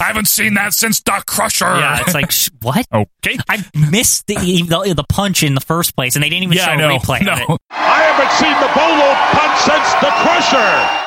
[SPEAKER 1] I haven't seen that since Doc Crusher.
[SPEAKER 2] Yeah, it's like sh- what?
[SPEAKER 1] okay.
[SPEAKER 2] I missed the, the the punch in the first place, and they didn't even
[SPEAKER 1] Yeah,
[SPEAKER 2] show
[SPEAKER 1] I
[SPEAKER 2] a
[SPEAKER 1] know.
[SPEAKER 2] replay of it.
[SPEAKER 1] No.
[SPEAKER 16] I haven't seen the bolo punch since the crusher.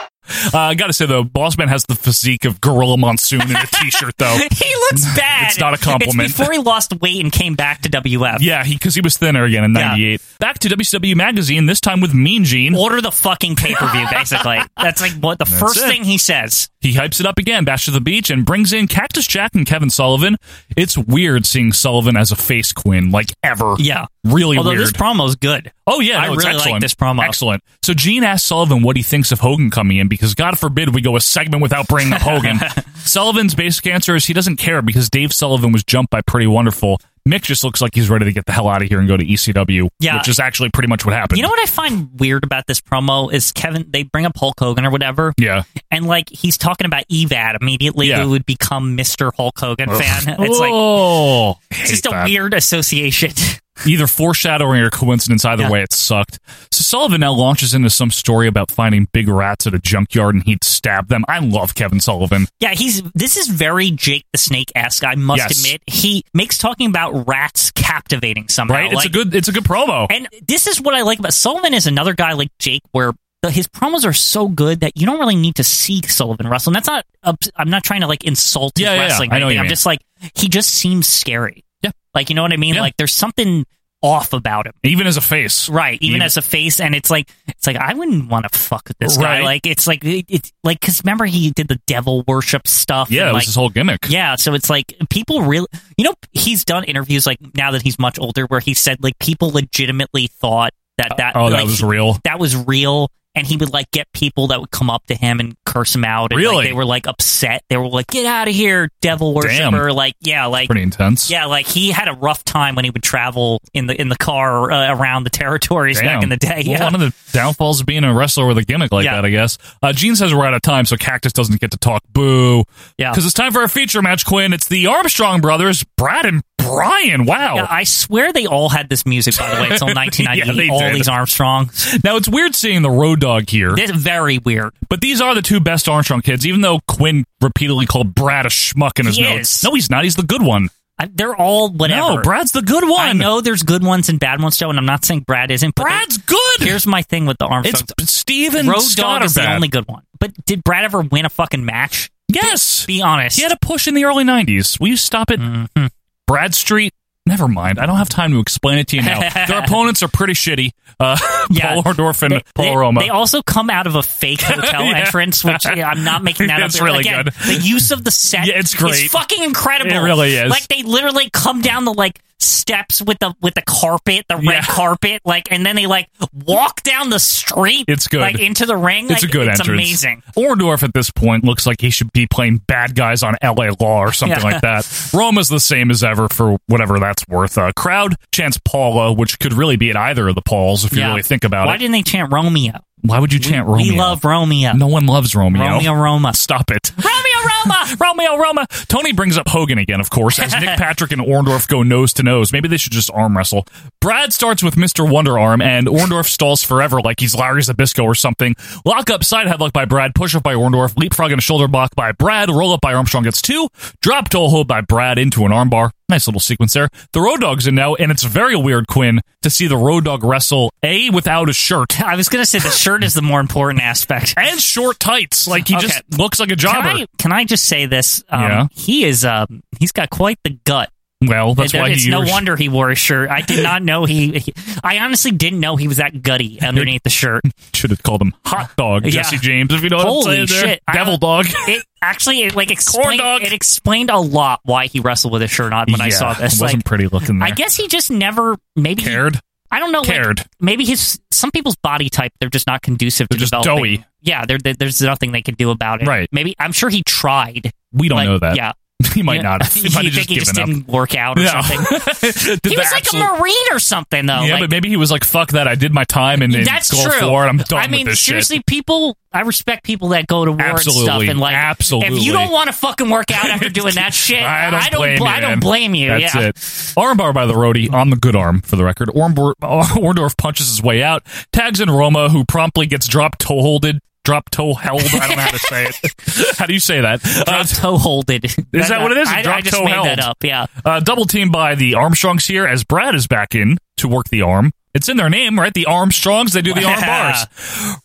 [SPEAKER 1] Uh, I gotta say, though, boss man has the physique of Gorilla Monsoon in a t shirt, though.
[SPEAKER 2] he looks bad.
[SPEAKER 1] It's not a compliment.
[SPEAKER 2] It's before he lost weight and came back to WF.
[SPEAKER 1] Yeah, because he, was thinner again in
[SPEAKER 2] Yeah.
[SPEAKER 1] '98. Back to WCW Magazine, this time with Mean Gene.
[SPEAKER 2] Order the fucking pay per view, basically. That's like what the
[SPEAKER 1] That's
[SPEAKER 2] first
[SPEAKER 1] it.
[SPEAKER 2] thing he says.
[SPEAKER 1] He hypes it up again, Bash to the Beach, and brings in Cactus Jack and Kevin Sullivan. It's weird seeing Sullivan as a face Quinn, like ever.
[SPEAKER 2] Yeah.
[SPEAKER 1] Really
[SPEAKER 2] Although
[SPEAKER 1] weird.
[SPEAKER 2] this promo's good.
[SPEAKER 1] oh, yeah.
[SPEAKER 2] I
[SPEAKER 1] no, it's
[SPEAKER 2] really like
[SPEAKER 1] excellent.
[SPEAKER 2] this promo.
[SPEAKER 1] Excellent. So Gene asks Sullivan what he thinks of Hogan coming in because God forbid we go a segment without bringing up Hogan. Sullivan's basic answer is he doesn't care because Dave Sullivan was jumped by Pretty Wonderful. Mick just looks like he's ready to get the hell out of here and go to ECW,
[SPEAKER 2] Yeah.
[SPEAKER 1] which is actually pretty much what happened.
[SPEAKER 2] You know what I find weird about this promo is Kevin. They bring up Hulk Hogan or whatever.
[SPEAKER 1] Yeah.
[SPEAKER 2] and like he's talking about Evad immediately,
[SPEAKER 1] Yeah.
[SPEAKER 2] who would become Mister Hulk Hogan
[SPEAKER 1] Ugh.
[SPEAKER 2] fan. It's like
[SPEAKER 1] oh,
[SPEAKER 2] it's just a
[SPEAKER 1] that.
[SPEAKER 2] weird association.
[SPEAKER 1] either foreshadowing or coincidence. Either
[SPEAKER 2] Yeah.
[SPEAKER 1] way, it sucked. So Sullivan now launches into some story about finding big rats at a junkyard and he'd stab them. I love Kevin Sullivan.
[SPEAKER 2] yeah, he's this is very Jake the Snake esque. I must
[SPEAKER 1] Yes.
[SPEAKER 2] admit, he makes talking about rats captivating somehow.
[SPEAKER 1] Right? it's a
[SPEAKER 2] Like,
[SPEAKER 1] good. It's a good promo.
[SPEAKER 2] And this is what I like about Sullivan is another guy like Jake where the, his promos are so good that you don't really need to see Sullivan wrestle. And that's not ups- I'm not trying to like insult his
[SPEAKER 1] Yeah, yeah, yeah.
[SPEAKER 2] wrestling.
[SPEAKER 1] I
[SPEAKER 2] or
[SPEAKER 1] know
[SPEAKER 2] anything.
[SPEAKER 1] what you
[SPEAKER 2] I'm
[SPEAKER 1] mean.
[SPEAKER 2] just like he just seems scary.
[SPEAKER 1] Yeah.
[SPEAKER 2] Like you know what I mean?
[SPEAKER 1] Yeah.
[SPEAKER 2] Like there's something off about him.
[SPEAKER 1] even as a face,
[SPEAKER 2] Right, even
[SPEAKER 1] Even-
[SPEAKER 2] as a face, and it's like it's like I wouldn't want to fuck with this
[SPEAKER 1] Right.
[SPEAKER 2] guy. Like it's like it- it's like because remember he did the devil worship stuff.
[SPEAKER 1] Yeah,
[SPEAKER 2] and,
[SPEAKER 1] it was
[SPEAKER 2] like,
[SPEAKER 1] his whole gimmick.
[SPEAKER 2] yeah, so it's like people really, you know, he's done interviews like now that he's much older where he said like people legitimately thought that that
[SPEAKER 1] Oh, that
[SPEAKER 2] like,
[SPEAKER 1] was
[SPEAKER 2] he-
[SPEAKER 1] real.
[SPEAKER 2] that was real, and he would like get people that would come up to him and curse him out. And, like,
[SPEAKER 1] Really?
[SPEAKER 2] they were like upset. They were like, "Get out of here, devil
[SPEAKER 1] Damn.
[SPEAKER 2] worshiper!" Like, yeah, like
[SPEAKER 1] Pretty intense.
[SPEAKER 2] yeah, like he had a rough time when he would travel in the in the car uh, around the territories back
[SPEAKER 1] Damn.
[SPEAKER 2] in the day.
[SPEAKER 1] Well,
[SPEAKER 2] Yeah.
[SPEAKER 1] one of the downfalls of being a wrestler with a gimmick like
[SPEAKER 2] Yeah.
[SPEAKER 1] that, I guess. Uh, Gene says we're out of time, so Cactus doesn't get to talk. Boo.
[SPEAKER 2] Yeah.
[SPEAKER 1] Because it's time for our feature match, Quinn. It's the Armstrong brothers, Brad and Brian. Wow.
[SPEAKER 2] Yeah, I swear they all had this music by the way until 1998.
[SPEAKER 1] Yeah, they
[SPEAKER 2] all
[SPEAKER 1] did.
[SPEAKER 2] these Armstrongs.
[SPEAKER 1] now, it's weird seeing the Road Dog here.
[SPEAKER 2] This is very weird.
[SPEAKER 1] but these are the two best Armstrong kids, even though Quinn repeatedly called Brad a schmuck in his
[SPEAKER 2] He
[SPEAKER 1] notes.
[SPEAKER 2] is.
[SPEAKER 1] No, he's not. He's the good one.
[SPEAKER 2] I, they're all whatever.
[SPEAKER 1] No, Brad's the good one.
[SPEAKER 2] I know there's good ones and bad ones, Joe, and I'm not saying Brad isn't. But
[SPEAKER 1] Brad's good.
[SPEAKER 2] here's my thing with the
[SPEAKER 1] it's
[SPEAKER 2] Armstrong.
[SPEAKER 1] Steve and
[SPEAKER 2] Road
[SPEAKER 1] Scott
[SPEAKER 2] Dogg
[SPEAKER 1] are
[SPEAKER 2] is the
[SPEAKER 1] bad.
[SPEAKER 2] only good one. But did Brad ever win a fucking match?
[SPEAKER 1] yes.
[SPEAKER 2] Be honest.
[SPEAKER 1] He had a push in the early 90s. Will you stop it?
[SPEAKER 2] Mm-hmm.
[SPEAKER 1] Bradstreet? Never mind. I don't have time to explain it to you now. Their opponents are pretty shitty. Uh,
[SPEAKER 2] Yeah.
[SPEAKER 1] Paul Orndorff and
[SPEAKER 2] They-
[SPEAKER 1] Paul
[SPEAKER 2] they,
[SPEAKER 1] Roma.
[SPEAKER 2] they also come out of a fake hotel
[SPEAKER 1] Yeah.
[SPEAKER 2] entrance, which yeah, I'm not making that up.
[SPEAKER 1] It's really
[SPEAKER 2] Again,
[SPEAKER 1] good.
[SPEAKER 2] The use of the set
[SPEAKER 1] Yeah, it's
[SPEAKER 2] is
[SPEAKER 1] great.
[SPEAKER 2] fucking incredible.
[SPEAKER 1] It really is.
[SPEAKER 2] Like they literally come down the like steps with the with the carpet, the red
[SPEAKER 1] Yeah.
[SPEAKER 2] carpet, like and then they like walk down the street
[SPEAKER 1] It's good.
[SPEAKER 2] like into the ring.
[SPEAKER 1] it's
[SPEAKER 2] like,
[SPEAKER 1] a good
[SPEAKER 2] it's
[SPEAKER 1] entrance.
[SPEAKER 2] amazing.
[SPEAKER 1] Orndorff at this point looks like he should be playing bad guys on LA Law or something
[SPEAKER 2] Yeah.
[SPEAKER 1] like that. Roma's the same as ever for whatever that's worth. Uh, crowd chants Paula, which could really be at either of the Pauls if you really think about
[SPEAKER 2] Why
[SPEAKER 1] it.
[SPEAKER 2] didn't they chant Romeo?
[SPEAKER 1] Why would you chant Romeo?
[SPEAKER 2] We love Romeo.
[SPEAKER 1] No one loves Romeo.
[SPEAKER 2] Romeo Roma.
[SPEAKER 1] Stop it.
[SPEAKER 2] Romeo Roma.
[SPEAKER 1] Romeo Roma. Tony brings up Hogan again, of course, as Nick Patrick and Orndorff go nose to nose. Maybe they should just arm wrestle. Brad starts with Mr. Wonder Arm, and Orndorff stalls forever like he's Larry Zabisco or something. Lock up side headlock by Brad, push up by Orndorff, leapfrog and a shoulder block by Brad, roll up by Armstrong gets two, drop toe hold by Brad into an armbar. Nice little sequence there. The Road Dog's in now, and it's very weird, Quinn, to see the Road Dog wrestle A without a shirt
[SPEAKER 2] I was gonna say the shirt is the more important aspect.
[SPEAKER 1] and short tights. Like he
[SPEAKER 2] Okay.
[SPEAKER 1] just looks like a
[SPEAKER 2] Can
[SPEAKER 1] jobber.
[SPEAKER 2] I, can I just say this? Um,
[SPEAKER 1] Yeah.
[SPEAKER 2] He is. Um, he's got quite the gut.
[SPEAKER 1] Well, that's
[SPEAKER 2] There-
[SPEAKER 1] why
[SPEAKER 2] it's
[SPEAKER 1] he
[SPEAKER 2] no
[SPEAKER 1] usually-
[SPEAKER 2] wonder he wore a shirt. I did not know he, he- I honestly didn't know he was that gutty underneath the shirt.
[SPEAKER 1] should have called him Hot Dog
[SPEAKER 2] Yeah.
[SPEAKER 1] Jesse James. If you know what
[SPEAKER 2] Holy
[SPEAKER 1] I'm saying, there.
[SPEAKER 2] shit! I-
[SPEAKER 1] Devil Dog.
[SPEAKER 2] It actually it like
[SPEAKER 1] Corn
[SPEAKER 2] explained
[SPEAKER 1] dog.
[SPEAKER 2] it explained a lot why he wrestled with a shirt on when I
[SPEAKER 1] Yeah,
[SPEAKER 2] saw this.
[SPEAKER 1] it wasn't
[SPEAKER 2] Like,
[SPEAKER 1] pretty looking. There.
[SPEAKER 2] I guess he just never maybe he-
[SPEAKER 1] cared.
[SPEAKER 2] I don't know. like,
[SPEAKER 1] Cared.
[SPEAKER 2] maybe his some people's body type they're just not conducive
[SPEAKER 1] They're
[SPEAKER 2] to
[SPEAKER 1] just
[SPEAKER 2] developing.
[SPEAKER 1] doughy.
[SPEAKER 2] Yeah, there- there- there's nothing they can do about it.
[SPEAKER 1] Right.
[SPEAKER 2] Maybe I'm sure he tried.
[SPEAKER 1] We don't
[SPEAKER 2] Like,
[SPEAKER 1] know that.
[SPEAKER 2] Yeah.
[SPEAKER 1] he might not. Have. He
[SPEAKER 2] you
[SPEAKER 1] might have
[SPEAKER 2] think
[SPEAKER 1] just
[SPEAKER 2] he just
[SPEAKER 1] given up.
[SPEAKER 2] didn't work out or
[SPEAKER 1] No.
[SPEAKER 2] something?
[SPEAKER 1] Did
[SPEAKER 2] he
[SPEAKER 1] the
[SPEAKER 2] was like
[SPEAKER 1] absolute-
[SPEAKER 2] a marine or something though.
[SPEAKER 1] Yeah,
[SPEAKER 2] like,
[SPEAKER 1] but maybe he was like, "Fuck that! I did my time and then
[SPEAKER 2] that's
[SPEAKER 1] go
[SPEAKER 2] true.
[SPEAKER 1] for it. I'm done
[SPEAKER 2] I mean,
[SPEAKER 1] with this
[SPEAKER 2] seriously,
[SPEAKER 1] shit."
[SPEAKER 2] people. I respect people that go to war and stuff,
[SPEAKER 1] Absolutely.
[SPEAKER 2] and like,
[SPEAKER 1] Absolutely.
[SPEAKER 2] if you don't want to fucking work out after doing that shit,
[SPEAKER 1] I don't, blame
[SPEAKER 2] bl-
[SPEAKER 1] you.
[SPEAKER 2] I
[SPEAKER 1] man.
[SPEAKER 2] don't blame you.
[SPEAKER 1] That's
[SPEAKER 2] yeah.
[SPEAKER 1] it. Armbar by the roadie on the good arm for the record. Ornbor- Orndorff punches his way out, tags in Roma, who promptly gets drop toe holded, drop toe held. I don't know how to say it. how do you say that?
[SPEAKER 2] Drop
[SPEAKER 1] Uh,
[SPEAKER 2] toe holded. Is
[SPEAKER 1] that what it is?
[SPEAKER 2] I, I
[SPEAKER 1] Drop
[SPEAKER 2] just
[SPEAKER 1] toe
[SPEAKER 2] made
[SPEAKER 1] held.
[SPEAKER 2] that up. Yeah.
[SPEAKER 1] Uh, double team by the Armstrongs here as Brad is back in to work the arm. It's in their name, right? The Armstrongs. They do the arm bars.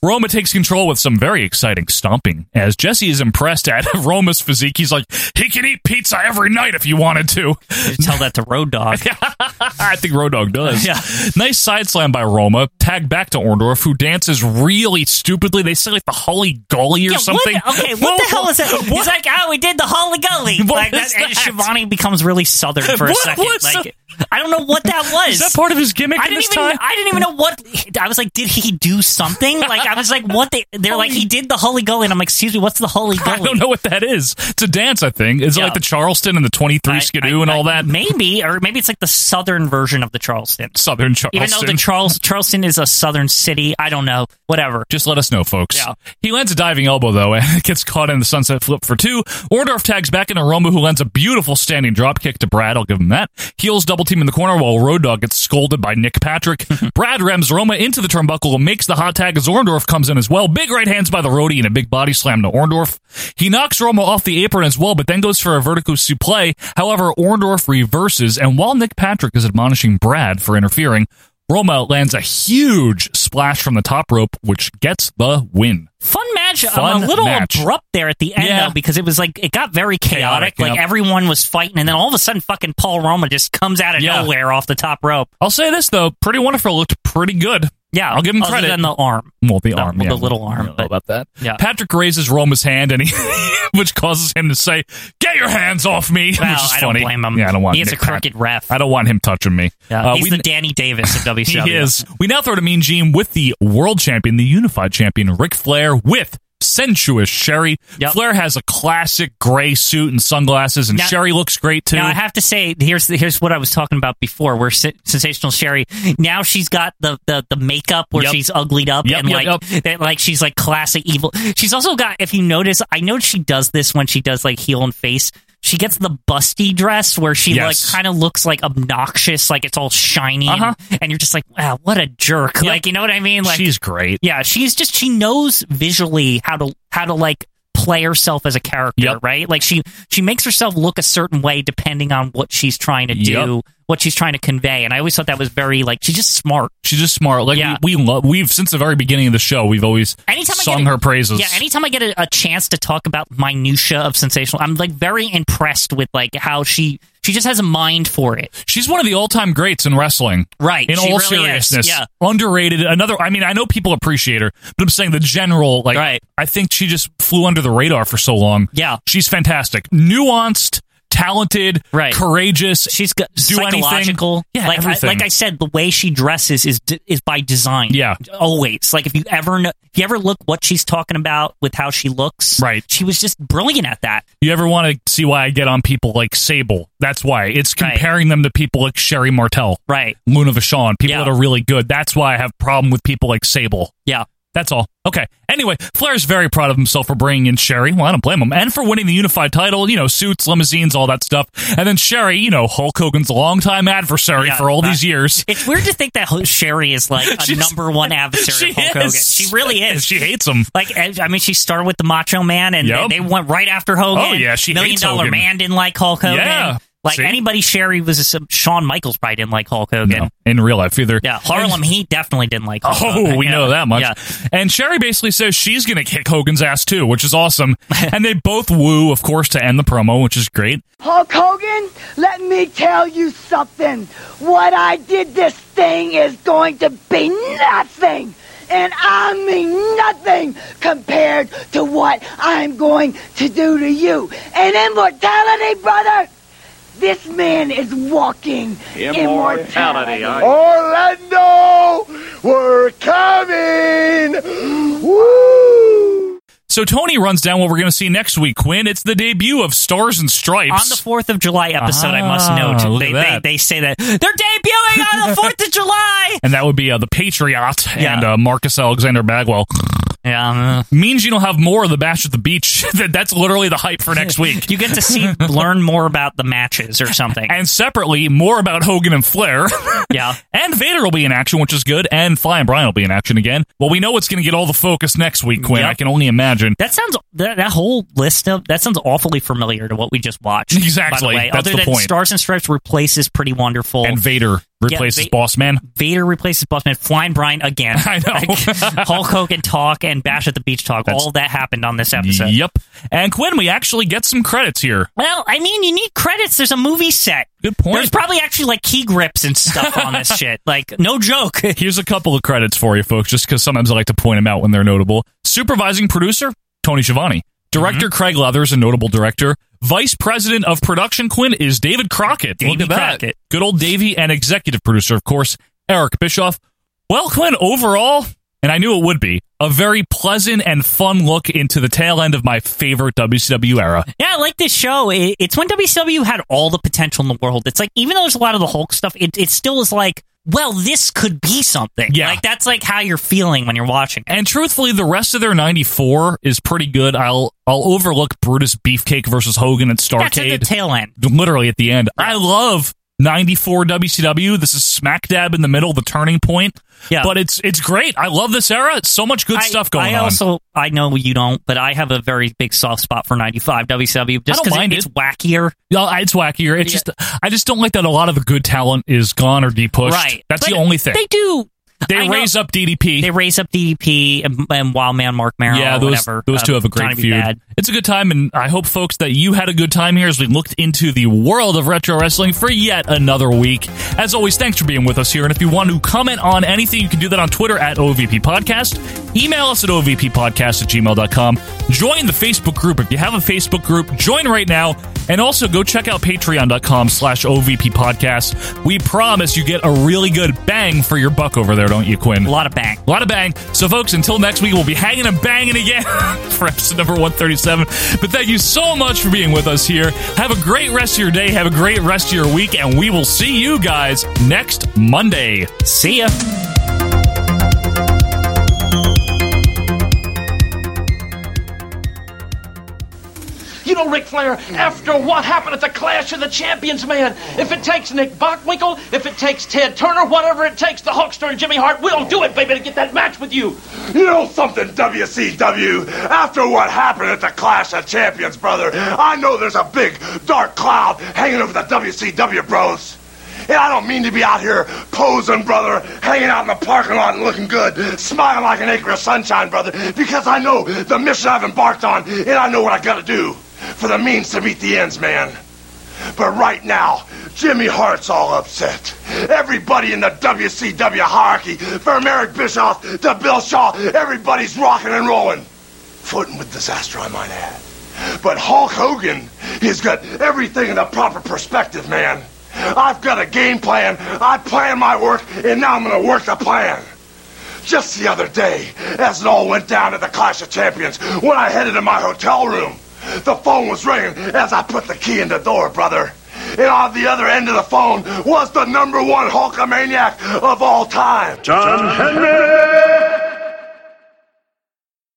[SPEAKER 1] Roma takes control with some very exciting stomping as Jesse is impressed at Roma's physique. He's like, he could eat pizza every night if you wanted to.
[SPEAKER 2] You tell that to Road Dog.
[SPEAKER 1] I think Road Dog does.
[SPEAKER 2] Yeah.
[SPEAKER 1] Nice side slam by Roma. Tagged back to Orndorff, who dances really stupidly. They say like the Holly Golly or
[SPEAKER 2] Yeah,
[SPEAKER 1] something.
[SPEAKER 2] What, okay, what
[SPEAKER 1] Whoa,
[SPEAKER 2] the hell is that?
[SPEAKER 1] whoa,
[SPEAKER 2] He's like, oh, we did the Holly Gully.
[SPEAKER 1] What
[SPEAKER 2] like
[SPEAKER 1] is
[SPEAKER 2] that, And
[SPEAKER 1] that?
[SPEAKER 2] Shivani becomes really southern for a
[SPEAKER 1] What-
[SPEAKER 2] second.
[SPEAKER 1] what's
[SPEAKER 2] like,
[SPEAKER 1] that?
[SPEAKER 2] I don't know what that was.
[SPEAKER 1] Is that part of his gimmick
[SPEAKER 2] I
[SPEAKER 1] in
[SPEAKER 2] didn't
[SPEAKER 1] this
[SPEAKER 2] even,
[SPEAKER 1] time?
[SPEAKER 2] I didn't even know what. I was like, did he do something? Like, I was like, what? They, they're like, he did the Holy Gully, and I'm like, excuse me, what's the Holy Gully?
[SPEAKER 1] I don't know what that is. It's a dance, I think. Is it
[SPEAKER 2] Yeah.
[SPEAKER 1] like the Charleston and the 23 Skidoo and all that?
[SPEAKER 2] Maybe, or maybe it's like the southern version of the Charleston.
[SPEAKER 1] Southern Charleston.
[SPEAKER 2] Even though the Charles Charleston is a southern city, I don't know. Whatever.
[SPEAKER 1] Just let us know, folks.
[SPEAKER 2] Yeah.
[SPEAKER 1] He lands a diving elbow, though, and gets caught in the sunset flip for two. Orndorff tags back into Romo, who lands a beautiful standing drop kick to Brad. I'll give him that. Heels double team in the corner while Road Dog gets scolded by Nick Patrick. Brad rams Roma into the turnbuckle and makes the hot tag as Orndorff comes in as well. Big right hands by the roadie and a big body slam to Orndorff. He knocks Roma off the apron as well, but then goes for a vertical suplex. However, Orndorff reverses, and while Nick Patrick is admonishing Brad for interfering, Roma lands a huge splash from the top rope, which gets the win.
[SPEAKER 2] Fun match. I'm
[SPEAKER 1] Fun
[SPEAKER 2] a little
[SPEAKER 1] match.
[SPEAKER 2] abrupt there at the end
[SPEAKER 1] Yeah.
[SPEAKER 2] though, because it was like it got very chaotic.
[SPEAKER 1] Chaotic,
[SPEAKER 2] like
[SPEAKER 1] yeah.
[SPEAKER 2] everyone was fighting, and then all of a sudden, fucking Paul Roma just comes out of
[SPEAKER 1] Yeah.
[SPEAKER 2] nowhere off the top rope.
[SPEAKER 1] I'll say this though, Pretty Wonderful looked pretty good.
[SPEAKER 2] Yeah,
[SPEAKER 1] I'll give him
[SPEAKER 2] other
[SPEAKER 1] credit.
[SPEAKER 2] than the arm.
[SPEAKER 1] well, the
[SPEAKER 2] The-
[SPEAKER 1] arm,
[SPEAKER 2] the
[SPEAKER 1] yeah,
[SPEAKER 2] little
[SPEAKER 1] I
[SPEAKER 2] arm,
[SPEAKER 1] don't know
[SPEAKER 2] but-
[SPEAKER 1] about that.
[SPEAKER 2] Yeah.
[SPEAKER 1] Patrick raises Roma's hand, and he, which causes him to say, "Get your hands off me,"
[SPEAKER 2] Well,
[SPEAKER 1] which is
[SPEAKER 2] I don't
[SPEAKER 1] funny.
[SPEAKER 2] blame him.
[SPEAKER 1] Yeah, I don't want.
[SPEAKER 2] He is
[SPEAKER 1] Nick
[SPEAKER 2] a crooked
[SPEAKER 1] Pat-
[SPEAKER 2] ref.
[SPEAKER 1] I don't want him touching me.
[SPEAKER 2] Yeah,
[SPEAKER 1] Uh,
[SPEAKER 2] he's
[SPEAKER 1] we-
[SPEAKER 2] the Danny Davis of WCW.
[SPEAKER 1] He is. We now throw to Mean Gene with the world champion, the unified champion, Ric Flair, with sensuous Sherry. Flair has a classic gray suit and sunglasses, and
[SPEAKER 2] Now-
[SPEAKER 1] Sherry looks great too.
[SPEAKER 2] Now I have to say, here's here's what I was talking about before. Where se- sensational Sherry now she's got the the, the makeup where
[SPEAKER 1] Yep.
[SPEAKER 2] she's uglied up
[SPEAKER 1] Yep,
[SPEAKER 2] and
[SPEAKER 1] yep,
[SPEAKER 2] like that like she's like classic evil. She's also got if you notice, I know she does this when she does like heel and face. She gets the busty dress where she
[SPEAKER 1] Yes.
[SPEAKER 2] like kind of looks like obnoxious, like it's all shiny, and-
[SPEAKER 1] Uh-huh.
[SPEAKER 2] and, you're just like, wow, what a jerk! Like you know what I mean? Like
[SPEAKER 1] She's great.
[SPEAKER 2] yeah, she's just she knows visually how to how to like play herself as a character, right? Like she she makes herself look a certain way depending on what she's trying to do,
[SPEAKER 1] Yep.
[SPEAKER 2] what she's trying to convey. And I always thought that was very like she's just smart.
[SPEAKER 1] She's just smart. Like
[SPEAKER 2] Yeah.
[SPEAKER 1] we, we love. We've since the very beginning of the show, we've always
[SPEAKER 2] Anytime I
[SPEAKER 1] sung
[SPEAKER 2] get a-
[SPEAKER 1] her praises.
[SPEAKER 2] Yeah, anytime I get a, a chance to talk about minutia of sensational, I'm like very impressed with like how she she just has a mind for it.
[SPEAKER 1] She's one of the all-time greats in wrestling.
[SPEAKER 2] Right,
[SPEAKER 1] In
[SPEAKER 2] she
[SPEAKER 1] all
[SPEAKER 2] really is,
[SPEAKER 1] seriousness,
[SPEAKER 2] yeah.
[SPEAKER 1] underrated. Another. I mean, I know people appreciate her, but I'm saying the general. Like,
[SPEAKER 2] Right.
[SPEAKER 1] I think she just flew under the radar for so long.
[SPEAKER 2] Yeah.
[SPEAKER 1] she's fantastic, nuanced, talented,
[SPEAKER 2] Right.
[SPEAKER 1] courageous.
[SPEAKER 2] She's got
[SPEAKER 1] do
[SPEAKER 2] psychological.
[SPEAKER 1] Anything. Yeah,
[SPEAKER 2] like I,
[SPEAKER 1] everything.
[SPEAKER 2] like I said, the way she dresses is d- is by design.
[SPEAKER 1] Yeah.
[SPEAKER 2] always. Like if you ever know, if you ever look what she's talking about with how she looks,
[SPEAKER 1] Right.
[SPEAKER 2] She was just brilliant at that.
[SPEAKER 1] You ever want to see why I get on people like Sable? That's why. It's
[SPEAKER 2] Right.
[SPEAKER 1] comparing them to people like Sherry Martel,
[SPEAKER 2] Right.
[SPEAKER 1] Luna Vachon, people
[SPEAKER 2] Yeah.
[SPEAKER 1] that are really good. That's why I have problem with people like Sable.
[SPEAKER 2] Yeah.
[SPEAKER 1] That's all. Okay. Anyway, Flair's very proud of himself for bringing in Sherry. Well, I don't blame him. And for winning the unified title, you know, suits, limousines, all that stuff. And then Sherry, you know, Hulk Hogan's longtime adversary
[SPEAKER 2] Yeah,
[SPEAKER 1] for all
[SPEAKER 2] that-
[SPEAKER 1] these years.
[SPEAKER 2] It's weird to think that Ho- Sherry is like a
[SPEAKER 1] She's-
[SPEAKER 2] number one adversary of
[SPEAKER 1] She
[SPEAKER 2] Hulk Hogan.
[SPEAKER 1] is.
[SPEAKER 2] She really is.
[SPEAKER 1] She hates him.
[SPEAKER 2] Like eh, I I mean, she started with the Macho Man, and
[SPEAKER 1] Yep.
[SPEAKER 2] they, they went right after Hogan.
[SPEAKER 1] Oh, yeah, she
[SPEAKER 2] Million
[SPEAKER 1] hates
[SPEAKER 2] Dollar
[SPEAKER 1] Hogan.
[SPEAKER 2] Man didn't like Hulk Hogan.
[SPEAKER 1] Yeah.
[SPEAKER 2] Like
[SPEAKER 1] See?
[SPEAKER 2] anybody, Sherry was a, sub- Shawn Michaels probably didn't like Hulk Hogan.
[SPEAKER 1] No, in real life either.
[SPEAKER 2] Yeah, Harlem Heat definitely didn't like. Hulk
[SPEAKER 1] Oh,
[SPEAKER 2] Hogan.
[SPEAKER 1] we
[SPEAKER 2] Yeah.
[SPEAKER 1] know that much.
[SPEAKER 2] Yeah.
[SPEAKER 1] And Sherry basically says she's going to kick Hogan's ass too, which is awesome. and they both woo, of course, to end the promo, which is great.
[SPEAKER 19] Hulk Hogan, let me tell you something. What I did this thing is going to be nothing. And I mean nothing compared to what I'm going to do to you. And immortality, brother, this man is walking immortality.
[SPEAKER 16] Orlando, we're coming! Woo!
[SPEAKER 1] So Tony runs down what we're going to see next week, Quinn. It's the debut of Stars and Stripes.
[SPEAKER 2] on the Fourth of July episode, I must
[SPEAKER 1] Ah,
[SPEAKER 2] note
[SPEAKER 1] look
[SPEAKER 2] they,
[SPEAKER 1] at
[SPEAKER 2] they
[SPEAKER 1] that.
[SPEAKER 2] they say that they're debuting on the Fourth of July.
[SPEAKER 1] and that would be uh, the Patriot
[SPEAKER 2] Yeah.
[SPEAKER 1] and uh, Marcus Alexander Bagwell.
[SPEAKER 2] Yeah,
[SPEAKER 1] Means you don't have more of the Bash at the Beach. That- That's literally the hype for next week.
[SPEAKER 2] you get to see learn more about the matches or something.
[SPEAKER 1] And separately, more about Hogan and Flair.
[SPEAKER 2] Yeah.
[SPEAKER 1] and Vader will be in action, which is good. And Flying Brian will be in action again. Well, we know it's going to get all the focus next week, Quinn.
[SPEAKER 2] Yep.
[SPEAKER 1] I can only imagine.
[SPEAKER 2] That sounds that, that whole list of that sounds awfully familiar to what we just watched. By
[SPEAKER 1] Exactly.
[SPEAKER 2] the way.
[SPEAKER 1] That's
[SPEAKER 2] Other
[SPEAKER 1] the
[SPEAKER 2] than
[SPEAKER 1] point.
[SPEAKER 2] Stars and Stripes replaces Pretty Wonderful.
[SPEAKER 1] And Vader replaces
[SPEAKER 2] Va-
[SPEAKER 1] Boss Man.
[SPEAKER 2] Oh. Vader replaces Bossman, Flying Brian again.
[SPEAKER 1] I know.
[SPEAKER 2] Hulk Hogan talk and Bash at the Beach talk.
[SPEAKER 1] That's-
[SPEAKER 2] all that happened on this episode.
[SPEAKER 1] Yep. And Quinn, we actually get some credits here.
[SPEAKER 2] Well, I mean, you need credits. There's a movie set.
[SPEAKER 1] Good point.
[SPEAKER 2] There's probably actually like key grips and stuff on this shit. Like, no joke.
[SPEAKER 1] Here's a couple of credits for you, folks, just because sometimes I like to point them out when they're notable. Supervising producer, Tony Schiavone. Director
[SPEAKER 2] Mm-hmm.
[SPEAKER 1] Craig Leathers, a notable director. Vice president of production Quinn is David Crockett. Look
[SPEAKER 2] Davy
[SPEAKER 1] at that.
[SPEAKER 2] Crockett.
[SPEAKER 1] Good old Davy, and executive producer, of course, Eric Bischoff. Well, Quinn, overall, and I knew it would be, a very pleasant and fun look into the tail end of my favorite WCW era.
[SPEAKER 2] Yeah, I like this show. It, it's when WCW had all the potential in the world. It's like even though there's a lot of the Hulk stuff, it, it still is like, well, this could be something. Yeah, like that's like how you're feeling when you're watching.
[SPEAKER 1] And truthfully, the rest of their '94 is pretty good. I'll I'll overlook Brutus Beefcake versus Hogan at Starcade.
[SPEAKER 2] That's at the tail end.
[SPEAKER 1] literally at the end. I love '94 WCW. This is smack dab in the middle, the turning point.
[SPEAKER 2] Yeah.
[SPEAKER 1] but it's it's great. I love this era. It's so much good
[SPEAKER 2] I-
[SPEAKER 1] stuff going
[SPEAKER 2] I
[SPEAKER 1] on.
[SPEAKER 2] also I know you don't, but I have a very big soft spot for '95 WCW. Just
[SPEAKER 1] I don't
[SPEAKER 2] 'cause
[SPEAKER 1] mind
[SPEAKER 2] it,
[SPEAKER 1] it.
[SPEAKER 2] it's wackier.
[SPEAKER 1] No, it's wackier. It's just I just don't like that a lot of the good talent is gone or depushed.
[SPEAKER 2] Right.
[SPEAKER 1] That's
[SPEAKER 2] But
[SPEAKER 1] the only thing.
[SPEAKER 2] They do.
[SPEAKER 1] They
[SPEAKER 2] I know-
[SPEAKER 1] raise up DDP.
[SPEAKER 2] They raise up DDP and, and Wild Man Mark Merrill.
[SPEAKER 1] yeah,
[SPEAKER 2] or
[SPEAKER 1] those
[SPEAKER 2] whatever,
[SPEAKER 1] those
[SPEAKER 2] uh,
[SPEAKER 1] two have a
[SPEAKER 2] Johnny
[SPEAKER 1] great
[SPEAKER 2] B.
[SPEAKER 1] feud.
[SPEAKER 2] Bad.
[SPEAKER 1] It's a good time, and I hope, folks, that you had a good time here as we looked into the world of retro wrestling for yet another week. As always, thanks for being with us here. And if you want to comment on anything, you can do that on Twitter at OVP Podcast. Email us at OVPPodcast at gmail.com. Join the Facebook group. If you have a Facebook group, join right now. And also go check out patreon.com slash OVP Podcast. We promise you get a really good bang for your buck over there, don't you, Quinn? A
[SPEAKER 2] lot of bang.
[SPEAKER 1] A lot of bang. So, folks, until next week, we'll be hanging and banging again for episode number 137. But thank you so much for being with us here. Have a great rest of your day. Have a great rest of your week. And we will see you guys next Monday.
[SPEAKER 2] See ya.
[SPEAKER 6] You know, Ric Flair, after what happened at the Clash of the Champions, man, if it takes Nick Bockwinkel, if it takes Ted Turner, whatever it takes, the Hulkster and Jimmy Hart, we'll do it, baby, to get that match with you.
[SPEAKER 16] You know something, WCW? After what happened at the Clash of Champions, brother, I know there's a big dark cloud hanging over the WCW bros. And I don't mean to be out here posing, brother, hanging out in the parking lot and looking good, smiling like an acre of sunshine, brother, because I know the mission I've embarked on, and I know what I gotta do for the means to meet the ends, man. But right now, Jimmy Hart's all upset. Everybody in the WCW hierarchy, from Eric Bischoff to Bill Shaw, everybody's rocking and rolling. Footing with disaster, I might add. But Hulk Hogan, he's got everything in the proper perspective, man. I've got a game plan. I plan my work, and now I'm going to work the plan. Just the other day, as it all went down at the Clash of Champions, when I headed to my hotel room, the phone was ringing as I put the key in the door, brother. And on the other end of the phone was the number one Hulkamaniac of all time, John Henry.